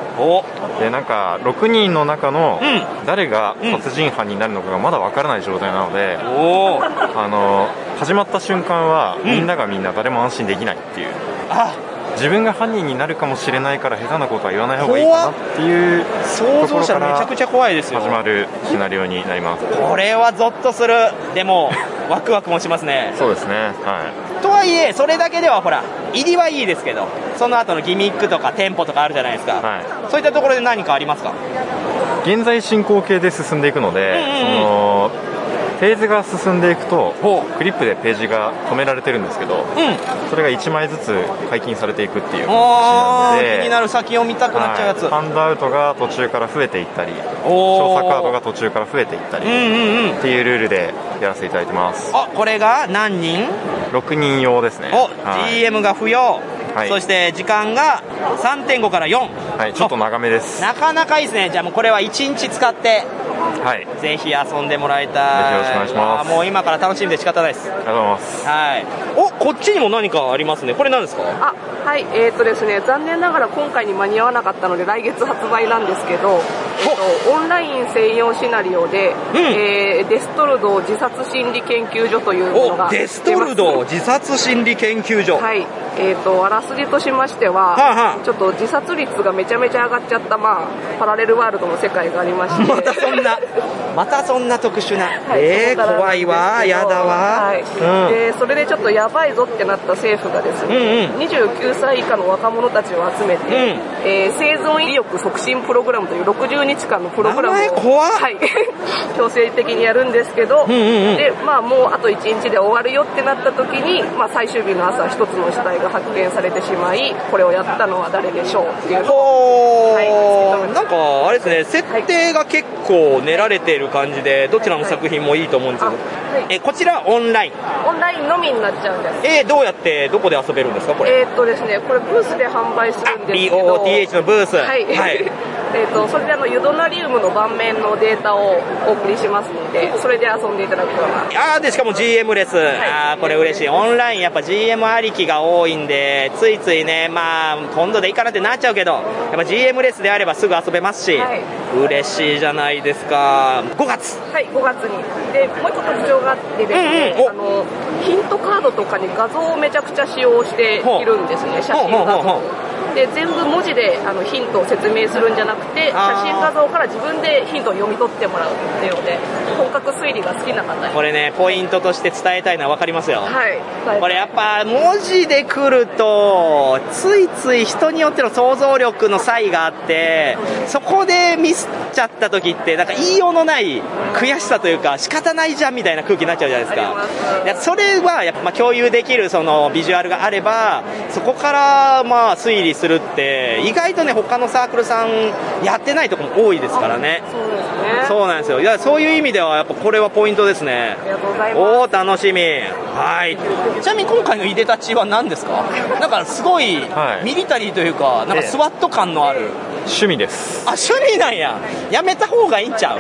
Speaker 16: でなんか6人の中の誰が殺人犯になるのかがまだわからない状態なので、あの始まった瞬間はみんながみんな誰も安心できないっていう、
Speaker 3: あ
Speaker 16: 自分が犯人になるかもしれないから下手なことは言わない方がいいかなっていう
Speaker 3: 想像したらめちゃくちゃ怖いですよ
Speaker 16: 始まるシナリオになります
Speaker 3: これはゾッとするでもワクワクもしますね
Speaker 16: そうですねは
Speaker 3: とはいえそれだけではほら入りはいいですけどその後のギミックとかテンポとかあるじゃないですか、そういったところで何かありますか
Speaker 16: い現在進行形で進んでいくので、そのページが進んでいくとクリップでページが止められてるんですけど、それが1枚ずつ解禁されていくっていう形な
Speaker 3: あ
Speaker 16: の
Speaker 3: ー
Speaker 16: で
Speaker 3: 気になる先を見たくなっちゃうやつ、
Speaker 16: はいハンドアウトが途中から増えていったり調査カードが途中から増えていったり、っていうルールでやらせていただいてます
Speaker 3: あこれが何人
Speaker 16: 6人用ですね
Speaker 3: お、
Speaker 16: はい
Speaker 3: GM が不要、
Speaker 16: はい
Speaker 3: そして時間が3.5から4
Speaker 16: はい、ちょっと長めです
Speaker 3: なかなかいいですねじゃあもうこれは1日使って
Speaker 16: はい
Speaker 3: ぜひ遊んでもらいたい
Speaker 16: ぜひよろしくお願いします
Speaker 3: あーもう今から楽しみで仕方ないですありが
Speaker 16: とうございます
Speaker 3: はいおこっちにも何かありますねこれ何ですか
Speaker 22: あはいえー、とですね残念ながら今回に間に合わなかったので来月発売なんですけど、えーとオンライン専用シナリオで、えーデストルド自殺心理研究所というものが
Speaker 3: おデストルド自殺心理研究所
Speaker 22: はいえー、とあらすじとしましては、
Speaker 3: はあはあ
Speaker 22: ちょっと自殺率がめちゃめちゃ上がっちゃった、まあ、パラレルワールドの世界がありまして
Speaker 3: またそん なまたそんな特殊な、
Speaker 22: はい
Speaker 3: え
Speaker 22: そこ
Speaker 3: ー、
Speaker 22: から
Speaker 3: 怖いわやだわ、
Speaker 22: はいでそれでちょっとやばいぞってなった政府がですね、
Speaker 3: うん
Speaker 22: 29歳以下の若者たちを集めて、えー生存意欲促進プログラムという60日間のプログラムをはい、 強制的にやるんですけど、
Speaker 3: うんうんうん
Speaker 22: でまあ、もうあと1日で終わるよってなった時に、まあ、最終日の朝一つの死体が発見されてしまいこれをやったのは誰でしょうっていうの
Speaker 3: をはいなんかあれですね設定が結構練られている感じでどちらの作品もいいと思うんですけど、えこちらオンライン
Speaker 22: オンラインのみになっちゃうんです
Speaker 3: えーどうやってどこで遊べるんですかこれ
Speaker 22: えーっとですね、これブースで販売するんですけど、
Speaker 3: BOTH のブース
Speaker 22: はい、 えーっとそれであのユドナリウムの盤面のデータをお送りしますので、それで遊んでいただくような。
Speaker 3: あーでしかも GM レス、あーこれ嬉しい、オンライン、やっぱ GM ありきが多いんで、ついついね、まあ、今度でいいかなってなっちゃうけど、やっぱ GM レスであればすぐ遊べますし、
Speaker 22: はい
Speaker 3: 嬉しいじゃないですか、5月、
Speaker 22: はい、5月に。で、もう一個特徴があってですね、あの、ヒントカードとかに画像をめちゃくちゃ使用しているんですね、写真画像。で、全部文字であのヒントを説明するんじゃなくて、写真画像から自分でヒントを読み取ってもらうっていうので、本格推理が好きな方に。
Speaker 3: これね、ポイントとして伝えたいのは分かりますよ。
Speaker 22: はい。
Speaker 3: これやっぱ文字で来るとついつい人によっての想像力の差異があってそこでミスっちゃった時ってなんか言いようのない悔しさというか仕方ないじゃんみたいな空気になっちゃうじゃないですかいやそれはやっぱまあ共有できるそのビジュアルがあればそこからまあ推理するって意外とね他のサークルさんやってないとこも多いですからねそうなんですよいやそういう意味ではやっぱこれはポイントですね
Speaker 22: ありがとうございます。
Speaker 3: おお楽しみはいちなみに今回のいでたちは何ですかなんかすごいミリタリーというかなんか
Speaker 16: ええ
Speaker 3: スワット感のある、
Speaker 16: 趣味です
Speaker 3: あ趣味なんややめた方がいいんちゃう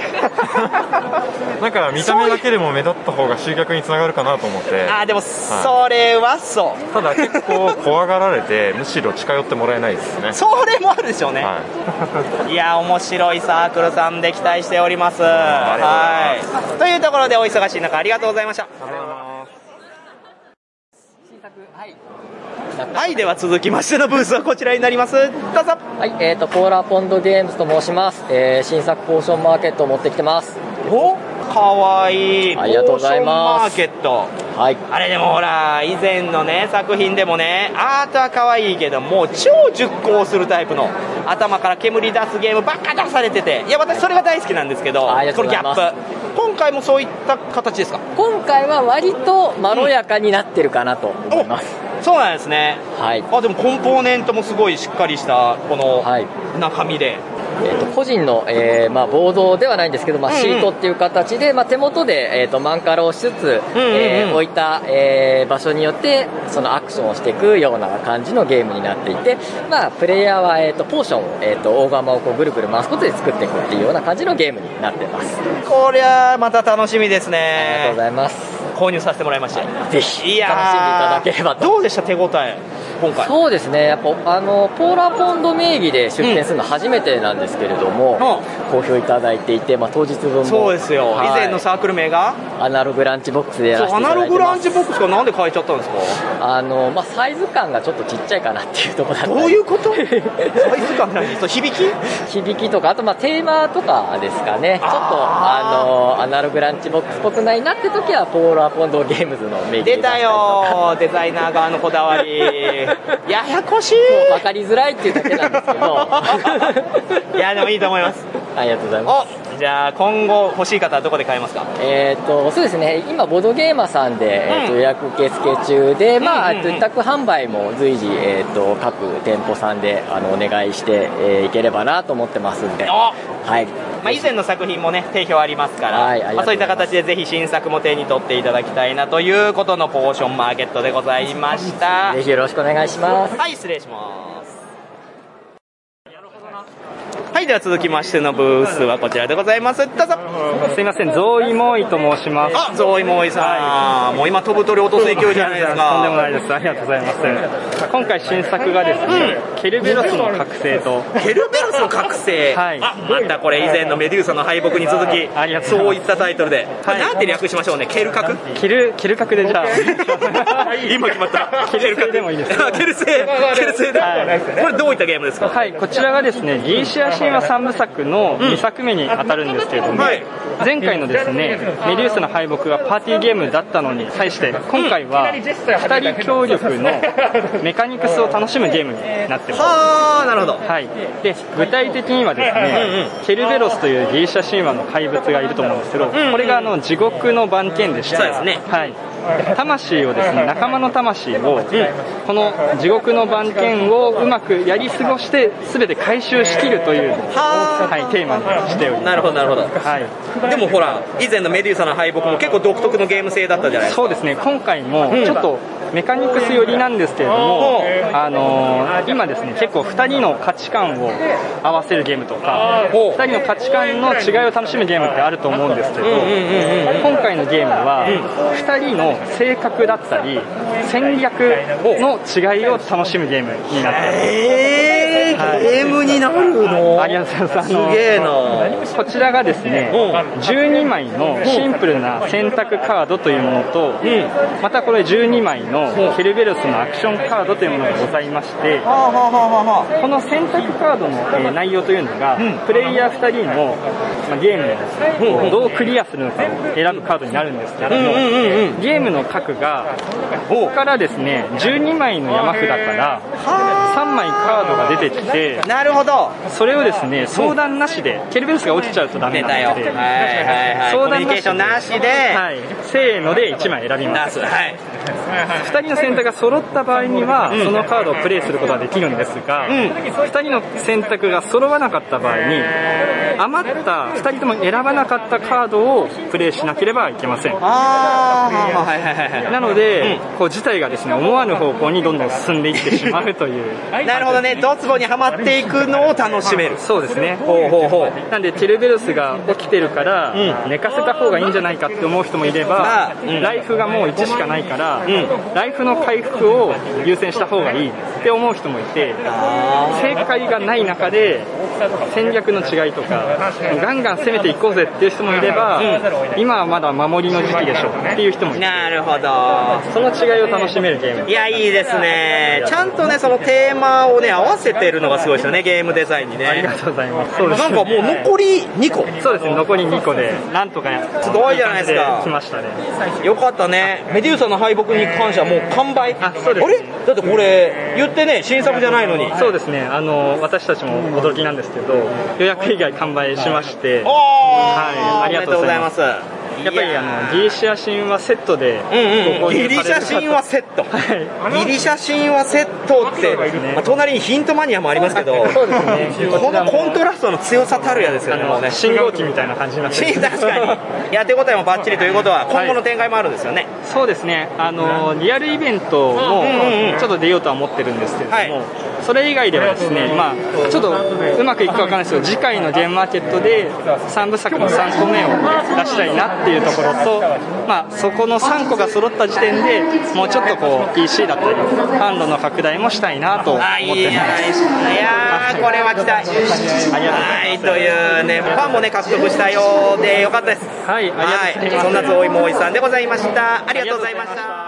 Speaker 16: なんか見た目だけでも目立った方が集客につながるかなと思って
Speaker 3: あでもそれはそう
Speaker 16: ただ結構怖がられてむしろ近寄ってもらえないですね
Speaker 3: それもあるでしょうね、い、や面白いサークルさんで期待しておりますはいというところでお忙しい中ありがとうございましたはいでは続きましてのブースはこちらになりますどうぞ
Speaker 27: はいえっ、とコーラポンドゲームズと申します、えー新作ポーションマーケットを持ってきてます
Speaker 3: おかわいい
Speaker 27: ありがとうございます
Speaker 3: ポーションマーケット、
Speaker 27: はい、
Speaker 3: あれでもほら以前のね作品でもねアートは可愛いけどもう超熟考するタイプの頭から煙出すゲームばっか出されてていや私それが大好きなんですけど
Speaker 27: りがと
Speaker 3: こ
Speaker 27: うご
Speaker 3: れギ
Speaker 27: ざい
Speaker 3: ャ
Speaker 27: ま
Speaker 3: ッ
Speaker 27: す
Speaker 3: プ今回もそういった形ですか
Speaker 27: 今回は割とまろやかになってるかなと思います、
Speaker 3: そうなんですね、あでもコンポーネントもすごいしっかりしたこの中身で、
Speaker 27: えーと個人の、えーまあ、ボードではないんですけど、まあ、
Speaker 3: うんうん
Speaker 27: シートっていう形で、まあ、手元で、えー、とマンカラをしつつ、えー置いた、えー場所によってそのアクションをしていくような感じのゲームになっていて、まあ、プレイヤーは、えー、とポーションを、えー、と大釜をこうぐるぐる回すことで作っていくっていうような感じのゲームになってます
Speaker 3: こりゃまた楽しみですねありがとうご
Speaker 27: ざいます
Speaker 3: 購入させてもらいました、
Speaker 27: ぜひ
Speaker 3: いや
Speaker 27: 楽しんでいただ
Speaker 3: ければどうでした手応え今回
Speaker 27: そうですねやっぱあのポーラポンド名義で出店するの初めてなんですけれども、好評いただいていて、まあ、当日分も
Speaker 3: そうですよ、
Speaker 27: はい
Speaker 3: 以前のサークル名が
Speaker 27: アナログランチボックスでや
Speaker 3: そ
Speaker 27: ら
Speaker 3: う
Speaker 27: せて
Speaker 3: ア
Speaker 27: いただ
Speaker 3: ナロ
Speaker 27: いて
Speaker 3: グラ
Speaker 27: ま
Speaker 3: ン
Speaker 27: す
Speaker 3: チボックスがなんで変えちゃったんですか
Speaker 27: あの、まあ、サイズ感がちょっとちっちゃいかなっていうところだった
Speaker 3: どういうことサイ
Speaker 27: ズ
Speaker 3: 感って何響き
Speaker 27: 響きとかあとまあテーマとかですかねちょっとあのアナログランチボックスっぽくないなって時はポーラーポンドゲームズのメイキング
Speaker 3: 出 たよデザイナー側のこだわりややこしい
Speaker 27: 分かりづらいっていうだけなんですけど
Speaker 3: いやでもいいと思います
Speaker 27: ありがとうございます
Speaker 3: じゃあ今後欲しい方はどこで買えますか
Speaker 27: えっとそうですね今ボードゲーマーさんで、えーと予約受付中で、まあ、
Speaker 3: うんうんうん
Speaker 27: 委託販売も随時、えー、と各店舗さんであのお願いして、えーいければなと思ってますんで、はい、
Speaker 3: まあ、以前の作品もね定評ありますから、
Speaker 27: はいあり
Speaker 3: ま
Speaker 27: が
Speaker 3: あ、
Speaker 27: と
Speaker 3: そ
Speaker 27: う
Speaker 3: うい
Speaker 27: ご
Speaker 3: っ
Speaker 27: ざ
Speaker 3: た
Speaker 27: います
Speaker 3: 形でぜひ新作も手に取っていただきたいなということのポーションマーケットでございました
Speaker 27: ぜひよろしくお願いします
Speaker 3: はい失礼しますはいでは続きましてのブースはこちらでございますどうぞ
Speaker 4: すいません、ゾーイモーイと申します。
Speaker 3: あゾーイモーイさん、もう今飛ぶ鳥落とす勢いじゃないですか
Speaker 4: とんでもないです。ありがとうございます。今回新作がですね、ケルベロスの覚醒と。
Speaker 3: ケルベロスの覚醒、あまたこれ以前のメデューサの敗北に続き、そういったタイトルで、これなんて略しましょうねケル覚
Speaker 4: ケル、ケル覚でじゃあ。
Speaker 3: 今決まった。ケルセでもいいです。ケルセイ、ケルセイで。これどういったゲームですか。
Speaker 4: はい、こちらがですね、ギリシア神話三部作の2作目に当たるんですけれども、前回のですね、メデュースの敗北がパーティーゲームだったのに対して、今回は2人協力のメカニクスを楽しむゲームになってます。
Speaker 3: はあ、なるほど。
Speaker 4: はい。で、具体的にはですね、ケルベロスというギリシャ神話の怪物がいると思うんですけど、これがあの地獄の番犬でして、
Speaker 3: そうですね
Speaker 4: はい。魂をですね、仲間の魂を、この地獄の番犬をうまくやり過ごして、全て回収しきるという、はい、テーマにしております。
Speaker 3: なるほど、なるほど。
Speaker 4: はい。
Speaker 3: でもほら、以前のメデューサの敗北も結構独特のゲーム性だったじゃないですか。
Speaker 4: そうですね、今回も
Speaker 3: うん
Speaker 4: ちょっとメカニクス寄りなんですけれども、あのー今ですね、結構2人の価値観を合わせるゲームとか、2人の価値観の違いを楽しむゲームってあると思うんですけど、今回のゲームは、2人の性格だったり、戦略の違いを楽しむゲームになってます。
Speaker 3: え
Speaker 4: はい
Speaker 3: ゲームになるの
Speaker 4: ありがとうございます。あの
Speaker 3: すげえな
Speaker 4: こちらがですね、12枚のシンプルな選択カードというものと、またこれ12枚のケルベロスのアクションカードというものがございまして、この選択カードのえー内容というのが、プレイヤー2人のまあゲームをですねどうクリアするのかを選ぶカードになるんですけれども、ゲームの角が、ここからですね、12枚の山札から、3枚カードが出てきて、
Speaker 3: なるほど。
Speaker 4: それをですね、相談なしで、ケルベロスが落ちちゃうとダメなので、
Speaker 3: 出たよはいはいはい
Speaker 4: 相
Speaker 3: コミュニケーションなしで
Speaker 4: はい、せーので1枚選びます。
Speaker 3: 出すはい
Speaker 4: 2人の選択が揃った場合には、そのカードをプレイすることができるんですが、2人の選択が揃わなかった場合に余った2人とも選ばなかったカードをプレイしなければいけませんなので、こう事態がですね思わぬ方向にどんどん進んでいってしま うという
Speaker 3: なるほどね、ドツボにはまっていくのを楽しめる。
Speaker 4: そうですね。ほうほうほう。なんで、ケルベロスが起きてるから、寝かせた方がいいんじゃないかって思う人もいれば、ライフがもう1しかないから、ライフの回復を優先した方がいいって思う人もいて、正解がない中で、戦略の違いとか、ガンガン攻めていこうぜっていう人もいれば、今はまだ守りの時期でしょっていう人もいて。
Speaker 3: なるほど。
Speaker 4: その違いを楽しめるゲーム。
Speaker 3: いや、いいですね。ちゃんとね、そのテーマをね、合わせてるのがすごいですよね、ゲームデザインにね。ありが
Speaker 4: とうございます。
Speaker 3: なんかもう残り2個。
Speaker 4: そうですね、残り2個で、なんとか
Speaker 3: すごいじゃないですか。
Speaker 4: 来ましたね。
Speaker 3: よかったね。メデューサの敗北に関してはもう完売。あ、そうです、れだってこれ、言ってね、新作じゃないのに。
Speaker 4: そうですねあの私たちも驚きなんですけど予約以外完売しましてはいありがとうございます
Speaker 3: お
Speaker 4: やっぱりあのギリシア神話セットでご購入され
Speaker 3: ギ
Speaker 4: る
Speaker 3: リシャ神話セット。ギリシャ神話セットって、まあ隣にヒントマニアもありますけど、
Speaker 4: そうですね
Speaker 3: このコントラストの強さたるやですよね、
Speaker 4: あの
Speaker 3: もうね
Speaker 4: 信号機みたいな感じになってる
Speaker 3: 信 確かに。いや、手応えもバッチリという ことは、今後の展開もあるんですよね。
Speaker 4: そうですねあのリアルイベントもちょっと出ようとは思ってるんですけれども、それ以外ではですね、まあ、ちょっとうまくいくかわかんないですけど次回のゲームマーケットで3部作の3個目を出したいなっていうところと、まあ、そこの3個が揃った時点でもうちょっとこう EC だったり販路の拡大もしたいなと思ってます
Speaker 3: いやーいやーこれは期待はいというねファンもね獲得したようでよかったです
Speaker 4: はい
Speaker 3: ありがとうございますそんなゾウイモーイさんでございましたありがとうございました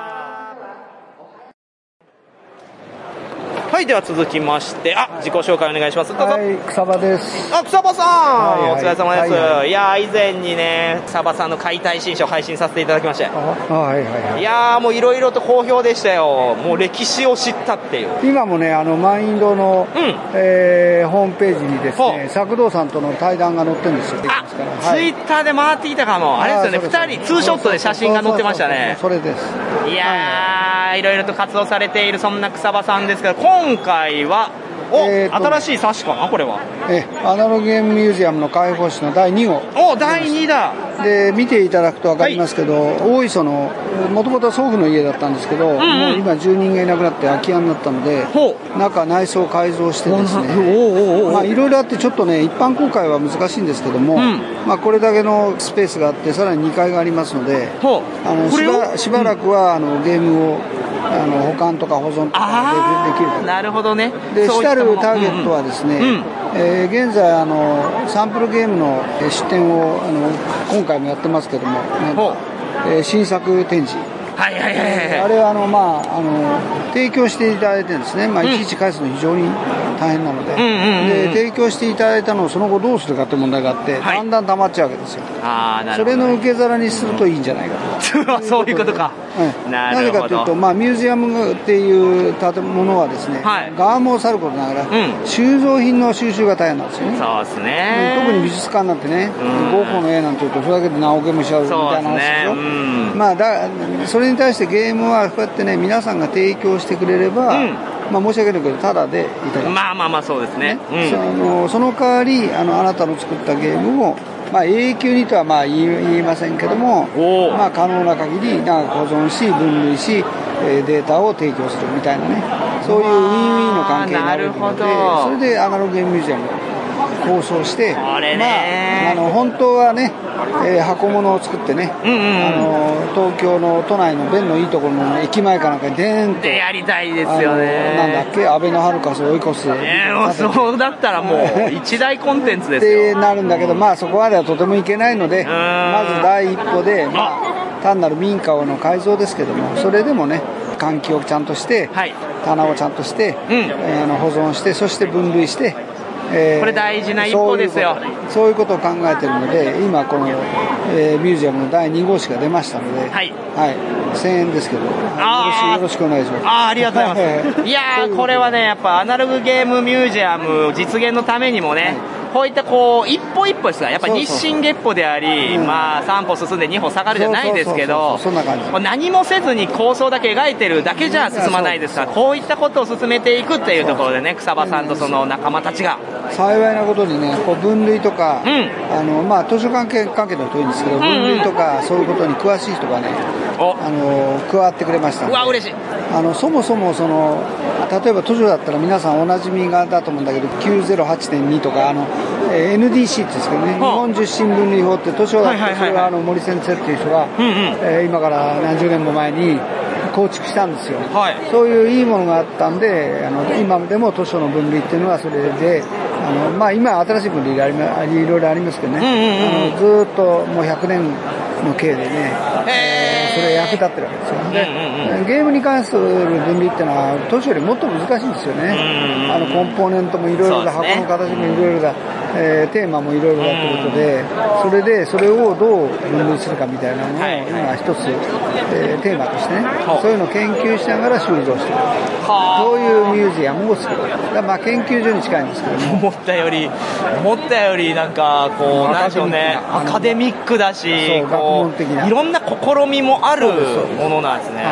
Speaker 3: はい、では続きまして、あ、自己紹介お願いします。どうぞ。
Speaker 28: はい、草場です。
Speaker 3: あ、草場さん、
Speaker 28: はいはい
Speaker 3: お疲れ様です。
Speaker 28: はいはい
Speaker 3: やー、以前にね、サバさんの解体新書配信させていただきまして。
Speaker 28: あはいはいはい
Speaker 3: やー、もういろいろと好評でしたよ。もう歴史を知ったっていう。
Speaker 28: い。今もね、あの、マインドの、えーホームページにですね、作動さんとの対談が載ってるんですよ。
Speaker 3: ツイッターで回ってきたかも。あれですよね、
Speaker 28: あーそうです
Speaker 3: 二人、ツーショットで写真が載ってましたね。
Speaker 28: そうそうそうそうそれです。
Speaker 3: いやー、いろいろと活動されているそんな草場さんですけど、今回は、お、新しい冊子かなこれは。
Speaker 28: えアナログゲームミュージアムの開放誌の第2号
Speaker 3: お第2だ
Speaker 28: で見ていただくと分かりますけど、大磯のもともとは祖父の家だったんですけど、
Speaker 3: んうん
Speaker 28: もう今住人がいなくなって空き家になったので中内装を改造してですねまあいろいろあってちょっとね一般公開は難しいんですけども、まあ、これだけのスペースがあってさらに2階がありますのであの
Speaker 3: こ
Speaker 28: し
Speaker 3: れを
Speaker 28: ばしばらくはあのゲームをあの保管とか保存とかできるか
Speaker 3: なるほどね。
Speaker 28: で
Speaker 3: そう
Speaker 28: 主
Speaker 3: いったたも
Speaker 28: る
Speaker 3: の
Speaker 28: ターゲットはですね、えー現在あのサンプルゲームのえー出展をあの今回もやってますけどもなんかえー新作展示
Speaker 3: はいはいはいはいはい
Speaker 28: えーあれはあの、まあ、あの提供していただいてるんですね、まあ、いちいち返すの非常に大変なので,、
Speaker 3: うんうんうん
Speaker 28: で提供していただいたのをその後どうするかという問題があって、だんだん溜まっちゃうわけですよ
Speaker 3: あー、な
Speaker 28: そ
Speaker 3: るほ
Speaker 28: れ
Speaker 3: ど。
Speaker 28: の受け皿にするといいんじゃないかと。
Speaker 3: そういうことか。な
Speaker 28: なぜ
Speaker 3: る
Speaker 28: か
Speaker 3: ほ
Speaker 28: というと、
Speaker 3: ど。
Speaker 28: まあ、ミュージアムっていう建物はですね、側もさることながら、収蔵品の収集が大変なんですよね。
Speaker 3: そうですね。
Speaker 28: 特に美術館なんてね、ゴッホの絵なんて言うと、それだけで何億円もしちゃうみたいな話でしょ。
Speaker 3: そうですね
Speaker 28: まあ、だそれに対してゲームはこうやってね、皆さんが提供してくれれば、まあ、申し訳ないけど、ただでいただく。
Speaker 3: まあまあまあ、そうですね。
Speaker 28: そのその代わりあのあなたの作ったゲームを、まあ、永久にとはまあ言い言いませんけども、まあ、可能な限り長く保存し分類しえーデータを提供するみたいなねそういうウィンウィンの関係になるので
Speaker 3: あーなるほど
Speaker 28: それでアナログゲームミュージアムを構想して、まあ、あの本当はね、えー箱物を作ってね、あの東京の都内の便のいいところの駅前かなんかにでーんと
Speaker 3: で、やりたいですよね。
Speaker 28: あのなんだっけ、安倍のハルカスを追い越す。
Speaker 3: えーもうそうだったらもう、一大コンテンツ
Speaker 28: っ
Speaker 3: ですよ。
Speaker 28: てなるんだけど、まあそこまではとてもいけないので、まず第一歩で、まあ、単なる民家の改造ですけども、それでもね、換気をちゃんとして、棚をちゃんとして、えーあの保存して、そして分類して、えー
Speaker 3: これ大事な一歩ですよ
Speaker 28: そういうことそういうことを考えてるので、今、この、えーミュージアムの第2号誌が出ましたので、はい1000円ですけど、よろしよろしくお願いします。
Speaker 3: あーありがとうござ います。いやー、これはね、やっぱアナログゲームミュージアム実現のためにもね、こういったこう、一歩一歩した、やっぱ
Speaker 28: そうそう
Speaker 3: 日進月歩であり、まあ、三歩進んで二歩下がるじゃないですけど、
Speaker 28: そうそうそうそうそんな感じ。
Speaker 3: もう何もせずに構想だけ描いてるだけじゃ進まないですから、こういったことを進めていくっていうところでね、草場さんとその仲間たちが。
Speaker 28: 幸いなことにね、こう分類とか、あのまあ、図書関係関係の人多いんですけど、
Speaker 3: うんうん
Speaker 28: 分類とか、そういうことに詳しい人がね、あの加わってくれました
Speaker 3: うわ、嬉しい。
Speaker 28: あのそもそもその、例えば図書だったら皆さんおなじみがだと思うんだけど、908.2とか、あのえー NDC って言うんですけどね、日本受信分類法って図書だって、それはあの森先生っていう人が、えー今から何十年も前に構築したんですよ。そういういいものがあったんで、あの今でも図書の分類っていうのはそれで、あのまあ、今、新しい分類がありまいろいろありますけどね、あのずーっともう100年の経でね、えーそれが役立ってるわけですよ、でゲームに関する分類っていうのは、図書よりもっと難しいんですよね、あのコンポーネントもいろいろだ、
Speaker 9: そうです
Speaker 28: 箱
Speaker 9: ね
Speaker 28: の形もいろいろだ、えーテーマもいろいろだということで、それでそれをどう分類するかみたいなのを、今、一つ、えーテーマとしてね、そういうのを研究しながら収蔵してる。どういうミュージアムを作るだからまあ研究所に近いんですけども
Speaker 3: 思ったより、思ったよりなんか、こう、なんでしょうね、アカデミックだし、こう、いろんな試みもあるものなんですね。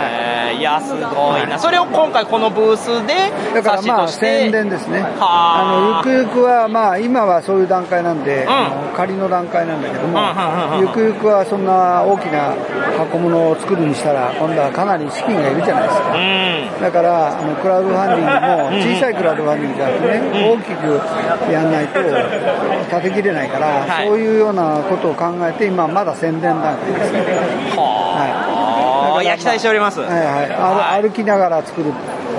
Speaker 3: いや、すごいな。それを今回このブースで、
Speaker 28: だから
Speaker 3: 冊子
Speaker 28: ま
Speaker 3: と
Speaker 28: あ
Speaker 3: して。
Speaker 28: 宣伝ですねあのゆくゆくはまあ今はそういう段階なんで、あの仮の段階なんだけども、
Speaker 3: うんうんうんうん
Speaker 28: ゆくゆくはそんな大きな箱物を作るにしたら今度はかなり資金がいるじゃないですか、だからあのクラウドファンディングも小さいクラウドファンディングじゃなくてね、大きくやんないと立てきれないから、そういうようなことを考えて今まだ宣伝段階ですね
Speaker 3: はあ、いや、期待しております。
Speaker 28: はいはい、ある歩きながら作る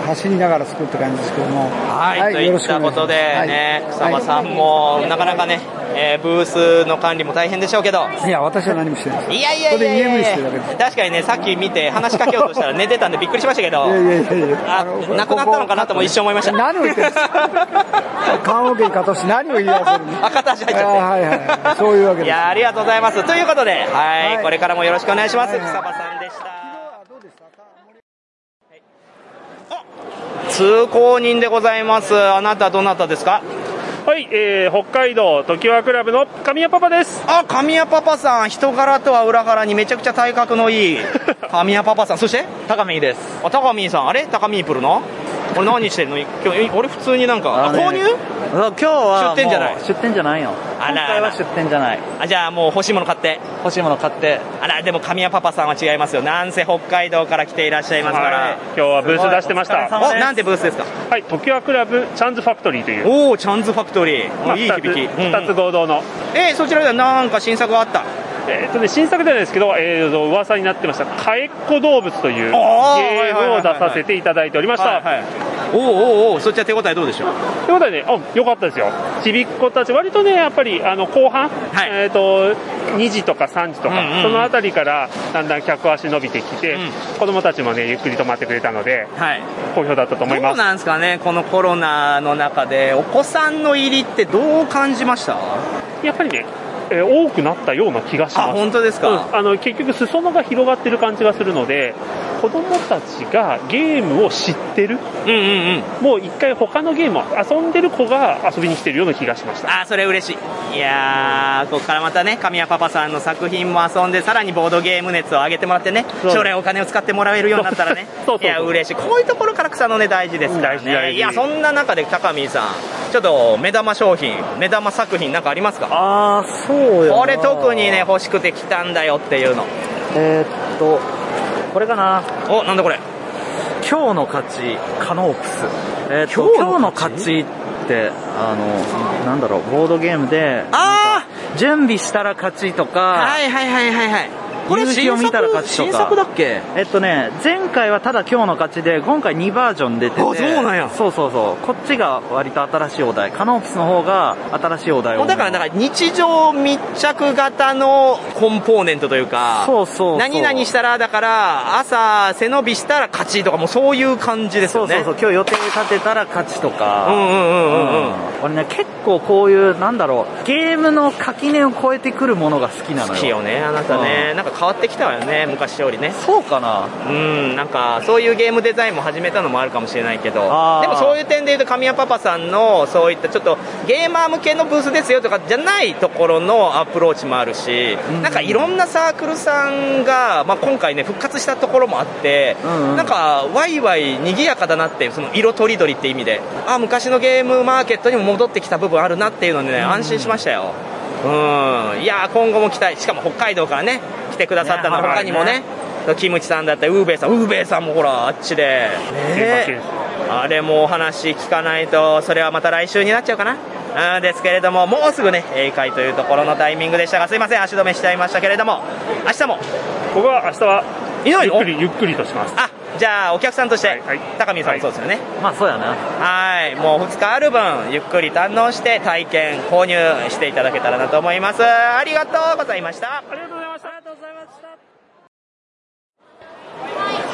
Speaker 28: 走りながら作って感じですけども、
Speaker 3: はい、といったことでね、草間さんもなかなかね、えーブースの管理も大変でしょうけど、
Speaker 28: いや、私は何もしてないです。
Speaker 3: いやいやい
Speaker 28: これ
Speaker 3: や
Speaker 28: で
Speaker 3: いや
Speaker 28: EM してるだけです。
Speaker 3: 確かにね、さっき見て話しかけようとしたら寝てたんでびっくりしましたけど、
Speaker 28: いやいやいやいや。
Speaker 3: あなくなったのかなとも一瞬思いました。
Speaker 28: 何を言ってるんです か棺桶に片足何を言い合わせるの
Speaker 3: 片足入
Speaker 28: っちゃってはいはいそういうわけ
Speaker 3: い
Speaker 28: です
Speaker 3: やありがとうございます。ということで、はい、これからもよろしくお願いします。草場さんでした。通行人でございます。あなたどなたですか。
Speaker 4: はい、えー、北海道常盤クラブの神谷パパです。
Speaker 3: あ、神谷パパさん、人柄とは裏腹にめちゃくちゃ体格の いい神谷パパさん、そして高見です。あ、高見さん、あれ高見プルの俺何してんの今日、俺普通になんか、あ
Speaker 5: あのね
Speaker 3: 購入
Speaker 5: 今日は
Speaker 3: 出店じゃない
Speaker 5: もう出店じゃないよ
Speaker 3: あら
Speaker 5: 今回は出店じゃない
Speaker 3: あじゃあもう欲しいもの買って欲しいもの買ってあらでも神谷パパさんは違いますよなんせ北海道から来ていらっしゃいますから、
Speaker 4: はい今日はブース出してました
Speaker 3: おなんてブースですか
Speaker 4: はい、常盤クラブチャンズファクトリーという。
Speaker 3: おお、チャンズファクトリー。
Speaker 4: まあ、
Speaker 3: いい
Speaker 4: 2
Speaker 3: 響
Speaker 4: つ
Speaker 3: き
Speaker 4: 2つ合同の。
Speaker 3: えそちらではなんか新作があった
Speaker 4: えっとね、新作ではないですけど、えーと、噂になってました、かえっこ動物というゲ
Speaker 3: あー
Speaker 4: ームを出させていただいておりまし
Speaker 3: は
Speaker 4: た。
Speaker 3: いはいおおおうおうそっちは手応えどうでしょう
Speaker 4: ということでね、あ良かったですよ、ちびっ子たち、割とね、やっぱりあの後半、えーと、2時とか3時とか、
Speaker 5: うんうん
Speaker 4: そのあたりからだんだん客足伸びてきて、子供たちもね、ゆっくり泊まってくれたので、好評だったと思い
Speaker 3: ど
Speaker 4: ま
Speaker 3: う
Speaker 4: す。
Speaker 3: なんですかねこのコロナの中でお子さんの入りってどう感じました
Speaker 4: やっぱりねえー多くなったような気がします。
Speaker 3: あ本当ですか
Speaker 4: うんあの結局裾野が広がってる感じがするので、子供たちがゲームを知ってる。もう一回他のゲームを遊んでる子が遊びに来てるような気がしました。
Speaker 3: あそれ嬉しいいやーここからまたね神谷パパさんの作品も遊んでさらにボードゲーム熱を上げてもらってね
Speaker 4: そう
Speaker 3: 将来お金を使ってもらえるようになったらねいや嬉しいこういうところから草の根大事ですからね、いやそんな中で高見さんちょっと目玉商品目玉作品なんかありますか
Speaker 5: ああそうよな
Speaker 3: これ特にね欲しくて来たんだよっていうの
Speaker 5: えーっとこれかな
Speaker 3: おなんだこれ
Speaker 5: 今日の勝ちカノープス、えーっと今日の勝ちってあのなんだろうボードゲームでああ準備したら勝ちとか
Speaker 3: はいはいはいはいはいこれ
Speaker 5: 夕日を見たら勝ちとか
Speaker 3: 新作だっけ
Speaker 5: えっとね前回はただ今日の勝ちで今回2バージョン出てて
Speaker 3: あそうなんや
Speaker 5: そうそうそうこっちが割と新しいお題カノープスの方が新しいお題
Speaker 3: も
Speaker 5: を
Speaker 3: うだからだから日常密着型のコンポーネントというか
Speaker 5: そうそうそう
Speaker 3: 何々したらだから朝背伸びしたら勝ちとかもうそういう感じですよね
Speaker 5: そうそうそう今日予定立てたら勝ちとか
Speaker 3: うんうんうんうんうん
Speaker 5: 俺ね結構こういうなんだろうゲームの垣根を越えてくるものが好きなのよ
Speaker 3: 好きよねあなたね、
Speaker 5: うん
Speaker 3: なんか変わってきたわよね昔よりね
Speaker 5: そうかな
Speaker 3: うんなんかそういうゲームデザインも始めたのもあるかもしれないけど
Speaker 5: ー
Speaker 3: でもそういう点で言うと神谷パパさんのそういったちょっとゲーマー向けのブースですよとかじゃないところのアプローチもあるし、なんかいろんなサークルさんが、まあ、今回ね復活したところもあって、
Speaker 5: うんうん
Speaker 3: なんかワイワイ賑やかだなってその色とりどりって意味であ昔のゲームマーケットにも戻ってきた部分あるなっていうのでね安心しましたようんいやー今後も期待しかも北海道からね来てくださったの
Speaker 5: いやー
Speaker 3: 他にもねキムチさんだったりウーベイさんウーベイさんもほらあっちで、ねえあれもお話聞かないとそれはまた来週になっちゃうかなうんですけれどももうすぐね英会というところのタイミングでしたがすいません足止めしちゃいましたけれども明日も
Speaker 4: ここは明日
Speaker 3: いな
Speaker 4: はいゆっ
Speaker 3: の
Speaker 4: くりゆっくりとします。
Speaker 3: あじゃあお客さんとして、高見さんもそうですよね、
Speaker 5: まあそうやな
Speaker 3: はいもう2日ある分ゆっくり堪能して体験購入していただけたらなと思いますありがとうございましたありがとうございましたありがとうございました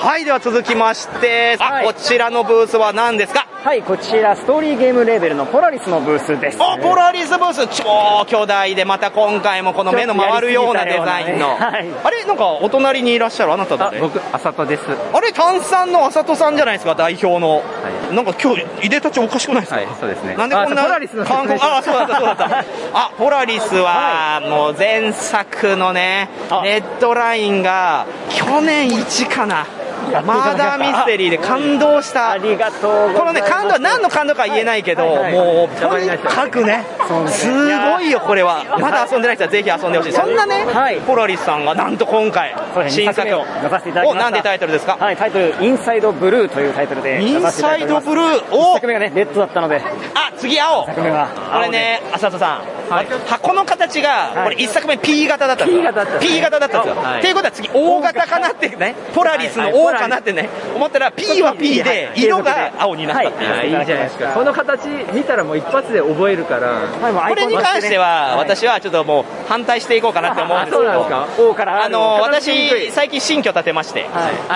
Speaker 3: はいでは続きまして、あこちらのブースは何ですか
Speaker 25: はい、こちら、ストーリーゲームレーベルのポラリスのブースです。
Speaker 3: おポラリスブース超巨大でまた今回もこの目の回るようなデザインの、
Speaker 25: ちょっとやりすぎたようなね
Speaker 3: あれなんかお隣にいらっしゃるあなた誰僕
Speaker 25: あさとです
Speaker 3: あれ炭酸のあさとさんじゃないですか代表の、なんか今日いでたちおかしくないですか、
Speaker 25: そうですね
Speaker 3: なんでこんな
Speaker 25: あポラリスの説明
Speaker 3: 韓国あそうだったそうだった あポラリスはもう前作のねレッドラインが去年1かな
Speaker 25: やっていただきまし
Speaker 3: マ
Speaker 25: た
Speaker 3: ーダーミステリーで感動したありがとうこのね感動は何の感動かは言えないけど、
Speaker 25: はいはい
Speaker 3: もうとにかくねすごいよこれはまだ遊んでない人はぜひ遊んでほしいそんなね、ポラリスさんがなんと今回
Speaker 25: そうですね
Speaker 3: 新作を
Speaker 25: 二作目を出させていただきました
Speaker 3: おなんでタイトルですか
Speaker 25: はい、タイトル、インサイドブルーというタイトルで
Speaker 3: インサイドブルー
Speaker 25: お作目がね、レッドだったので。
Speaker 3: あ次青
Speaker 25: 作目は
Speaker 3: これね、浅田さん、箱の形が、これ1作目 P 型だったんですよ
Speaker 20: P 型だったんですね
Speaker 3: P 型だったんですよ。
Speaker 20: はい
Speaker 3: っていうことは次、O 型かなってね、ポラリスの
Speaker 20: はい
Speaker 3: O かなってね、思ったら P は
Speaker 20: は
Speaker 3: P
Speaker 20: い
Speaker 3: で
Speaker 20: は、い
Speaker 3: 色が青になったっていう。
Speaker 20: はい、いいじゃないですか。この形見たらもう一発で覚えるから。
Speaker 3: これに関しては、私はちょっともう反対していこうかなって思うんですけ
Speaker 20: あそうなんです
Speaker 3: ど、あの
Speaker 20: 片付けにく
Speaker 3: 私、
Speaker 20: い
Speaker 3: 最近新居建てまして、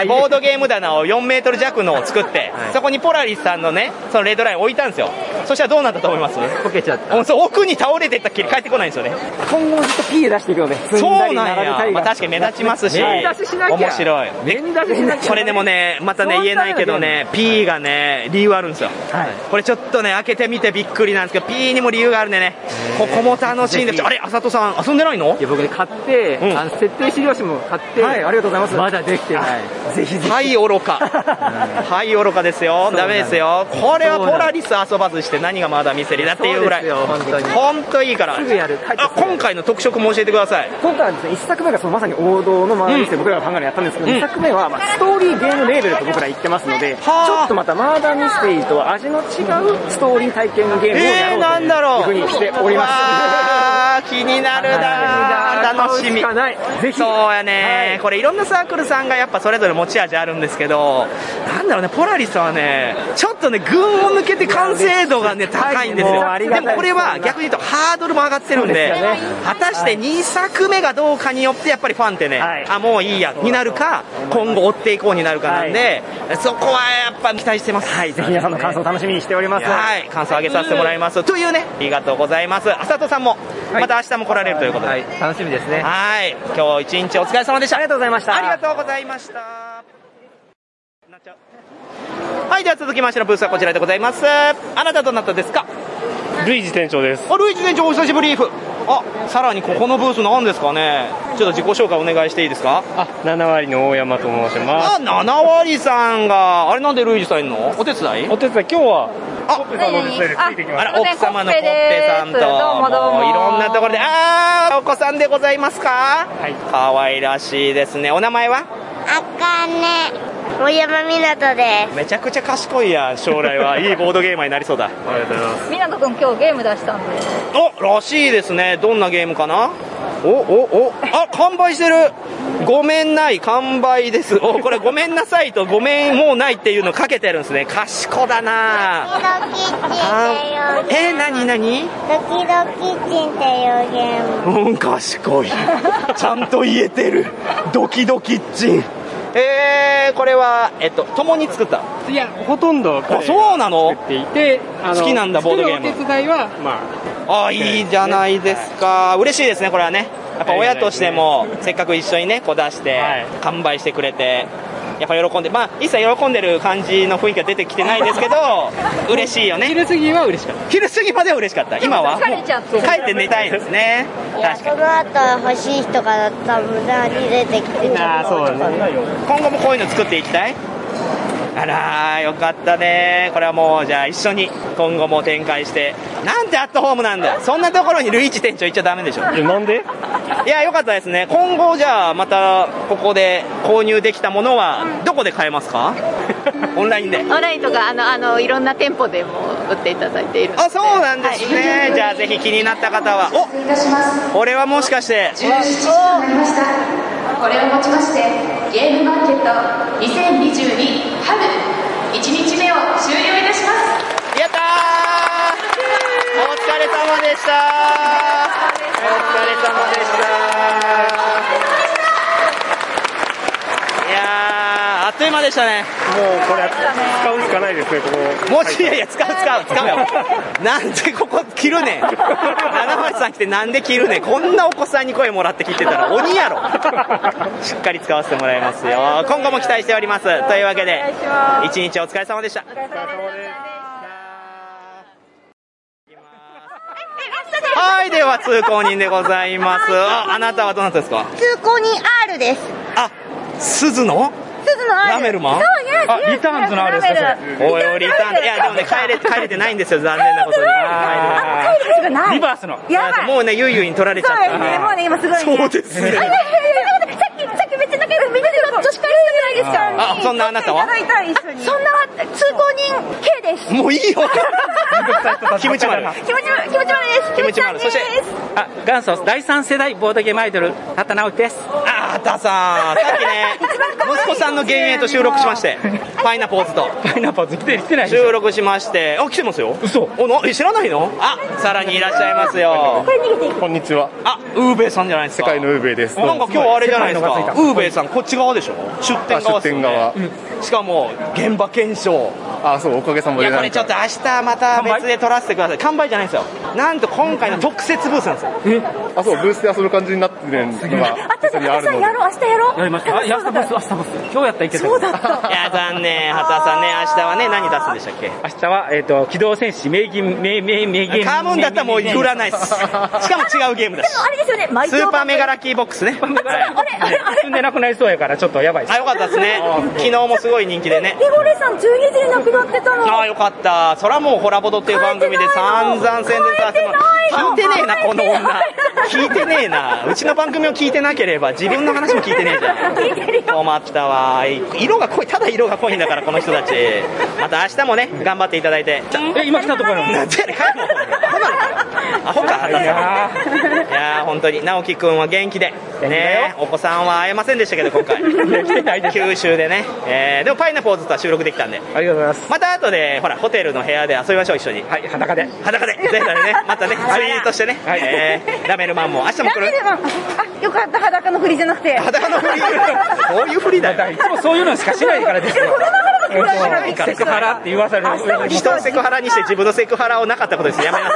Speaker 3: ボードゲーム棚を4メートル弱のを作って、そこにポラリスさんのね、そのレッドライン置いたんですよ。そしたらどうなったと思いますこけちゃった。そう奥に倒れてったっきり帰ってこないんですよね。
Speaker 20: 今後もずっと P で出していくので。
Speaker 3: そうなんや。まあ、確かに目立ちますし、
Speaker 20: 面出ししなきゃ。
Speaker 3: 面白い。
Speaker 20: 面出ししなきゃ。
Speaker 3: これでもね、またね、言えないけどね、P がね、理由あるんですよ。これちょっとね、開けてみてびっくりなんですけど、P にも理由があるんでね、ここも楽しいんですよ。あれ、あさとさん、遊んでないのいや、僕ね、買って、あの設定資料紙も買って、はい、ありがとうございます。まだできてない。ぜひぜひ。はい、愚か。はい、愚かですよ。ダメですよ。これはポラリス遊ばずして何がまだミステリーだっていうぐら
Speaker 20: そ
Speaker 3: い。
Speaker 20: うですよ本当に
Speaker 3: 本当いいから。
Speaker 20: すぐやる
Speaker 3: あ今回の特色も教えてください。
Speaker 20: 今回はですね、1作目がそのまさに王道のマーダーミステリー、僕らが考えるのやったんですけど、
Speaker 3: うん
Speaker 20: 2作目は、まあ、ストーリーゲームレーベルと僕ら言ってますので、ちょっとまたマーダーミステリーとは味の違うストーリー体験のゲームをや
Speaker 3: えー、なんだろ
Speaker 20: ろ
Speaker 3: う。
Speaker 20: うというふうにしております。
Speaker 3: あー気になるなー楽しみそうやね、これいろんなサークルさんがやっぱそれぞれ持ち味あるんですけどなんだろうねポラリスはねちょっとね群を抜けて完成度がね高いんです
Speaker 20: もう
Speaker 3: よ
Speaker 20: あり
Speaker 3: で
Speaker 20: がたい
Speaker 3: もこれは逆に言うとハードルも上がってるん
Speaker 20: そ
Speaker 3: で
Speaker 20: うですよね
Speaker 3: 果たして2作目がどうかによってやっぱりファンってね、あもういいやになるか今後追っていこうになるかなんで、そこはやっぱ期待してますはいぜひ皆さんの感想楽しみにしておりますはい感想上げさせてもらいますというねありがとうございますあさとさんもまた明日も来られるということで、楽しみですねはい今日一日お疲れ様でしたありがとうございましたありがとうございましたはいでは続きましてのブースはこちらでございますあなたどなたですか
Speaker 12: ルイージ店長です
Speaker 3: あルイージ店長お久しぶりあさらにここのブース何ですかねちょっと自己紹介お願いしていいですかあ
Speaker 12: 7割の大山と申します
Speaker 3: あ7割さんがあれなんでルイージさんいるのお手伝いお手伝い今日はああら奥様のコッペさんと
Speaker 20: どうもどうも
Speaker 3: もういろんなところであーお子さんでございますかはい可愛らしいですねお名前は
Speaker 29: あかね、森山みなとで。
Speaker 3: めちゃくちゃ賢いやん将来はいいボードゲーマーになりそうだありがとうございます
Speaker 29: みなとくん今日ゲーム出したんで。
Speaker 3: おらしいですねどんなゲームかなおおおあ完売してるごめんない完売ですおこれごめんなさいとごめんもうないっていうのかけてるんですね賢だなあえ何何
Speaker 29: ドキドキチンっていうゲーム。
Speaker 3: うん賢いちゃんと言えてるドキドキッチンえー、これは、えっと、共に作った
Speaker 12: いやほとんど
Speaker 3: あそうなの
Speaker 12: 作っていてあの
Speaker 3: 好きなんだボードゲーム
Speaker 12: 作るお手伝いはまあ
Speaker 3: あいいじゃないですか、嬉しいですねこれはねやっぱ親としてもせっかく一緒にねこう出して完売してくれてやっぱ喜んでまあ一切喜んでる感じの雰囲気は出てきてない ですけど嬉しいよね昼過ぎは嬉しかった昼過ぎまでは嬉しかった今は
Speaker 29: 疲れちゃってる
Speaker 3: 帰って寝たいですね
Speaker 29: いや、この後欲しい人が多分無駄に出てきてちょっと
Speaker 3: 今後もこういうの作っていきたいあらーよかったねこれはもうじゃあ一緒に今後も展開してなんてアットホームなんだよそんなところにルイーチ店長行っちゃダメでしょなんでいやよかったですね今後じゃあまたここで購入できたものはどこで買えますかオンラインで
Speaker 19: オンラインとかあのあのいろんな店舗でも売っていただいている
Speaker 3: あそうなんですね、じゃあぜひ気になった方は
Speaker 19: 失礼いたします
Speaker 3: おこれはもしかして
Speaker 19: なりましたこれをもちましてゲームマーケット2022春1日目を終了いたします
Speaker 3: やったお疲れ様でしたお疲れ様でしたいやーあっという間でしたねもうこれ使うしかないですねここもしいやいや使う使う使うよなんでここ切るねん七丸さん来てなんで切るねんこんなお子さんに声もらって切ってたら鬼やろしっかり使わせてもらいますよ今後も期待しておりますというわけで一日お疲れ様でしたはい、では通行人でございます。ああなたはどなたですか
Speaker 29: 通行人 R です。
Speaker 3: あ、鈴の
Speaker 29: 鈴の R。
Speaker 3: ラメルマン
Speaker 29: そうね。リターンズの R ですか
Speaker 3: おいおい、リターンで、いや、でもね、帰れ、帰れてないんですよ、残念なことに。あ
Speaker 29: 帰ることがない。
Speaker 3: リバースの
Speaker 29: やばい。
Speaker 3: もうね、ゆいゆいに取られちゃっ
Speaker 29: そう
Speaker 3: た。
Speaker 29: よね、もうね、今すごい、ね。
Speaker 3: そうですね
Speaker 29: あいやいやいやいやさっき、さっきめっちゃ仲
Speaker 20: けで見てると女子会行くじゃないですか。
Speaker 3: あそんなあなたは
Speaker 20: 撮っていただいた一緒にそんなわ通行人 K です。
Speaker 3: もういいよキム
Speaker 20: 気持ち
Speaker 3: チ丸
Speaker 20: 悪い気持ち悪いです。
Speaker 3: キムチ丸
Speaker 20: キムちゃんです
Speaker 4: あ、元祖第三世代ボードゲームアイドル、畑直樹です。
Speaker 3: あー、たさん、さっきね、 息子さんの幻影と収録しまして、パイナポーズと。パイナポーズ来て、来てない収録しまして、あ、来てますよ。嘘。お、な、え、知らないのあ、さらにいらっしゃいます よ。
Speaker 30: こんにちは。
Speaker 3: あ、ウーベイさんじゃないですか。
Speaker 30: 世界のウーベイです。
Speaker 3: なんか今日あれじゃないですか
Speaker 30: 世界のがつ、た
Speaker 3: ウーベイさん、こっち側でしょ出店側っすよね
Speaker 30: あ出
Speaker 3: うんしかも、現場検証。
Speaker 30: あ、そう、おかげさま
Speaker 3: い
Speaker 30: で
Speaker 3: や、
Speaker 30: なん
Speaker 3: こ
Speaker 30: か。
Speaker 3: れちょっと明日また別で撮らせてください。完売じゃないですよ。なんと今回の特設ブースなんですよ。
Speaker 30: あ、そう、ブースで遊ぶ感じになってるのが、実際にある
Speaker 20: 明
Speaker 30: の
Speaker 20: 日
Speaker 30: で
Speaker 20: や。ろう明日やろう。
Speaker 30: やりましたあや
Speaker 20: 明日ボス明日ボス。
Speaker 4: 今日やったらいけた
Speaker 20: そうだった。
Speaker 3: いや、残念、畑さんね、明日はね、何出すんでしたっけ
Speaker 4: 明日は、えっ、と、機動戦士、名義、名、名、名義。
Speaker 3: カームンだったらもう振らないっす。しかも違うゲームだし。
Speaker 20: あれですよね。毎
Speaker 3: スーパーメガラキーボックスね。
Speaker 4: 進んでなくなりそうやから、ちょっとやばい
Speaker 3: あ、よかったですね。昨日もすごい人気でね。
Speaker 20: リゴレさん12時になくなってたの。
Speaker 3: ああ、よかった。そらもうホラボドっていう番組で散々宣伝させてもら
Speaker 20: 書
Speaker 3: 聞い
Speaker 20: いて
Speaker 3: て
Speaker 20: ない
Speaker 3: ねえな、この女。聞いてねえな。うちの番組を聞いてなければ、自分の話も聞いてねえじゃん。困ったわ。色が濃い、ただ色が濃いんだから、この人たち。また明日もね、頑張っていただいて。
Speaker 4: え、今来たところ
Speaker 3: なんてやねん、帰るのアホか、畑さん。いやー、本当に、直樹くんは元気で。ねお子さんは会えませんでしたけど、今回。九州でね。えーでも、パイナポーズとは収録できたんで。ありがとうございます。また後で、ほら、ホテルの部屋で遊びましょう、一緒に。はい、裸で。裸で。ぜひだね、またね、ツイートしてね。はい。えーラメルマンも、明日も来る。
Speaker 20: ラメルマンあ、よかった、裸のふりじゃなくて。
Speaker 3: 裸のふりこういうふりだよ。いつもそういうのしかしないからですよ。
Speaker 4: セクハラって言わされる。
Speaker 3: 人をセクハラにして自分のセクハラをなかったことです。やめなさい。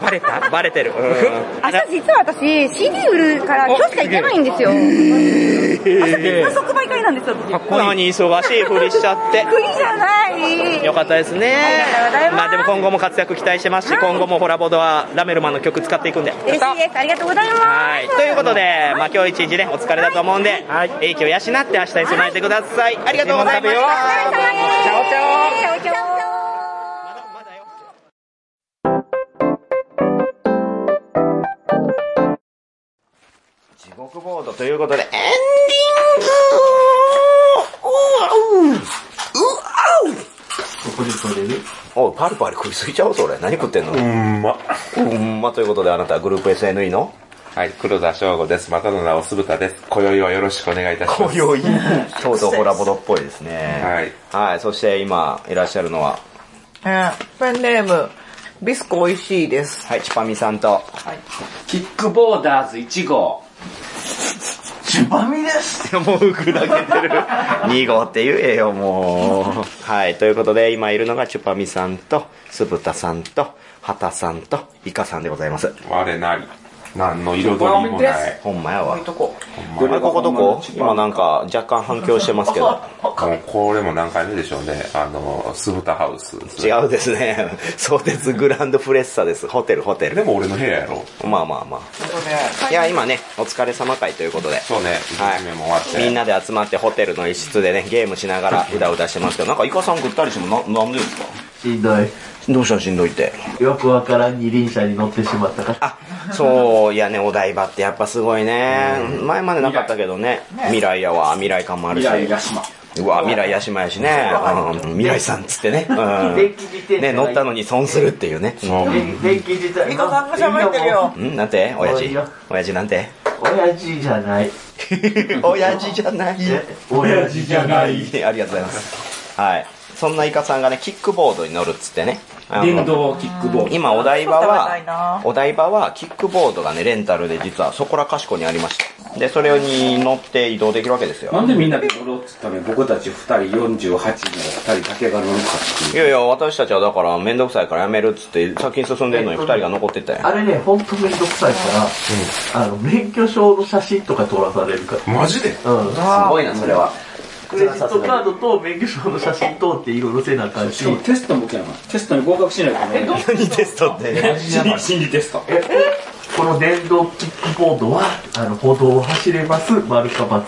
Speaker 3: バレたバレてる。うん
Speaker 20: 明日実は私、CD 売るから、今日しか行けないんですよ。
Speaker 3: えー
Speaker 20: 即売会なんですよ、私。
Speaker 3: 何忙しいふりしちゃって。
Speaker 20: ふりじゃない。
Speaker 3: よかったですね。まあでも今後も活躍期待してますし、今後もホラボドはラメルマンの曲使っていくんで。
Speaker 20: 嬉しいです。ありがとうございます。
Speaker 3: はい。ということで、まあ今日一日ね、お疲れだと思うんで、英気を養って明日に備えてください。ありがとうございました。チャオチャ
Speaker 20: チャ
Speaker 3: オ。
Speaker 20: オチャオ。
Speaker 3: 地獄ボードということで、エンディングうわううここで食べるおう、パルパル食いすぎちゃうそれ。何食ってんのうんま。うんまということで、あなたはグループ SNE の
Speaker 25: はい、黒田翔吾です。またの名を酢豚です。今宵はよろしくお願いいたします。
Speaker 3: 今宵とうとうホラボドっぽいですね。はい。はい、そして今、いらっしゃるのは、
Speaker 31: えーペンネーム、ビスコ美味しいです。
Speaker 3: はい、チパミさんと、
Speaker 31: キックボーダーズ1号。
Speaker 3: チパミですもう砕けてる。2号って言えよ、もう。はい、ということで、今いるのがチュパミさんと、酢豚さんと、ハタさんと、イカさんでございます。
Speaker 25: 我なり。何の彩りもない。
Speaker 3: ほんまやわ。これここどこ今なんか若干反響してますけど。
Speaker 25: もうこれも何回目でしょうね。あの、酢豚ハウス。
Speaker 3: 違うですね。 相鉄グランドフレッサです。ホテル、ホテル。でも俺の部屋やろ。まあまあまあ。いや、今ね、お疲れ様会ということで。そうね、はい、みんなで集まってホテルの一室でね、ゲームしながらうだうだしてますけど、なんかイカさんぐったりしてもな、なんでですか
Speaker 5: しんどい。
Speaker 3: どうしたしんどいって。
Speaker 5: よくわからん二輪車に乗ってしまったから。
Speaker 3: そう、いやね、お台場ってやっぱすごいね。前までなかったけどね。未来やわ、未来感もあるし。
Speaker 5: 未来屋島
Speaker 3: うわ、未来屋島やしね。うん未来さんっつってね。うん
Speaker 5: 電気自転車
Speaker 3: ね、乗ったのに損するっていうね。
Speaker 5: 電電気自体。ミコさんが喋ってるよ。
Speaker 3: うん、なんて親
Speaker 5: いい
Speaker 3: 父
Speaker 5: よ。
Speaker 3: 親父なんて
Speaker 5: 親父じゃない。
Speaker 3: 親父じゃない。
Speaker 5: 親父じゃない。
Speaker 3: ありがとうございます。はい。そんなイカさんがね、キックボードに乗るっつってね。あの
Speaker 5: 電動キックボード
Speaker 3: 今お台場
Speaker 5: 食べたいな
Speaker 3: は、お台場はキックボードがね、レンタルで実はそこらかしこにありました。で、それに乗って移動できるわけですよ。
Speaker 5: なんでみんなで乗ろうっつったのに僕たち二人48の二人だけが乗るかっていう。
Speaker 3: いやいや、私たちはだからめんどくさいからやめるっつって先に進んでんのに二人が残ってたよ。
Speaker 5: あれね、ほんとめんどくさいから、あの、免許証の写真とか撮らされるから。マジでうん。すごいな、それは。クレジットカードと免許証の写真撮っていろいろせなあかんし。しかもテストも受けなテストに合格しないとね。
Speaker 3: 何テストって
Speaker 5: 心理テスト。えこの電動キックボードは、あの、歩道を走れます、丸か×か。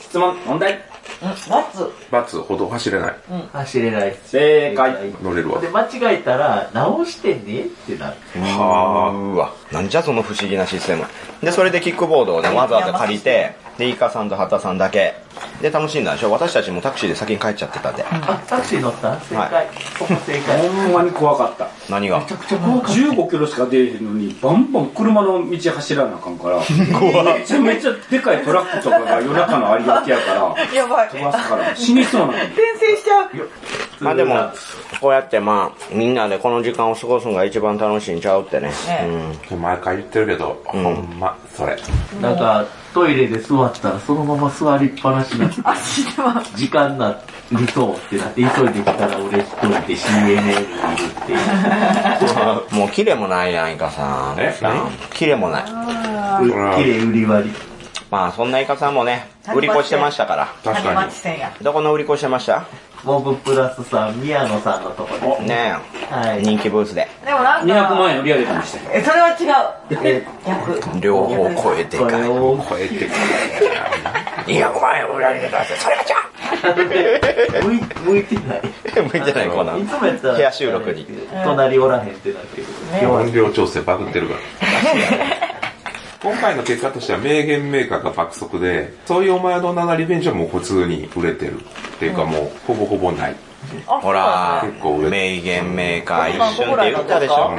Speaker 5: 質問、問題。×。
Speaker 25: バツ、歩道走れない。
Speaker 5: 走れない。正解。
Speaker 25: 乗れるわ
Speaker 5: で、。間違えたら、直してねってなる。
Speaker 3: はあ、うわ。なんじゃその不思議なシステム。で、それでキックボードをね、わざわざ借りて、で、イカさんとハタさんだけ。
Speaker 25: で楽しんだんでしょ私たちもタクシーで先に帰っちゃってたんで
Speaker 5: あ、タクシー乗った正解。ここ正解。
Speaker 4: ほんまに怖かった
Speaker 25: 何が
Speaker 4: 15キロしか出えへんのにバンバン車の道走らなあかんから
Speaker 5: 怖っ
Speaker 4: めちゃめちゃでかいトラックとかが夜中の有明やから
Speaker 5: やばい。
Speaker 4: 飛ばすから死にそうなの
Speaker 5: 転生しちゃう。
Speaker 25: まあでもこうやってまあみんなでこの時間を過ごすのが一番楽しいんちゃうってねうん毎回言ってるけど、ほんまそれ
Speaker 5: なんか、トイレで座ったらそのまま座りっぱなし になって、時間になりそうってなって、急いで来たら俺一人で CNN にいるっていう。
Speaker 25: もうキレもないやんイカさん
Speaker 5: え何
Speaker 25: キレもない
Speaker 5: うんキレ売り割り
Speaker 25: まあそんなイカさんもね売り越してましたから
Speaker 5: マチ戦や。
Speaker 25: どこの売り越してました
Speaker 5: モブプラスさん、宮野さんのとこですね。
Speaker 25: ねえ人気ブースで
Speaker 16: でもなんか、
Speaker 25: 万円売り上げたんでした
Speaker 16: え、それは違う。
Speaker 25: 両方超えてかい超えて200万円売られてたんですよそれがちゃ
Speaker 5: 向い向いて ない。
Speaker 25: 向いてないこんなん
Speaker 5: いつもやったら、
Speaker 25: 部屋収録に
Speaker 5: 隣おらへんってなってる。
Speaker 32: 音量調整バグってるから今回の結果としては名言メーカーが爆速でそういうお前の名なリベンジはもう普通に売れてるっていうかもうほぼほぼない
Speaker 25: ほら
Speaker 32: 結構売れてる
Speaker 25: 名言メーカー一瞬って言ったでしょ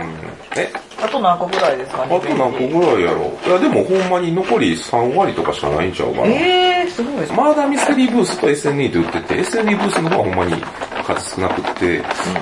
Speaker 32: え
Speaker 16: あと何個ぐらいですか
Speaker 32: あと何個ぐらいやろいやでもほんまに残り3割とかしかないんちゃうかな
Speaker 16: えー、すごいですね
Speaker 32: マーダーミステリーブースと SNE と売ってて、SNE ブースの方はほんまに数少なくって、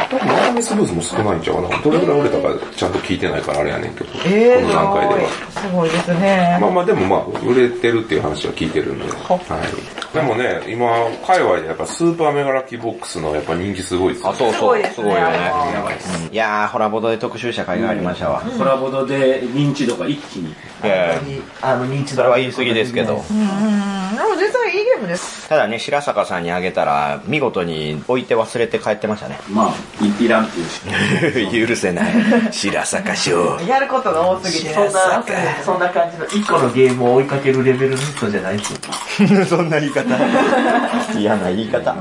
Speaker 32: 多分マーダーミスブースも少ないんちゃうかな。どれぐらい売れたかちゃんと聞いてないからあれやねんけど、
Speaker 16: え
Speaker 32: この段階では。
Speaker 16: ー、すごい。すごいですね。
Speaker 32: まあまあでもまあ、売れてるっていう話は聞いてるんで。はい。でもね、今、界隈でやっぱスーパーメガラッキーボックスのやっぱ人気すごいです
Speaker 25: あ、そううそう、すごいよね
Speaker 32: やばい。
Speaker 25: いやー、ホラボドで特集社会がありましたわ。
Speaker 4: コラボドで認知度が一気に
Speaker 25: ええ
Speaker 5: あの、認知
Speaker 25: それは言い過ぎですけど。
Speaker 16: うんうん。でも実際いいゲームです。
Speaker 25: ただね、白坂さんにあげたら、見事に置いて忘れて帰ってましたね。
Speaker 4: まあ、いらんって
Speaker 25: いうし。許せない。白坂賞。
Speaker 16: やることが多すぎて。
Speaker 5: そんな、そんな感じの、一個のゲームを追いかけるレベルの人じゃないです よ。
Speaker 25: そんな言い方。嫌な言い方。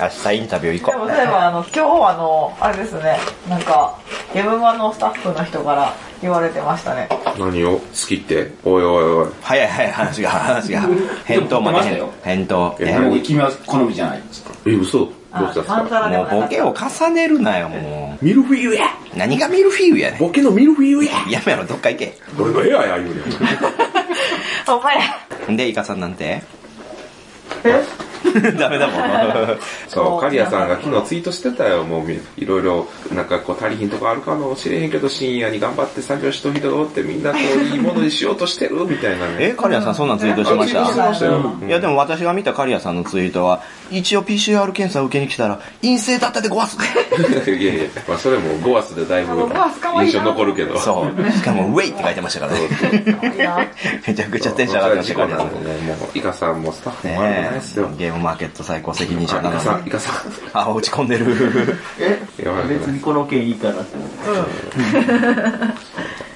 Speaker 25: 明日インタビュー行
Speaker 16: で
Speaker 25: こ
Speaker 16: も例えばあの今日あのあれですねなんかゲームマのスタッフの人から言われてましたね
Speaker 32: 何を好きっておいおいおい。
Speaker 25: 早い早い話が、話 が。返答まで返答。返答。
Speaker 32: えもう
Speaker 25: 君は好みじゃない
Speaker 32: え、嘘どうしたんです
Speaker 25: も
Speaker 32: か
Speaker 25: うボケを重ねるなよ、もう。
Speaker 32: ミルフィーユや
Speaker 25: 何がミルフィーユやねん。ボ
Speaker 32: ケのミルフィーユや
Speaker 25: やめろ、どっか行け。
Speaker 32: どれがええやや、言う
Speaker 16: お前ら
Speaker 25: で、イカさんなんて ダメだもん。
Speaker 32: そう、カリアさんが昨日ツイートしてたよ、もうみいろいろ、なんかこう足りひんとこあるかもしれへんけど、深夜に頑張って作業しと人がおってみんなこういいものにしようとしてるみたいなね。
Speaker 25: え、カリアさんそんなんツイートしました
Speaker 32: あツイートしてましたよ。
Speaker 25: いやでも私が見たカリアさんのツイートは、一応 PCR 検査を受けに来たら、陰性だったでごわす。
Speaker 32: いやいや、まあそれもゴアスでだいぶ
Speaker 16: ゴアス可愛いな
Speaker 32: 印象残るけど。
Speaker 25: そう。しかも、ウェイって書いてましたからね。めちゃくちゃテンション上がってましたカリアさん。
Speaker 32: イカさんもスタッフも悪くないですよ。
Speaker 25: ゲームマーケット最高責任者
Speaker 32: あイカさん、イカさん。
Speaker 25: あ、落ち込んでる。
Speaker 32: えやばい
Speaker 5: 別にこの件いいかなって思って。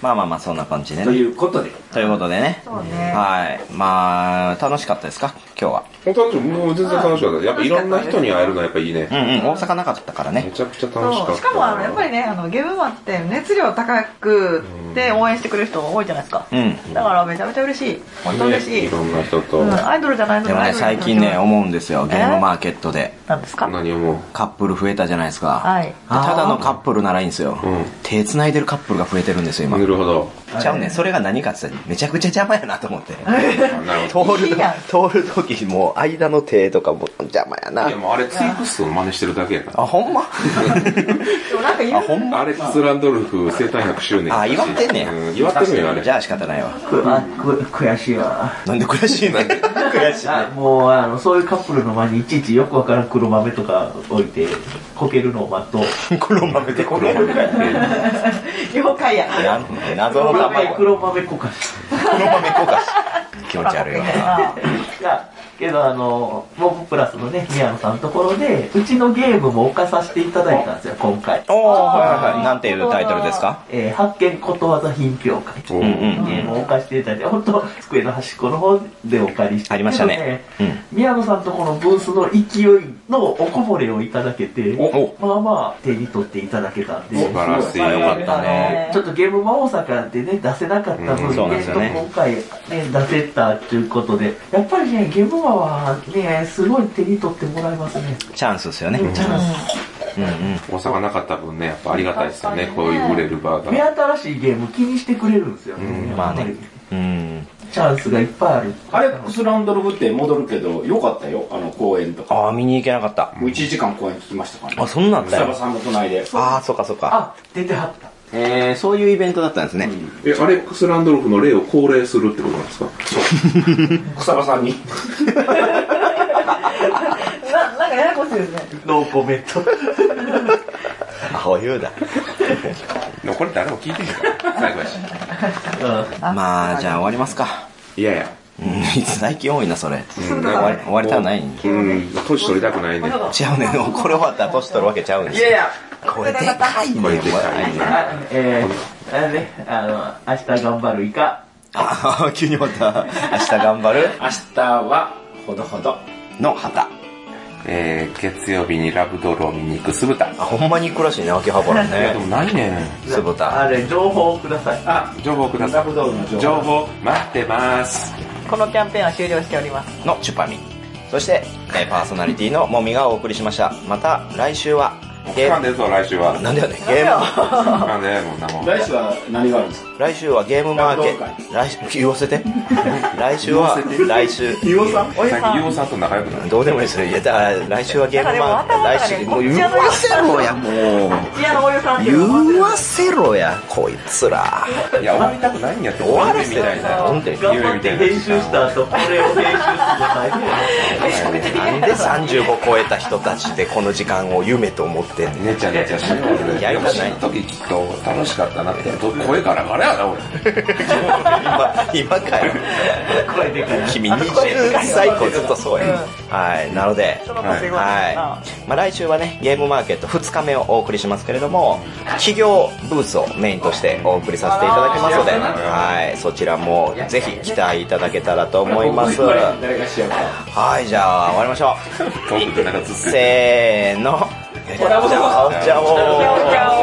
Speaker 25: まあまあまあ、そんな感じでね。
Speaker 5: という
Speaker 25: ことで。ということでね。はい。まあ、楽しかったですか今日は。
Speaker 32: 本当にもう全然楽しかった。やっぱいろんな人に会えるのはやっぱいいね。
Speaker 25: うんうん、大阪なかったからね。
Speaker 32: めちゃくちゃ楽し
Speaker 16: そ
Speaker 32: か
Speaker 16: う
Speaker 32: っ
Speaker 16: しかもあのやっぱりねあのゲームマって熱量高くて応援してくれる人が多いじゃないですか、
Speaker 25: うん。
Speaker 16: だからめちゃめちゃ嬉しい本当嬉しい、
Speaker 32: ろんな人と。
Speaker 16: うん、アイドルじゃないの
Speaker 25: でも
Speaker 16: アイ
Speaker 25: ね、
Speaker 16: ドル
Speaker 25: 最
Speaker 16: に
Speaker 25: 近ね、思うんですよ。ゲームマーケットで。
Speaker 16: 何ですか
Speaker 32: 何思う
Speaker 25: カップル増えたじゃないですか。
Speaker 16: はい
Speaker 25: でただのカップルならいいんですよ。手繋いでるカップルが増えてるんですよ、今。な
Speaker 32: るほど。
Speaker 25: ちゃうね、それが何かって言ったらめちゃくちゃ邪魔やなと 思って。
Speaker 32: いいや
Speaker 25: 通る、通る時もう間の手とかも邪魔やな。
Speaker 32: いやもうあれツイクストの真似してるだけやから。
Speaker 25: あ、 ほんまあ、ほんま
Speaker 32: アレックス・ランドルフ生誕100周年
Speaker 25: あ、祝ってんね
Speaker 32: う
Speaker 25: や。
Speaker 32: 祝ってるよ、あれ。
Speaker 25: じゃあ仕方ないわ。
Speaker 5: 悔しいわ。
Speaker 25: なんで悔しいの悔し
Speaker 5: い。もう、あの、そういうカップルの前にいちいちよくわからん黒豆とか置いて、こけるのを待とう。
Speaker 25: 黒豆でこ
Speaker 5: ける
Speaker 16: 妖怪 や
Speaker 25: 謎の卵
Speaker 5: 黒豆こかし。
Speaker 25: 黒豆こかし。気持ち悪いわ。
Speaker 5: いや、けどあの、モブプラスのね、宮野さんのところで、うちのゲームも置かさせていただいたんですよ、今回。
Speaker 25: おー、はいはいはい。なんていうタイトルですか
Speaker 5: えー発見ことわざ品評会っていうゲームを置かせていただいて、本当机の端っこの方でお借りして。
Speaker 25: ありましたね。
Speaker 5: けどね宮野さんとこのブースの勢いのおこぼれをいただけて、まあまあ手に取っていただけたんで、
Speaker 25: 素晴らしいよかったね
Speaker 5: ちょっとゲーム魔王阪でね、出せなかった分、
Speaker 25: うんそうなんですよね
Speaker 5: えっと今回ね、出せたということで、やっぱりね、ゲーム魔今はね、すごい手に取ってもらいますね。
Speaker 25: チャンスですよね。
Speaker 5: チャンス。
Speaker 25: うんうん。
Speaker 32: 大阪なかった分ね、やっぱありがたいですよね、
Speaker 5: 確か
Speaker 32: こ
Speaker 5: に
Speaker 32: う
Speaker 5: ね
Speaker 32: いう売れる場が。
Speaker 5: 目新しいゲーム気にしてくれるんですよね。まあね。チャンスがいっぱいある。
Speaker 4: あれ、スランドルフって戻るけど、よかったよ、あの公演とか。
Speaker 25: ああ、見に行けなかった。
Speaker 4: もう1時間公演聞きましたからね。
Speaker 25: あ、そんなんだ
Speaker 4: 草場
Speaker 25: よ。
Speaker 4: さんの隣で。
Speaker 25: ああ、そうかそうか。
Speaker 5: 出てはった。
Speaker 25: えー、そういうイベントだったんですね。
Speaker 32: え、アレックス・ランドルフの例を高齢するってことなんです か
Speaker 4: 草場さんに。
Speaker 5: な、なんかややこしいですね。ノーコメント。
Speaker 25: アホ言うだ。
Speaker 32: これ誰も聞いてへんから、最後やし。
Speaker 25: まあ、じゃあ終わりますか。
Speaker 32: いやいや。
Speaker 25: うん、最近多いな、それ。
Speaker 32: ん
Speaker 25: 終わり終わりたない
Speaker 32: うん、年取りたくないね。
Speaker 25: 違うね、でもこれ終わったら年取るわけちゃうんですよ。
Speaker 5: や、
Speaker 25: これでかいね、
Speaker 5: これで
Speaker 25: かいね。
Speaker 5: えー、あれね、あの、明日頑張るイカ。
Speaker 25: あ急にまた、明日頑張る。
Speaker 4: 明日は、ほどほど。
Speaker 25: の旗。
Speaker 32: えー、月曜日にラブドールを見に行く酢豚。あ、
Speaker 25: ほんまに行くらしいね、秋葉
Speaker 32: 原
Speaker 25: ね
Speaker 32: いや、でもないね。
Speaker 25: 酢豚。
Speaker 5: あれ、情報をください。
Speaker 4: あ、
Speaker 32: 情報ください。情報、待ってます。
Speaker 5: このキャンペーンは終了しております。
Speaker 25: のチュパミ。そして、えーパーソナリティのもみがお送りしました。また来週は、ゲ
Speaker 32: 噛んでるぞ、来週は。
Speaker 25: なんでやねん、ゲーム。
Speaker 32: 噛んでないもんなもん。
Speaker 4: 来週は何があるんですか
Speaker 25: 来週はゲームマーケット。来週、言わせて。来週は、来週。
Speaker 32: ゆおさん
Speaker 25: おいさん
Speaker 32: さっきゆおさんと仲良くなる。
Speaker 25: どうでもいいですよ。いや、だから来週はゲームマーケット。来週、もう言わせろや、もう。
Speaker 5: いや、お湯さんっていうのは
Speaker 25: 言わせろや、こいつら。
Speaker 32: いや、終わりたくないんやって、
Speaker 25: 終わら
Speaker 32: み
Speaker 25: せ
Speaker 32: たいな。
Speaker 25: なんで
Speaker 32: 夢みたいな。
Speaker 5: 編集した後、これを編集するの大変
Speaker 25: なんで35超えた人たちでこの時間を夢と思って
Speaker 32: ねちゃねちゃしない
Speaker 25: いや
Speaker 32: や
Speaker 25: い
Speaker 32: り
Speaker 25: や
Speaker 32: たない時きっと楽しかったなって声ガラガラやな俺
Speaker 25: 今今かよ君20歳以降ずっとそうや、はいなのではい、まあ、来週はねゲームマーケット2日目をお送りしますけれども企業ブースをメインとしてお送りさせていただきますので、はい、そちらもぜひ期待いただけたらと思います
Speaker 4: 誰がしようか。
Speaker 25: はいじゃあ終わりましょう
Speaker 32: 遠くでなんかずっと
Speaker 25: せーのじゃあじゃあ